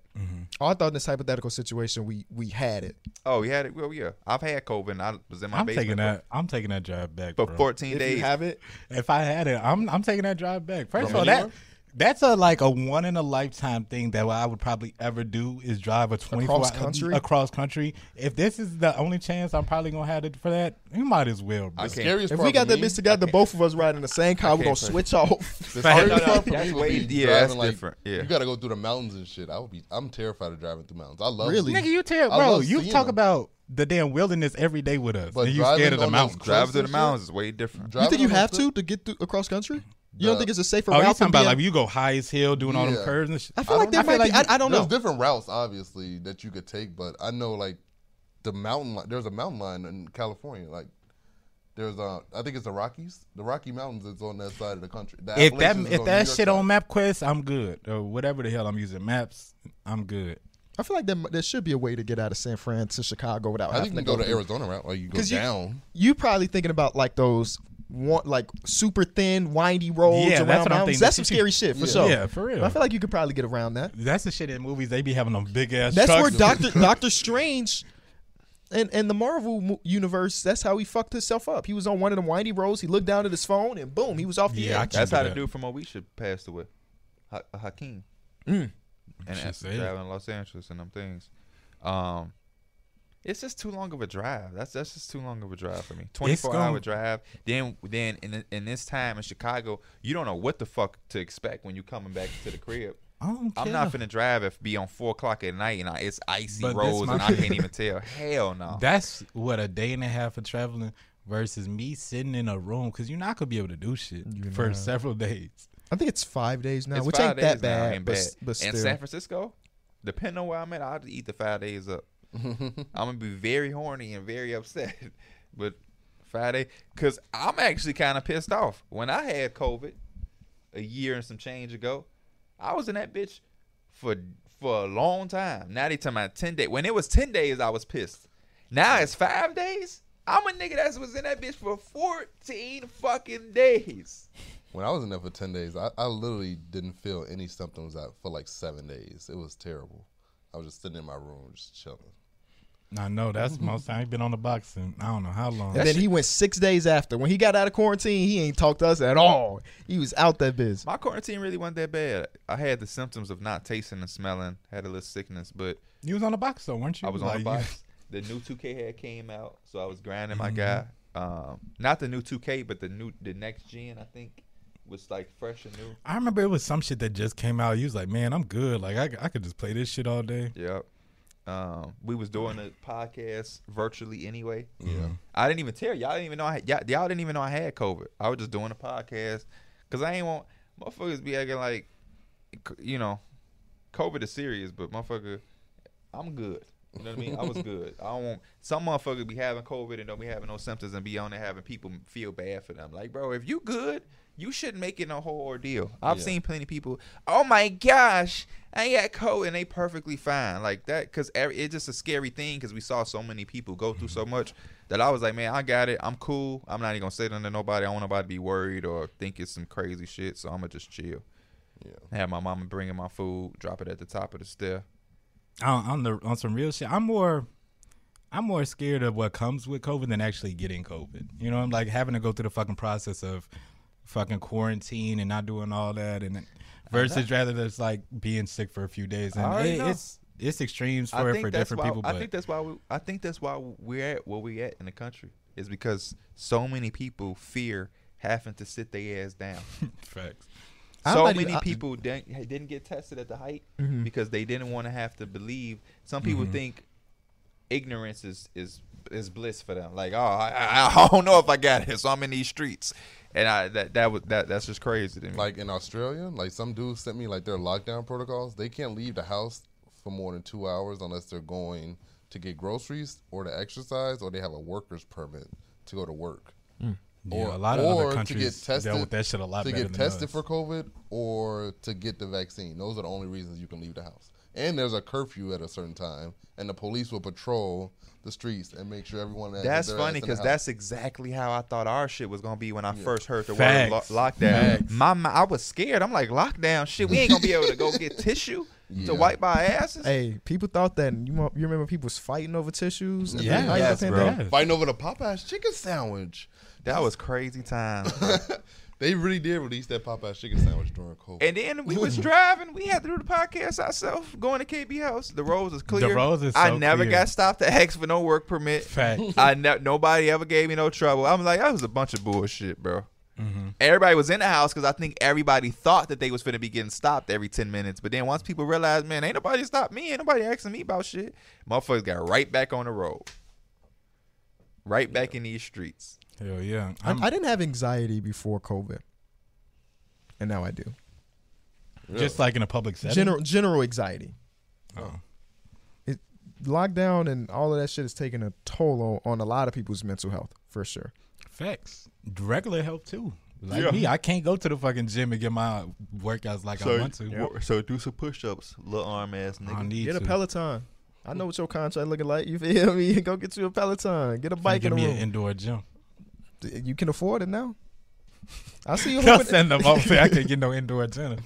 S1: Oh, I thought in this hypothetical situation we we had it.
S2: oh, you had it. Well, yeah, I've had COVID. And I was in my
S4: I'm
S2: basement
S4: taking
S2: for-
S4: that. I'm taking that drive back.
S2: for,
S4: bro.
S2: 14
S1: If
S2: days.
S1: you have it,
S4: If I had it, I'm I'm taking that drive back. First of
S5: From
S4: all, that
S5: anywhere?
S4: that's a like a one in a lifetime thing that I would probably ever do is drive a 24
S1: Across country?
S4: across country. If this is the only chance I'm probably gonna have it for that, you might as well. Bro.
S2: I can't.
S5: Scariest
S1: if
S5: part
S1: we got
S5: for
S1: that
S5: me,
S1: bitch together, both of us riding the same car, we're gonna
S2: can't
S1: switch off.
S3: [LAUGHS]
S5: The
S4: Fam.
S5: scariest
S2: No, no,
S5: part for me
S2: that's
S5: would
S2: way-
S5: be
S2: yeah,
S5: driving,
S2: that's
S5: like,
S2: different, yeah.
S5: you got to go through the mountains and shit. I would be. I'm terrified of driving through mountains. I love
S1: Really?
S4: Nigga, you tell
S5: I
S4: bro,
S5: love
S4: you
S5: seeing
S4: talk
S5: them.
S4: about the damn wilderness every day with us,
S5: But
S4: and you
S5: driving
S4: scared of the
S5: on those
S4: mountains.
S5: cr-
S2: Drive through the
S5: Close
S2: mountains is way different.
S1: you think you
S5: on
S1: have
S5: those
S1: to to get through, across country? You don't
S5: Nah.
S1: think it's a safer
S4: Oh, you
S1: route?
S4: talking
S1: than
S4: about
S1: being-
S4: like you go high as hell doing all them
S5: Yeah.
S4: curves and shit.
S1: I feel like there
S4: I
S1: might
S4: feel
S1: be.
S4: like
S1: I, I don't
S5: there's
S1: know.
S5: different routes, obviously, that you could take, but I know like the mountain. Li- there's a mountain line in California. Like there's uh, I think it's the Rockies. The Rocky Mountains is on that side of the country. The
S4: if that
S5: Appalachians is
S4: if
S5: on
S4: that
S5: New York
S4: shit
S5: side.
S4: on MapQuest, I'm good or whatever the hell I'm using maps, I'm good.
S1: I feel like there, there should be a way to get out of San Fran to Chicago without
S5: I think
S1: having
S5: you can
S1: to
S5: go to
S1: through-
S5: Arizona route. Like you go
S1: 'Cause you-
S5: down.
S1: You probably thinking about like those one, like super thin, windy roads
S4: Yeah, that's
S1: around
S4: what I'm
S1: mountains.
S4: thinking.
S1: That's some
S4: [LAUGHS]
S1: scary shit for
S5: Yeah.
S1: sure.
S4: Yeah, for real.
S1: But I feel like you could probably get around that.
S4: That's the shit in movies. They be having them big ass.
S1: That's
S4: trucks.
S1: where Doctor
S4: [LAUGHS]
S1: Doctor Strange and and the Marvel mo- universe. That's how he fucked himself up. He was on one of them windy roads. He looked down at his phone and boom, he was off the
S4: Yeah, I
S1: edge.
S4: can't-
S2: That's how the
S4: that.
S2: dude from Oisha passed away, ha- Hakeem, and
S4: Shit,
S2: that's
S4: say Mm. it.
S2: driving Los Angeles and them things. Um, it's just too long of a drive. That's that's just too long of a drive for me. Twenty four hour
S4: gonna-
S2: drive. Then then in th- in this time in Chicago, you don't know what the fuck to expect when you coming back to the crib.
S4: I don't
S2: I'm
S4: care.
S2: not finna drive if be on four o'clock at night and I, it's icy
S4: But this
S2: roads
S4: my
S2: and I
S4: shit. [LAUGHS]
S2: can't even tell. Hell no.
S4: That's what a day and a half of traveling versus me sitting in a room because you're not gonna be able to do shit for several days.
S1: I think it's five days now,
S2: It's
S1: which
S2: five
S1: ain't that
S2: days now,
S1: bad.
S2: ain't
S1: but, s- but
S2: and
S1: still,
S2: San Francisco, depending on where I'm at, I'll just eat the five days up. I'm gonna be very horny and very upset. [LAUGHS] But Friday, because I'm actually kind of pissed off. When I had COVID a year and some change ago, I was in that bitch for for a long time. Now they talking about ten days. When it was ten days, I was pissed. Now it's five days. I'm a nigga that was in that bitch for 14 fucking days.
S5: When I was in there for ten days, I, I literally didn't feel any symptoms out for like seven days. It was terrible. I was just sitting in my room, just chilling.
S4: I
S1: [LAUGHS]
S4: know that's most time. I've been on the box in I don't know how long.
S1: and then he went six days after. When he got out of quarantine, he ain't talked to us at all. He was out that biz.
S2: My quarantine really wasn't that bad. I had the symptoms of not tasting and smelling, had a little sickness, but
S4: you was on the box though, weren't you?
S2: I was on
S4: Like,
S2: the box. [LAUGHS] The new 2K had came out, so I was grinding my guy. Um, not the new 2K, but the new the next gen. I think was like fresh and new.
S4: I remember it was some shit that just came out. You was like, man, I'm good. Like I, I could just play this shit all day.
S2: Yep. Um, we was doing the podcast virtually anyway.
S5: Yeah.
S2: I didn't even tell y'all. I didn't even know. I had, y'all, y'all didn't even know I had COVID. I was just doing a podcast because I ain't want motherfuckers be acting like, you know, COVID is serious, but motherfucker, I'm good. You know what I mean? I was good. I don't want some motherfucker be having COVID and don't be having no symptoms and be on there having people feel bad for them. Like, bro, if you good, you shouldn't make it a whole ordeal. I've
S5: Yeah.
S2: seen plenty of people. Oh my gosh, I got COVID and they perfectly fine like that because it's just a scary thing because we saw so many people go through so much that I was like, man, I got it. I'm cool. I'm not even gonna say nothing to nobody. I don't want nobody to be worried or think it's some crazy shit. So I'm gonna just chill.
S5: Yeah.
S2: Have my mama bringing my food, drop it at the top of the stair.
S4: on, on the on some real shit. I'm more I'm more scared of what comes with COVID than actually getting COVID. You know, I'm like having to go through the fucking process of fucking quarantine and not doing all that, and then- versus rather just like being sick for a few days.
S2: I
S4: And
S2: already
S4: it-
S2: know.
S4: it's it's extremes for for different
S2: why,
S4: people. But
S2: I think that's why we, I think that's why we're at where we at in the country is because so many people fear having to sit their ass
S4: [LAUGHS]
S2: down.
S4: facts.
S1: I'm
S2: so
S1: not
S2: many
S1: even- I-
S2: people didn't, didn't get tested at the height
S4: Mm-hmm.
S2: because they didn't want to have to believe. Some people think ignorance is is is bliss for them. Like, oh, I, I, I don't know if I got it, [LAUGHS] so I'm in these streets, and I that that was that that's just crazy to me.
S5: Like in Australia, like some dudes sent me like their lockdown protocols. They can't leave the house for more than two hours unless they're going to get groceries or to exercise or they have a worker's permit to go to work.
S4: yeah, a lot of other countries dealt with that shit a lot
S5: to
S4: better
S5: get
S4: than
S5: tested
S4: us.
S5: for COVID or to get the vaccine. Those are the only reasons you can leave the house. and there's a curfew at a certain time, and the police will patrol the streets and make sure everyone. has
S2: That's
S5: their
S2: funny
S5: ass in the
S2: because
S5: house.
S2: that's exactly how I thought our shit was gonna be when I first heard the word
S4: Facts.
S2: lo- lockdown. My, mi- I was scared. I'm like lockdown. Shit, we ain't gonna be able to go
S5: [LAUGHS]
S2: get tissue to wipe our asses.
S1: Hey, people thought that you mo- you remember people was fighting over tissues.
S4: Yeah.
S1: Like,
S2: Yes,
S1: I think
S2: bro.
S1: that-
S5: fighting over the Popeyes chicken sandwich.
S2: That was crazy time.
S5: [LAUGHS] They really did release that Popeyes chicken sandwich during COVID.
S2: and then we was driving. We had to do the podcast ourselves. Going to KB House. The roads was clear.
S4: roads is
S2: I
S4: so
S2: never
S4: clear.
S2: got stopped to ask for no work permit.
S4: Fact.
S2: I ne- nobody ever gave me no trouble. I'm like, that was a bunch of bullshit, bro.
S4: Mm-hmm.
S2: Everybody was in the house because I think everybody thought that they was finna be getting stopped every ten minutes. But then once people realized, man, ain't nobody stopped me, ain't nobody asking me about shit. Motherfuckers got right back on the road, right back in these streets.
S4: Hell yeah.
S1: I,
S4: I'm,
S1: I didn't have anxiety before COVID, and now I do.
S4: just like in a public setting.
S1: General general anxiety.
S4: Oh.
S1: It lockdown and all of that shit is taking a toll on, on a lot of people's mental health for sure.
S4: Facts. Regular help too. Like
S2: Yeah.
S4: me, I can't go to the fucking gym and get my workouts like I want to.
S2: so do some push-ups, little arm ass
S4: I need
S1: Get a
S4: to.
S1: Peloton. I know what your contract looking like. You feel me? [LAUGHS] Go get you a Peloton. Get a bike
S4: Give
S1: in the
S4: me
S1: room.
S4: an indoor gym. [LAUGHS]
S1: you can afford it now. I
S4: [LAUGHS]
S1: see you
S4: They'll
S1: hooping.
S4: send them off. I can't get no indoor gym.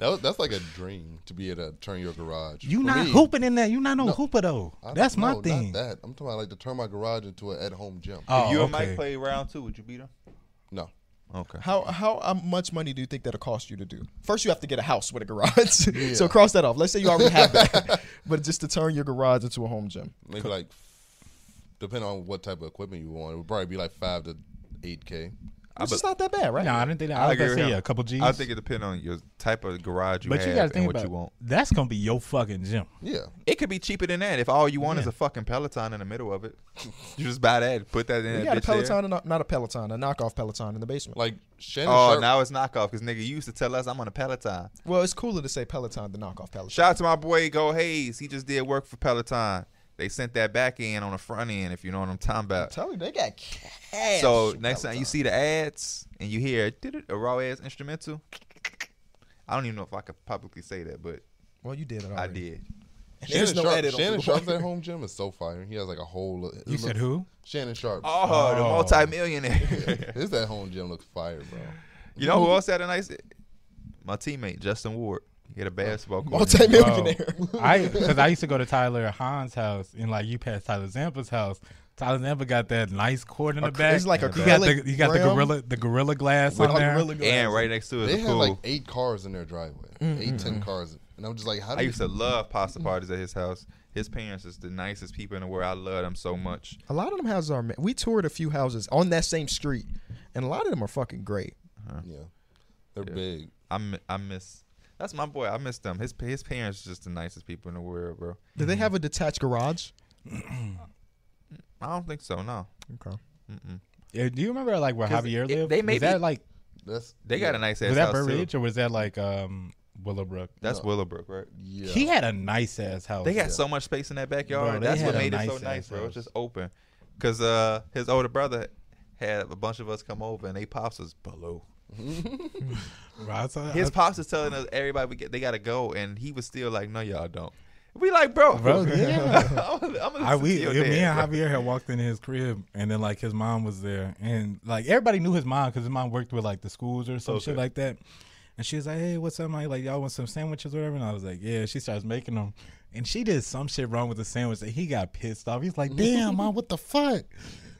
S5: That was, that's like a dream to be able to turn your garage.
S4: [LAUGHS] You
S5: For
S4: not
S5: me,
S4: hooping in there. You not no, hooper though.
S5: I don't-
S4: That's my
S5: no,
S4: thing.
S5: Not that. I'm talking about like to turn my garage into an at-home gym.
S4: Oh,
S2: If you
S4: okay.
S2: and Mike play round two, would you beat him?
S5: no,
S2: Okay.
S1: How how um, much money do you think that'll cost you to do? First, you have to get a house with a garage. [LAUGHS] so cross that off. Let's say you already have that, [LAUGHS] but just to turn your garage into a home gym.
S5: maybe like depending on what type of equipment you want, it would probably be like five to eight k.
S1: Which is not that bad, right?
S4: No, I didn't think that. I, was gonna say yeah, a couple G's.
S2: I think it depends on your type of garage you
S4: but
S2: have
S4: you gotta
S2: and
S4: think
S2: what
S4: about
S2: you want.
S4: that's gonna be your fucking gym.
S5: Yeah,
S2: It could be cheaper than that if all you want is
S4: Yeah.
S2: a fucking Peloton in the middle of it. [LAUGHS] you just buy that, put that in.
S1: We
S2: that
S1: got a
S2: bitch there.
S1: Peloton, and a, not a Peloton, a knockoff Peloton in the basement.
S5: like Shannon.
S2: Oh,
S5: Sharp,
S2: now it's knockoff because nigga you used to tell us I'm on a Peloton.
S1: well, it's cooler to say Peloton than knockoff Peloton.
S2: Shout out to my boy Go Hayes. He just did work for Peloton. They sent that back end on the front end, if you know what I'm talking
S1: I'm
S2: about.
S1: telling you, they got cash.
S2: So
S1: for
S2: next time you
S1: Peloton.
S2: see the ads and you hear "Did-did," a raw ass instrumental, I don't even know if I could publicly say that, but
S1: well, you did it. Already.
S2: I did.
S1: There's
S5: Shannon,
S1: no
S5: Sharp,
S1: edit on
S5: Shannon
S1: the
S5: Sharp's at home gym is so fire. He has like a whole. it
S4: You said
S5: looks-
S4: who?
S5: Shannon Sharp.
S2: Oh, the
S4: Oh.
S1: [LAUGHS]
S2: multimillionaire. [LAUGHS]
S5: His at home gym looks fire, bro.
S2: you know who else had a nice? My teammate Justin Ward. He had
S1: [LAUGHS]
S2: a basketball court.
S1: Multi-millionaire.
S4: Oh, I because I used to go to Tyler Hahn's house and like you passed Tyler Zampa's house. Tyler Zampa got that nice cord in the
S1: Ac-
S4: back.
S1: it's like
S4: you got the
S1: acrylic
S4: you got the
S1: rim.
S4: gorilla the gorilla glass
S1: With
S4: on there.
S1: gorilla glass.
S2: And right next to it
S5: They
S2: is a
S5: had
S2: pool.
S5: like eight cars in their driveway,
S1: Mm-hmm.
S5: eight ten cars, and I'm just like, how
S2: I
S5: do you?
S2: used to love pasta
S4: Mm-hmm.
S2: parties at his house. His parents is the nicest people in the world. I love them so much.
S1: A lot of them houses are. ma- We toured a few houses on that same street, and a lot of them are fucking great.
S5: Yeah, they're big.
S2: I mi- I miss. That's my boy. I miss them. His pa- his parents is just the nicest people in the world, bro.
S1: Do they have a detached garage?
S2: I don't think so. No,
S1: Okay.
S4: Yeah, do you remember like where
S2: 'Cause
S4: Javier
S2: it-
S4: lived?
S2: they may
S4: was that
S2: be-
S4: like
S5: That's
S2: they got a nice ass
S4: was that
S2: house
S4: Burr
S2: too.
S4: Ridge or was that like um Willowbrook?
S2: That's Willowbrook, right?
S5: yeah.
S4: He had a nice ass house.
S2: They got so much space in that backyard.
S4: Oh, Bro, they
S2: That's
S4: had
S2: what
S4: a
S2: made it
S4: nice
S2: so
S4: ass
S2: nice, bro. It's
S4: house.
S2: just open. Cause uh, his older brother had a bunch of us come over, and they pops was below.
S4: Right, so-
S2: His pops was telling us everybody we get, they gotta go, and he was still like, "No, y'all don't." We like, bro,
S4: Bro,
S2: [LAUGHS]
S4: yeah.
S2: I'm, gonna- I'm gonna
S4: I we
S2: see
S4: yeah,
S2: your
S4: me
S2: dad, bro.
S4: and Javier had walked in his crib, and then like his mom was there, and like everybody knew his mom because his mom worked with like the schools or some shit like that. And she was like, "Hey, what's up, Mike? Like y'all want some sandwiches or whatever?" And I was like, "Yeah." She starts making them, and she did some shit wrong with the sandwich, and he got pissed off.
S2: [LAUGHS]
S4: He's like, "Damn, mom, what the fuck?"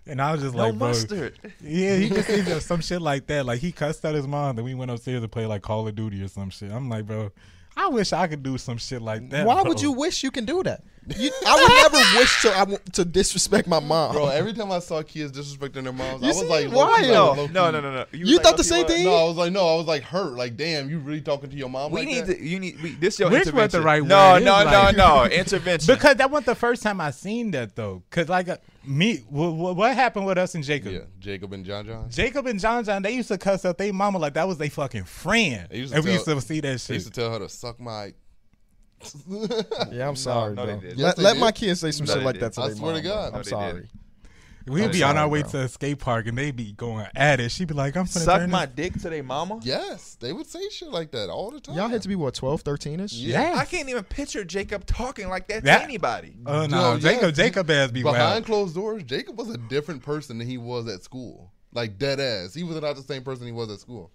S4: And I was just
S2: No
S4: like, "Bro,
S2: mustard.
S4: yeah, he
S2: [LAUGHS]
S4: just did some shit like that. Like he cussed out his mom, then we went upstairs to play like Call of Duty or some shit." I'm like, "Bro, I wish I could do some shit like that."
S1: Why
S4: bro."
S1: would you wish you can do that? You, I would
S2: [LAUGHS]
S1: never wish to I w- to disrespect my mom. [LAUGHS]
S5: Bro, every time I saw kids disrespecting their moms,
S1: You
S5: I was
S1: see?
S5: like,
S1: Why,
S5: low-key,
S1: yo?
S5: like,
S2: No,
S5: low-key.
S2: no, no, no.
S1: You thought the
S2: low-key
S1: same
S2: what?
S1: thing?
S5: No, I was like, no, I was like hurt. Like, damn, you really talking to your mom?
S2: We
S5: like
S2: need
S5: that?
S2: to. You need. We, this your
S4: Which was
S2: intervention.
S4: the right
S2: no,
S4: word? It
S2: No,
S4: was
S2: no,
S4: like- [LAUGHS]
S2: no, Intervention.
S4: Because that wasn't the first time I seen that though. Because like uh, me, wh- wh- what happened with us and Jacob?
S5: Yeah, Jacob and John John.
S4: Jacob and John John, they used to cuss out they mama like that was they fucking friend.
S5: They used to
S4: and we used
S5: tell-
S4: to see that
S5: I used to
S4: shit.
S5: tell her to suck my.
S1: Yeah, I'm sorry,
S2: no, they
S1: bro.
S2: did.
S1: Let,
S5: Yes, they
S1: let
S5: did.
S1: my kids say some
S2: No,
S1: shit
S2: they
S1: like
S2: did.
S1: that to
S5: I
S1: their
S5: swear to
S1: mom, bro.
S5: God.
S2: No,
S1: I'm
S2: they
S1: sorry.
S2: didn't.
S4: We'd be on our way to a skate park and they'd be going at it. She'd be like, I'm finna
S2: Suck
S4: turn
S2: my
S4: this-
S2: dick to their mama.
S5: Yes, they would say shit like that all the time.
S1: Y'all had to be what 12, 13 ish.
S4: Yes.
S2: I can't even picture Jacob talking like that,
S4: That-
S2: to anybody.
S4: Uh,
S5: Yo,
S4: no,
S5: yeah,
S4: Jacob, Jacob ass be
S5: behind
S4: wild.
S5: closed doors. Jacob was a different person than he was at school. Like dead ass, he was not the same person he was at school.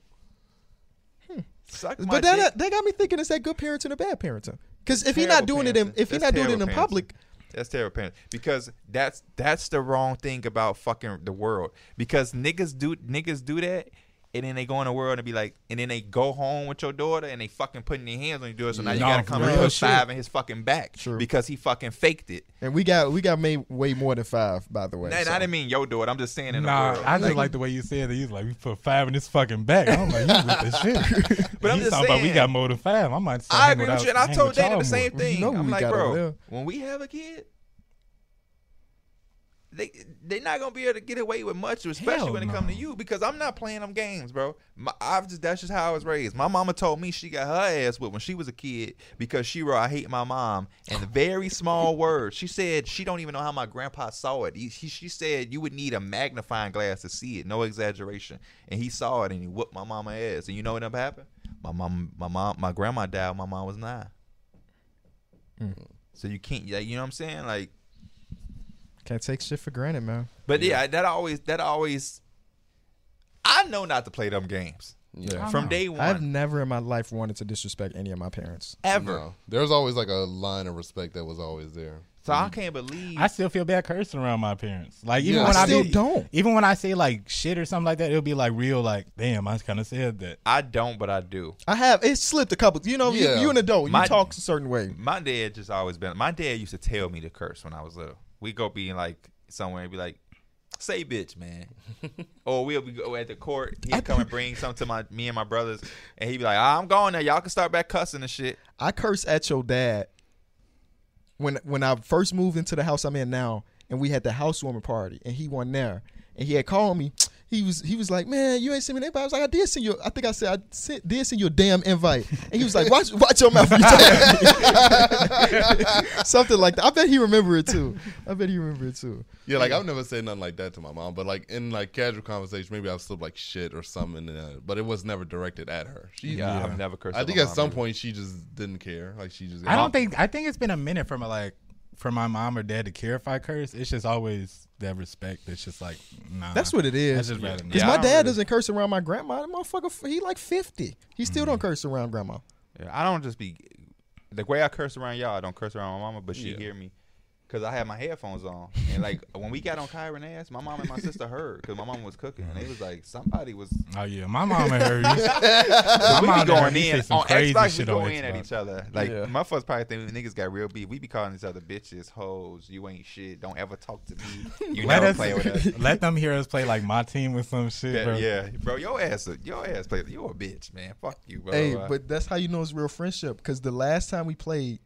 S2: Suck my
S1: But that,
S2: dick.
S1: that got me thinking: is that good parenting or bad parenting? Because if he's
S2: Terrible
S1: not doing it in
S2: parenting.
S1: if he's not
S2: That's
S1: doing it in
S2: terrible parenting.
S1: public,
S2: That's terrible parenting because that's that's the wrong thing about fucking the world because niggas do niggas do that and then they go in the world and be like and then they go home with your daughter and they fucking putting their hands on your daughter so now you
S4: No,
S2: gotta come and
S4: real
S2: put
S4: shit.
S2: five in his fucking back because he fucking faked it.
S1: and we got we got made way more than five. By the way,
S2: And
S1: so.
S2: I didn't mean your daughter. I'm just saying in
S4: Nah,
S2: the world.
S4: I just like, the way you said that. He's like, we put five in his fucking back. I'm like, you with the shit.
S2: [LAUGHS] But I'm
S4: He's
S2: just
S4: talking about we
S2: saying-
S4: got more than five. I might. start
S2: I
S4: hanging
S2: agree with
S4: out-
S2: you, and I
S4: hang
S2: told
S4: with y'all
S2: Dana the
S4: more.
S2: same thing.
S1: know
S2: I'm
S1: we
S2: like,
S1: gotta
S2: bro,
S1: live.
S2: when we have a kid, they they're not gonna be able to get away with much, especially
S4: Hell
S2: when it comes to
S4: no.
S2: you, because I'm not playing them games, bro. My, I've just that's just how I was raised. My mama told me she got her ass whipped when she was a kid because she wrote "I hate my mom"
S4: [LAUGHS]
S2: in very small words. She said she don't even know how my grandpa saw it. He, he, she said you would need a magnifying glass to see it, no exaggeration. And he saw it and he whooped my mama ass. And you know what ended up happened? My mom, my mom, my grandma died. when My mom was nine.
S4: Hmm.
S2: So you can't, like, you know what I'm saying? Like,
S1: can't take shit for granted, man.
S2: but yeah, that always, that always, I know not to play them games
S4: I
S2: from
S4: know.
S2: day one.
S1: I've never in my life wanted to disrespect any of my parents.
S2: ever.
S5: No, there's always like a line of respect that was always there.
S2: So I can't believe.
S4: I still feel bad cursing around my parents. Like even
S5: Yeah,
S4: when
S1: I
S4: I,
S1: still
S4: be-
S1: don't.
S4: Even when I say like shit or something like that, it'll be like real. Like damn, I kind of said that.
S2: I don't, but I do.
S1: I have it slipped a couple. You know, you-
S5: Yeah.
S1: you, an adult,
S2: My-
S1: you talk a certain way.
S2: My dad just always been. My dad used to tell me to curse when I was little. We go be in, like somewhere and be like, "Say bitch, man," or we'll be go at the court. He'd come and bring something to my me and my brothers, and he'd be like, "Ah, "I'm going there. Y'all can start back cussing and shit."
S1: I curse at your dad when when I first moved into the house I'm in now, and we had the housewarming party, and he wasn't there, and he had called me. He was he was like, man, you ain't sent me an invite. I was like, I did send you. I think I said I sent, did send you a damn invite, and he was like, watch watch your mouth. when you talk." [LAUGHS] Something like that. I bet he remember it too. I bet he remember it too.
S5: Yeah, like I've never said nothing like that to my mom, but like in like casual conversation, maybe I've slipped like shit or something, uh, but it was never directed at her. She,
S2: Yeah, I've never cursed.
S5: I
S2: at
S5: think
S2: my
S5: at
S2: mom
S5: some
S2: either.
S5: point she just didn't care. Like she just.
S4: I don't think. I think it's been a minute for my like for my mom or dad to care if I curse. It's just always that respect. That's just like nah.
S1: That's what it
S4: I
S1: is.
S4: just rather not.
S1: Cause
S2: Yeah, I
S1: my
S2: don't
S1: dad
S2: really-
S1: doesn't curse around my grandma. That motherfucker, he like fifty. He still
S2: Mm-hmm.
S1: don't curse around grandma.
S2: Yeah, I don't just be the way I curse around y'all. I don't curse around my mama, but she hear me because I had my headphones on. And like [LAUGHS] when we got on Kyron ass, my mom and my sister heard because my mom was cooking, and it was like somebody
S4: [LAUGHS]
S2: was.
S4: Oh yeah, my mom and her.
S2: [LAUGHS]
S4: used-
S2: My
S4: my
S2: we
S4: mom
S2: be
S4: and
S2: going
S4: her used to
S2: in
S4: say some
S2: on
S4: crazy
S2: Xbox. We
S4: shit
S2: go
S4: on
S2: in at
S4: Xbox.
S2: each other. Like
S1: Yeah.
S2: my first probably think niggas got real beef. We be calling each other bitches, hoes. You ain't shit. Don't ever
S1: [LAUGHS]
S2: talk to me. You
S4: Let
S2: never
S4: us
S2: play
S4: [LAUGHS]
S2: with us.
S4: let them hear us play like my team with some shit,
S2: Yeah,
S4: bro.
S2: yeah, bro, your ass, a- your ass, play. You a bitch, man. Fuck you, bro.
S1: Hey, but that's how you know it's real friendship. Because the last time we played,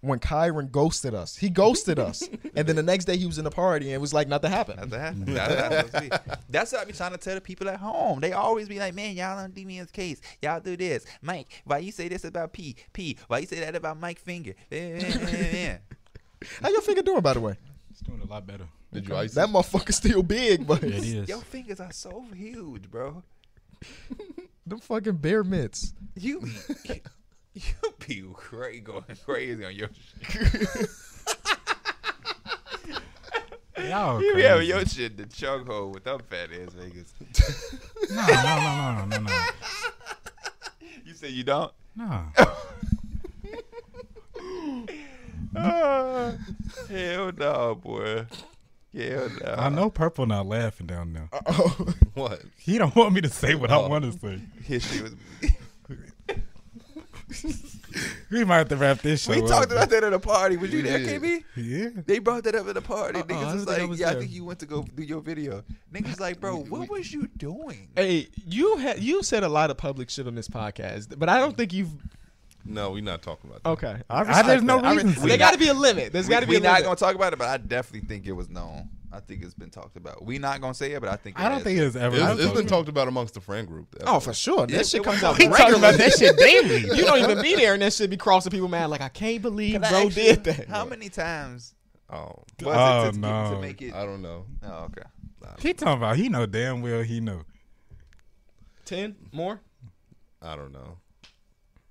S1: when Kyron ghosted us, he
S6: [LAUGHS]
S1: ghosted us, and then the next day he was in the party and it was like nothing happened.
S2: That's what [LAUGHS] happens. That's, that's, what it be. That's what I be trying to tell the people at home. They always be like, man, y'all don't do me in case. Y'all do this. Mike, why you say this about P? P, why you say that about Mike Finger? [LAUGHS] Eh, eh, eh, eh.
S1: How your finger doing, by the way?
S4: It's doing a lot better.
S2: [LAUGHS]
S5: Did you ice?
S1: That
S5: That
S1: motherfucker's still big, but
S4: Yeah, it is.
S2: Your fingers are so huge, bro.
S1: them fucking bear mitts.
S2: You be, [LAUGHS] you be crazy going crazy on your shit.
S4: Y'all
S2: You be
S4: crazy.
S2: having your shit the chokehold with them fat ass fingers.
S4: No, no, no, no, no,
S2: You say you don't?
S4: no,
S2: Ah, [LAUGHS] hell no, boy. Hell no.
S4: I know Purple not laughing down there.
S1: Oh,
S5: [LAUGHS] what?
S4: He don't want me to say what
S2: Oh.
S4: I want to say.
S2: His shit was.
S4: We might have to wrap this show.
S2: We
S4: up.
S2: talked about that at a party. Was you there,
S5: did.
S2: KB?
S4: Yeah.
S2: They brought that up at the party.
S4: Uh-uh, I
S2: Niggas
S4: don't
S2: was
S4: think I
S2: like,
S4: was
S2: yeah, I
S4: there."
S2: think you went to go do your video. Niggas like, bro, what was you doing?
S6: Hey, you had you said a lot of public shit on this podcast, but I don't think you've.
S5: No, we're not talking
S1: Oh,
S5: about that.
S6: Okay, I
S4: I, there's
S6: respect
S4: no
S6: that. I re-
S4: reason.
S6: there
S4: to.
S6: got to be a limit. There's got to be
S2: we
S6: a
S2: we not
S6: limit.
S2: gonna talk about it, but I definitely think it was known. I think it's been talked about. We not gonna say it, but I think it
S4: I don't
S2: has
S4: think
S2: been.
S4: it's ever.
S5: It's, it's been talked about amongst the friend group.
S1: oh, for sure. That
S2: It-
S1: shit
S2: it
S1: comes
S6: out
S2: was a-
S6: regularly.
S4: that
S6: [LAUGHS]
S4: shit daily.
S6: You don't even be there, and that shit be crossing people mad. Like I can't believe
S2: Can I
S6: bro
S2: ask you,
S6: did that.
S2: How many times Oh,
S4: Oh,
S2: was it to, to,
S4: no.
S2: make it?
S3: I don't know.
S2: Oh, okay.
S4: He talking about he know damn well he know.
S1: Ten more?
S3: I don't know.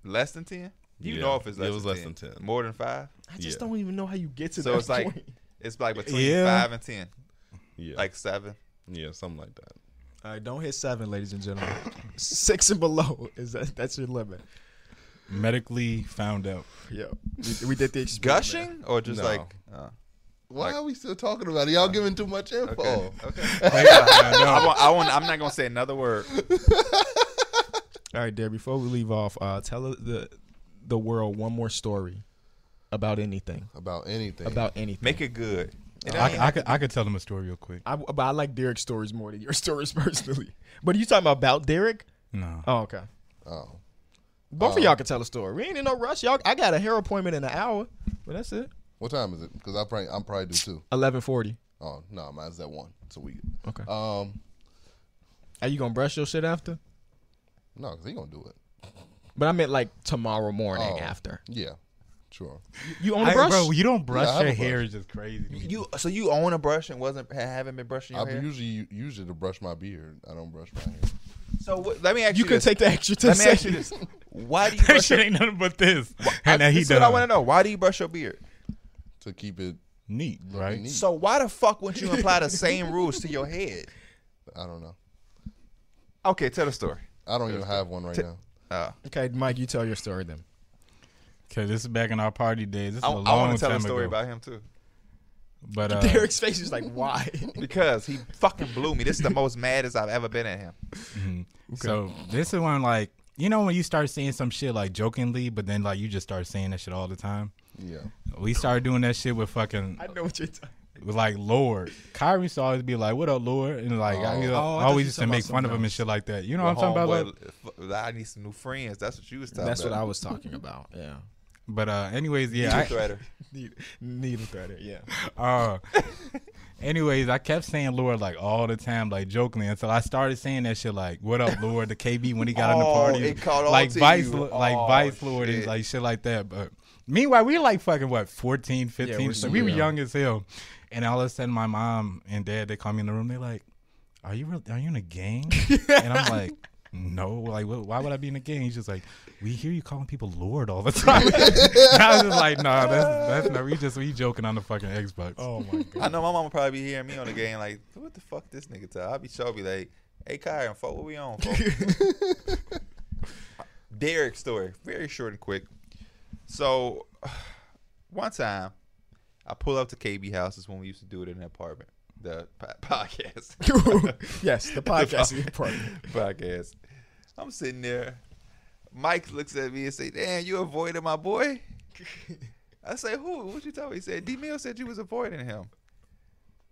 S2: Less than ten? You
S3: Yeah.
S2: know if it's
S3: It
S2: less
S3: was
S2: than
S3: less
S2: 10.
S3: than 10.
S2: More than five?
S1: I just
S3: Yeah.
S1: don't even know how you get to
S2: So
S1: that
S2: it's like
S1: point.
S2: it's like between
S4: Yeah.
S2: five and ten,
S3: Yeah,
S2: like seven.
S3: yeah, something like that.
S1: [LAUGHS] All right, don't hit seven, ladies and [LAUGHS] gentlemen. Six and below is that that's your limit.
S4: Medically found out.
S1: Yeah, we, we did the experiment.
S2: Gushing or just
S3: No.
S2: like? Uh,
S3: Why
S2: Like-
S3: are we still talking about it? Y'all giving too much info.
S2: okay. Okay.
S4: Like, I know.
S2: [LAUGHS] I won't, I won't, I'm [LAUGHS] not gonna say another word.
S1: All right, Dare. Before we leave off, uh, tell the the world one more story about anything,
S3: About anything.
S1: about anything.
S2: Make it good. It
S4: I,
S2: ain't-
S4: I, could, I could tell him a story real quick.
S1: I, but I like Derek's stories more than your [LAUGHS] stories personally. But are you talking about Derek?
S4: No.
S2: Uh,
S1: Oh, okay.
S3: oh,
S1: Both of y'all can tell a story. We ain't in no rush, y'all. I got a hair appointment in an hour, but that's it.
S3: what time is it? Because I probably I'm probably due too.
S1: Eleven forty.
S3: Oh no, mine's at one. So we.
S1: Okay.
S3: Um,
S1: Are you gonna brush your shit after?
S3: no, because he gonna do it.
S1: But I meant like tomorrow morning
S3: Oh.
S1: after.
S3: Yeah, sure.
S1: You own
S4: I-
S1: a brush?
S4: bro, you don't brush
S3: Yeah, I have
S4: your
S3: a
S4: hair
S3: brush.
S4: is just crazy. to me.
S2: You so you own a brush and wasn't ha- haven't been brushing
S3: I
S2: your hair.
S3: usually usually to brush my beard. I don't brush my hair.
S2: so what, let me ask you.
S1: You could
S2: this.
S1: take the extra ten
S2: Let me ask you
S1: seconds.
S2: this. Why do you
S4: [LAUGHS] that
S2: brush
S4: shit [LAUGHS]
S2: your,
S4: ain't nothing but this.
S2: I,
S4: and now he
S2: this is what I
S4: done.
S2: want to know. Why do you brush your beard?
S3: to keep it
S4: Neat,
S3: looking
S4: right?
S3: neat.
S2: So why the fuck would you apply the same rules to your head?
S3: I don't know.
S2: Okay, tell the story.
S3: I don't even have one right now.
S2: Uh,
S1: okay, Mike, you tell your story then.
S4: Okay, this is back in our party days. This is
S2: I,
S4: a
S2: I
S4: long
S2: want to tell
S4: time
S2: a story
S4: ago.
S2: about him too. [LAUGHS]
S4: but
S1: [LAUGHS]
S4: uh,
S1: Derek's face is like, why? [LAUGHS]
S2: Because he fucking blew me. This is the most maddest I've ever been at him.
S4: So this is when like you know when you start saying some shit like jokingly, but then like you just start saying that shit all the time.
S3: Yeah.
S4: We started doing that shit with fucking
S1: I know what you're talking.
S4: with like Lord. Kyrie used to always be like, "What up, Lord?" And like I,
S1: Oh, I thought you
S4: always used to
S1: talking
S4: make
S1: about
S4: fun of him and shit like that. You know what I'm talking about? Like,
S2: Homeboy, I need some new friends. That's what you was talking
S1: That's what
S2: about.
S1: I was talking about. Yeah.
S4: but uh, anyways, yeah. I,
S2: Threader.
S1: [LAUGHS] Need, need a threader. Yeah.
S4: Uh, anyways, I kept saying Lord like all the time, like jokingly, until I started saying that shit like, "What up, Lord?" The KB when he got in
S2: [LAUGHS]
S4: the
S2: Oh,
S4: party,
S2: it caught on
S4: like
S2: to
S4: Vice,
S2: you.
S4: Lo- like
S2: Oh,
S4: Vice Lord and
S2: shit.
S4: like shit like that. But meanwhile, we were like fucking what 14, 15.
S1: we're
S4: so we
S1: super
S4: were
S1: young.
S4: young as hell, and all of a sudden, my mom and dad they call me in the room. They like, "Are you real, are you in a gang?" and I'm
S2: [LAUGHS]
S4: like. No, like, wh- why would I be in a gang? He's just like, we hear you calling people Lord all the time. [LAUGHS] And I was just like, nah, that's that's not. We just we joking on the fucking Xbox. Oh my
S2: [LAUGHS]
S4: god.
S2: I know my mom will probably be hearing me on the game like, what the fuck this nigga tell? I'll be sure be like, hey Kyron, fuck what we on, folk? Derek's story, very short and quick. So [SIGHS] one time I pull up to KB house, is when we used to do it in the apartment. The po- [LAUGHS]
S1: [LAUGHS]
S2: podcast.
S1: yes, [LAUGHS] the podcast is important.
S2: [LAUGHS] podcast. I'm sitting there. Mike looks at me and say, "Damn, you avoided my boy." I say, "Who? What you talking?" He said, "D Mill said you was avoiding him."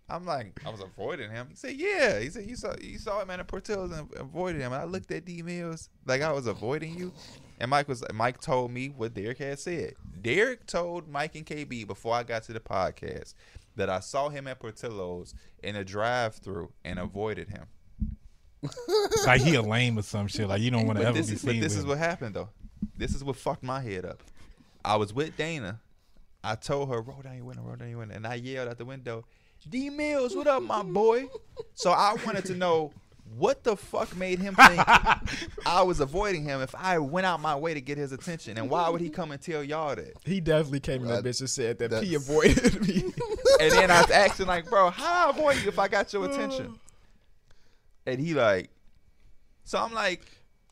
S2: I'm like, "I was avoiding him." He said, "Yeah." He said, "You saw you saw him at the Portillo's and avoided him." And I looked at D Mills like I was avoiding you. And Mike was Mike told me what Derek had said. Derek told Mike and KB before I got to the podcast that I saw him at Portillo's in a drive-through and avoided him.
S4: like he a lame or some shit. Like you don't want to
S2: But
S4: ever
S2: this,
S4: be
S2: is, but
S4: seen
S2: this
S4: with.
S2: is what happened though. This is what fucked my head up. I was with Dana. I told her, roll down your window, roll down your window. And I yelled out the window, D Mills, what up, my boy? So I wanted to know what the fuck made
S1: [LAUGHS]
S2: him think I was avoiding him if I went out my way to get his attention. And why would he come and tell y'all that?
S1: [LAUGHS] He definitely came in that
S3: That-
S1: bitch and said that P
S3: that's-
S1: avoided [LAUGHS] me.
S2: And then I was asking, like, bro, how I avoid you if I got your
S1: [SIGHS]
S2: attention? And he like, so I'm like,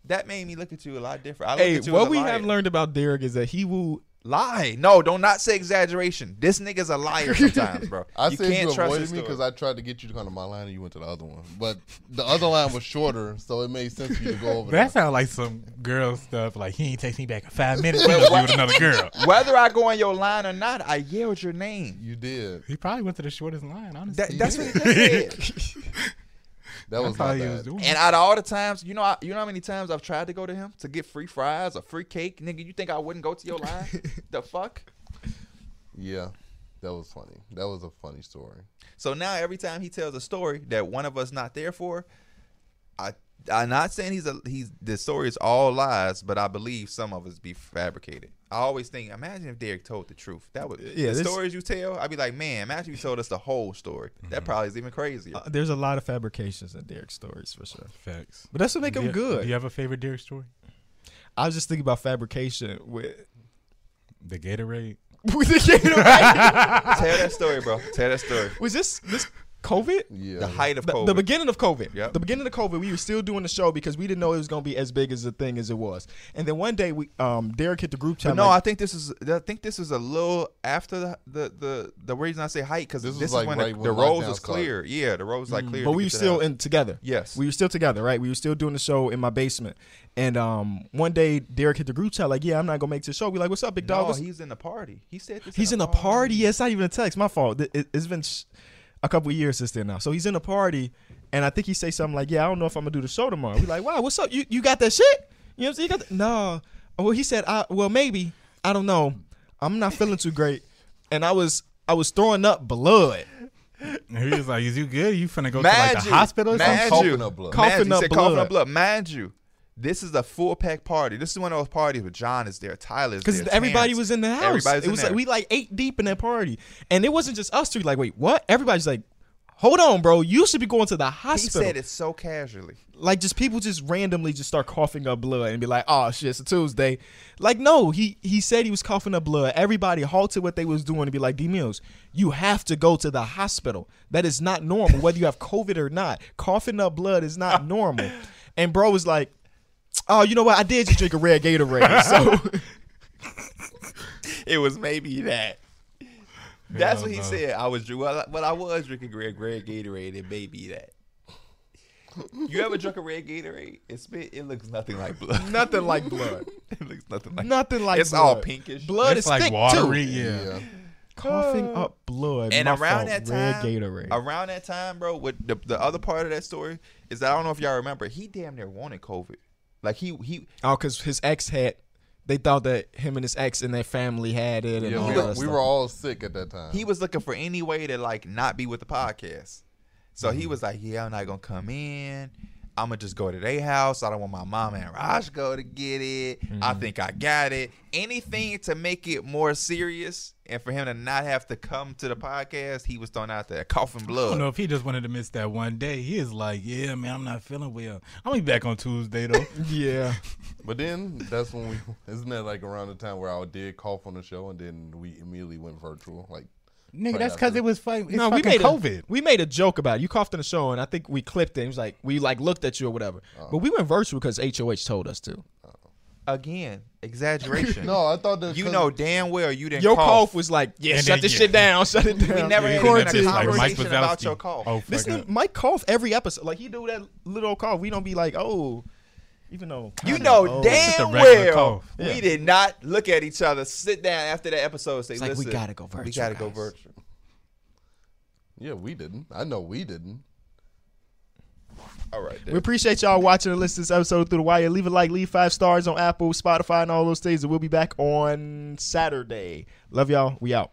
S2: that made me look at you a lot different. I look
S1: hey,
S2: at you as
S1: what
S2: a
S1: we
S2: liar.
S1: have learned about Derek is that he will.
S2: Lie. No, don't not say exaggeration. This nigga's a liar sometimes, bro.
S3: [LAUGHS] I
S2: you
S3: said
S2: can't
S3: you
S2: trust
S3: avoided
S2: his
S3: me
S2: story.
S3: because I tried to get you to come to my line and you went to the other one. But the other line was shorter, so it made sense for you to go over
S4: That
S3: there.
S4: sound like some girl stuff. Like he ain't text me back in five minutes. He must be with another girl.
S2: Whether I go on your line or not, I yelled your name.
S3: You did.
S4: He probably went to the shortest line. Honestly,
S2: That, that's what he just
S3: [LAUGHS]
S2: said.
S3: That was
S4: that's
S3: my
S4: all he was
S3: bad.
S4: doing.
S2: And out of all the times, you know, I, you know how many times I've tried to go to him to get free fries or free cake, nigga. You think I wouldn't go to your
S3: [LAUGHS]
S2: line? the fuck.
S3: Yeah, that was funny. That was a funny story.
S2: So now every time he tells a story that one of us not there for, I I'm not saying he's a he's the story is all lies, but I believe some of it's be fabricated. I always think, imagine if Derek told the truth. That would
S1: Yeah,
S2: the
S1: this-
S2: stories you tell. I'd be like, man, imagine you told us the whole story. That probably is even crazier.
S1: Uh, there's a lot of fabrications in Derek's stories for sure.
S4: Facts.
S1: But that's what make him good.
S4: Do you have a favorite Derek story?
S1: I was just thinking about fabrication with
S4: The Gatorade.
S1: [LAUGHS] with the [LAUGHS] Gatorade.
S2: [LAUGHS] tell that story, bro. Tell
S1: [LAUGHS]
S2: that story.
S1: Was this this COVID?
S3: Yeah.
S2: The height of
S1: The-
S2: COVID.
S1: The beginning of COVID.
S2: Yep.
S1: The beginning of COVID, we were still doing the show because we didn't know it was gonna be as big as a thing as it was. And then one day we um Derek hit the group chat.
S2: But no,
S1: like,
S2: I think this is I think this is a little after the the the, the reason I say height because
S3: This
S2: this,
S3: was
S2: is
S3: like
S2: when
S3: right
S2: the,
S3: when
S2: the roads
S3: lockdown
S2: was clear. Yeah, the roads like clear.
S1: Mm-hmm. But
S2: to
S1: we
S2: get
S1: were
S2: to the
S1: still
S2: house.
S1: in together.
S2: Yes.
S1: We were still together, right? We were still doing the show in my basement. And um one day Derek hit the group chat, like, yeah, I'm not gonna make the show. We like, what's up, big dog?
S2: No,
S1: What's-
S2: he's in the party. He said "Oh, this.
S1: he's in a party. Yeah, It's not even a text. My fault. It- it- It's been sh- a couple of years since then now. So he's in a party, and I think he say something like, "Yeah, I don't know if I'm gonna do the show tomorrow." We like, "Wow, what's up? You you got that shit? You know what I'm saying? You got the- no." Well, he said, "I well maybe I don't know. I'm not feeling too great," and I was I was throwing up blood.
S4: And [LAUGHS] he was like, "Is you good? You finna go
S2: Mad
S4: to like
S2: you.
S4: the hospital?" Or
S2: Mad
S4: something?
S2: you.
S3: coughing up blood.
S2: Mad you.
S1: Coughing
S2: He
S1: up
S2: said coughing
S1: blood.
S2: up blood. Mind you, this is a full pack party. This is one of those parties where John is there, Tyler's
S1: Because
S2: there,
S1: everybody
S2: Terrence.
S1: was in the house.
S2: Everybody's
S1: it
S2: in
S1: was
S2: there.
S1: like we like eight deep in that party, and it wasn't just us three. Like, wait, what? Everybody's like, hold on, bro. You should be going to the
S2: he
S1: hospital.
S2: said it so casually.
S1: Like, just people just randomly just start coughing up blood and be like, oh shit, it's a Tuesday. Like, no, he he said he was coughing up blood. Everybody halted what they was doing and be like, D Mills, you have to go to the hospital. That is not normal, whether you have COVID or not. Coughing up blood is
S2: [LAUGHS]
S1: not normal. and bro was like, oh, you know what? I did just drink a red Gatorade,
S2: [LAUGHS]
S1: so.
S2: It was maybe that. That's
S4: Hell
S2: what he
S4: no.
S2: said. I was drinking. Well, I- well, I was drinking red, red Gatorade. It may be that. You ever drunk a red Gatorade? It spit. It looks nothing like blood.
S1: Nothing
S2: [LAUGHS]
S1: like blood.
S2: it looks nothing like.
S1: Nothing like
S2: It's all
S1: blood.
S2: pinkish.
S1: Blood
S4: It's
S1: is
S4: like
S1: thick
S4: watery.
S1: too.
S4: Yeah.
S3: Yeah.
S1: Coughing up blood.
S2: and
S1: my
S2: around
S1: fault.
S2: that
S1: red
S2: time,
S1: Gatorade.
S2: around that time, bro, with the, the other part of that story is that I don't know if y'all remember, he damn near wanted COVID. Like he he
S1: Oh, because his ex had. They thought that him and his ex and their family had it, and
S3: Yeah,
S1: all
S3: we,
S1: that
S3: were, we
S1: stuff.
S3: were all sick at that time.
S2: he was looking for any way to like not be with the podcast. So
S1: Mm-hmm.
S2: he was like, "Yeah, I'm not gonna come in. I'm gonna just go to their house. I don't want my mom and Roscoe to get it.
S1: Mm-hmm.
S2: I think I got it. Anything to make it more serious, and for him to not have to come to the podcast, he was thrown out
S1: [LAUGHS]
S2: there coughing
S4: I don't know
S2: blood.
S4: if he just wanted to miss that one day. He is like, yeah, man, I'm not feeling well. I'll be back on Tuesday
S1: [LAUGHS]
S4: though.
S1: yeah,
S3: But then that's when we [LAUGHS] isn't that like around the time where I did cough on the show and then we immediately went virtual. Like
S4: Nigga,
S3: Right
S4: that's
S3: after
S4: because
S3: the-
S4: it was fight. It's
S1: no, we
S4: fucking
S1: made
S4: COVID.
S1: A, we made a joke about it. You coughed in the show, and I think we clipped it. It was like we like looked at you or whatever. But we went virtual because HOH told us to.
S2: Again,
S1: [LAUGHS]
S2: exaggeration.
S3: no, I thought that
S2: you
S3: 'cause
S2: know damn well you didn't.
S1: Your
S2: cough.
S1: cough was like, yeah,
S4: And
S1: shut
S4: then-
S1: this
S4: yeah.
S1: shit down, [LAUGHS] shut it down.
S2: We never had
S4: Yeah,
S2: even a
S4: it's like Mike
S2: conversation about
S4: Wazowski.
S2: your cough.
S4: Oh,
S1: This
S4: fuck
S1: nigga Mike cough every episode. Like he do that little cough. We don't be like, oh, even though
S2: You
S1: kinda oh,
S2: know
S1: old.
S4: Just a
S2: damn
S4: regular
S2: well
S4: cough.
S1: Yeah.
S2: we did not look at each other. Sit down after that episode. and Say,
S1: It's like, we
S2: listen,
S1: gotta go virtual,
S2: We gotta go
S1: guys."
S2: virtual.
S3: Yeah, we didn't. I know we didn't.
S2: All right.
S1: We appreciate y'all watching and listening to this episode of through the wire. Leave a like, leave five stars on Apple, Spotify, and all those things. And we'll be back on Saturday. Love y'all. We out.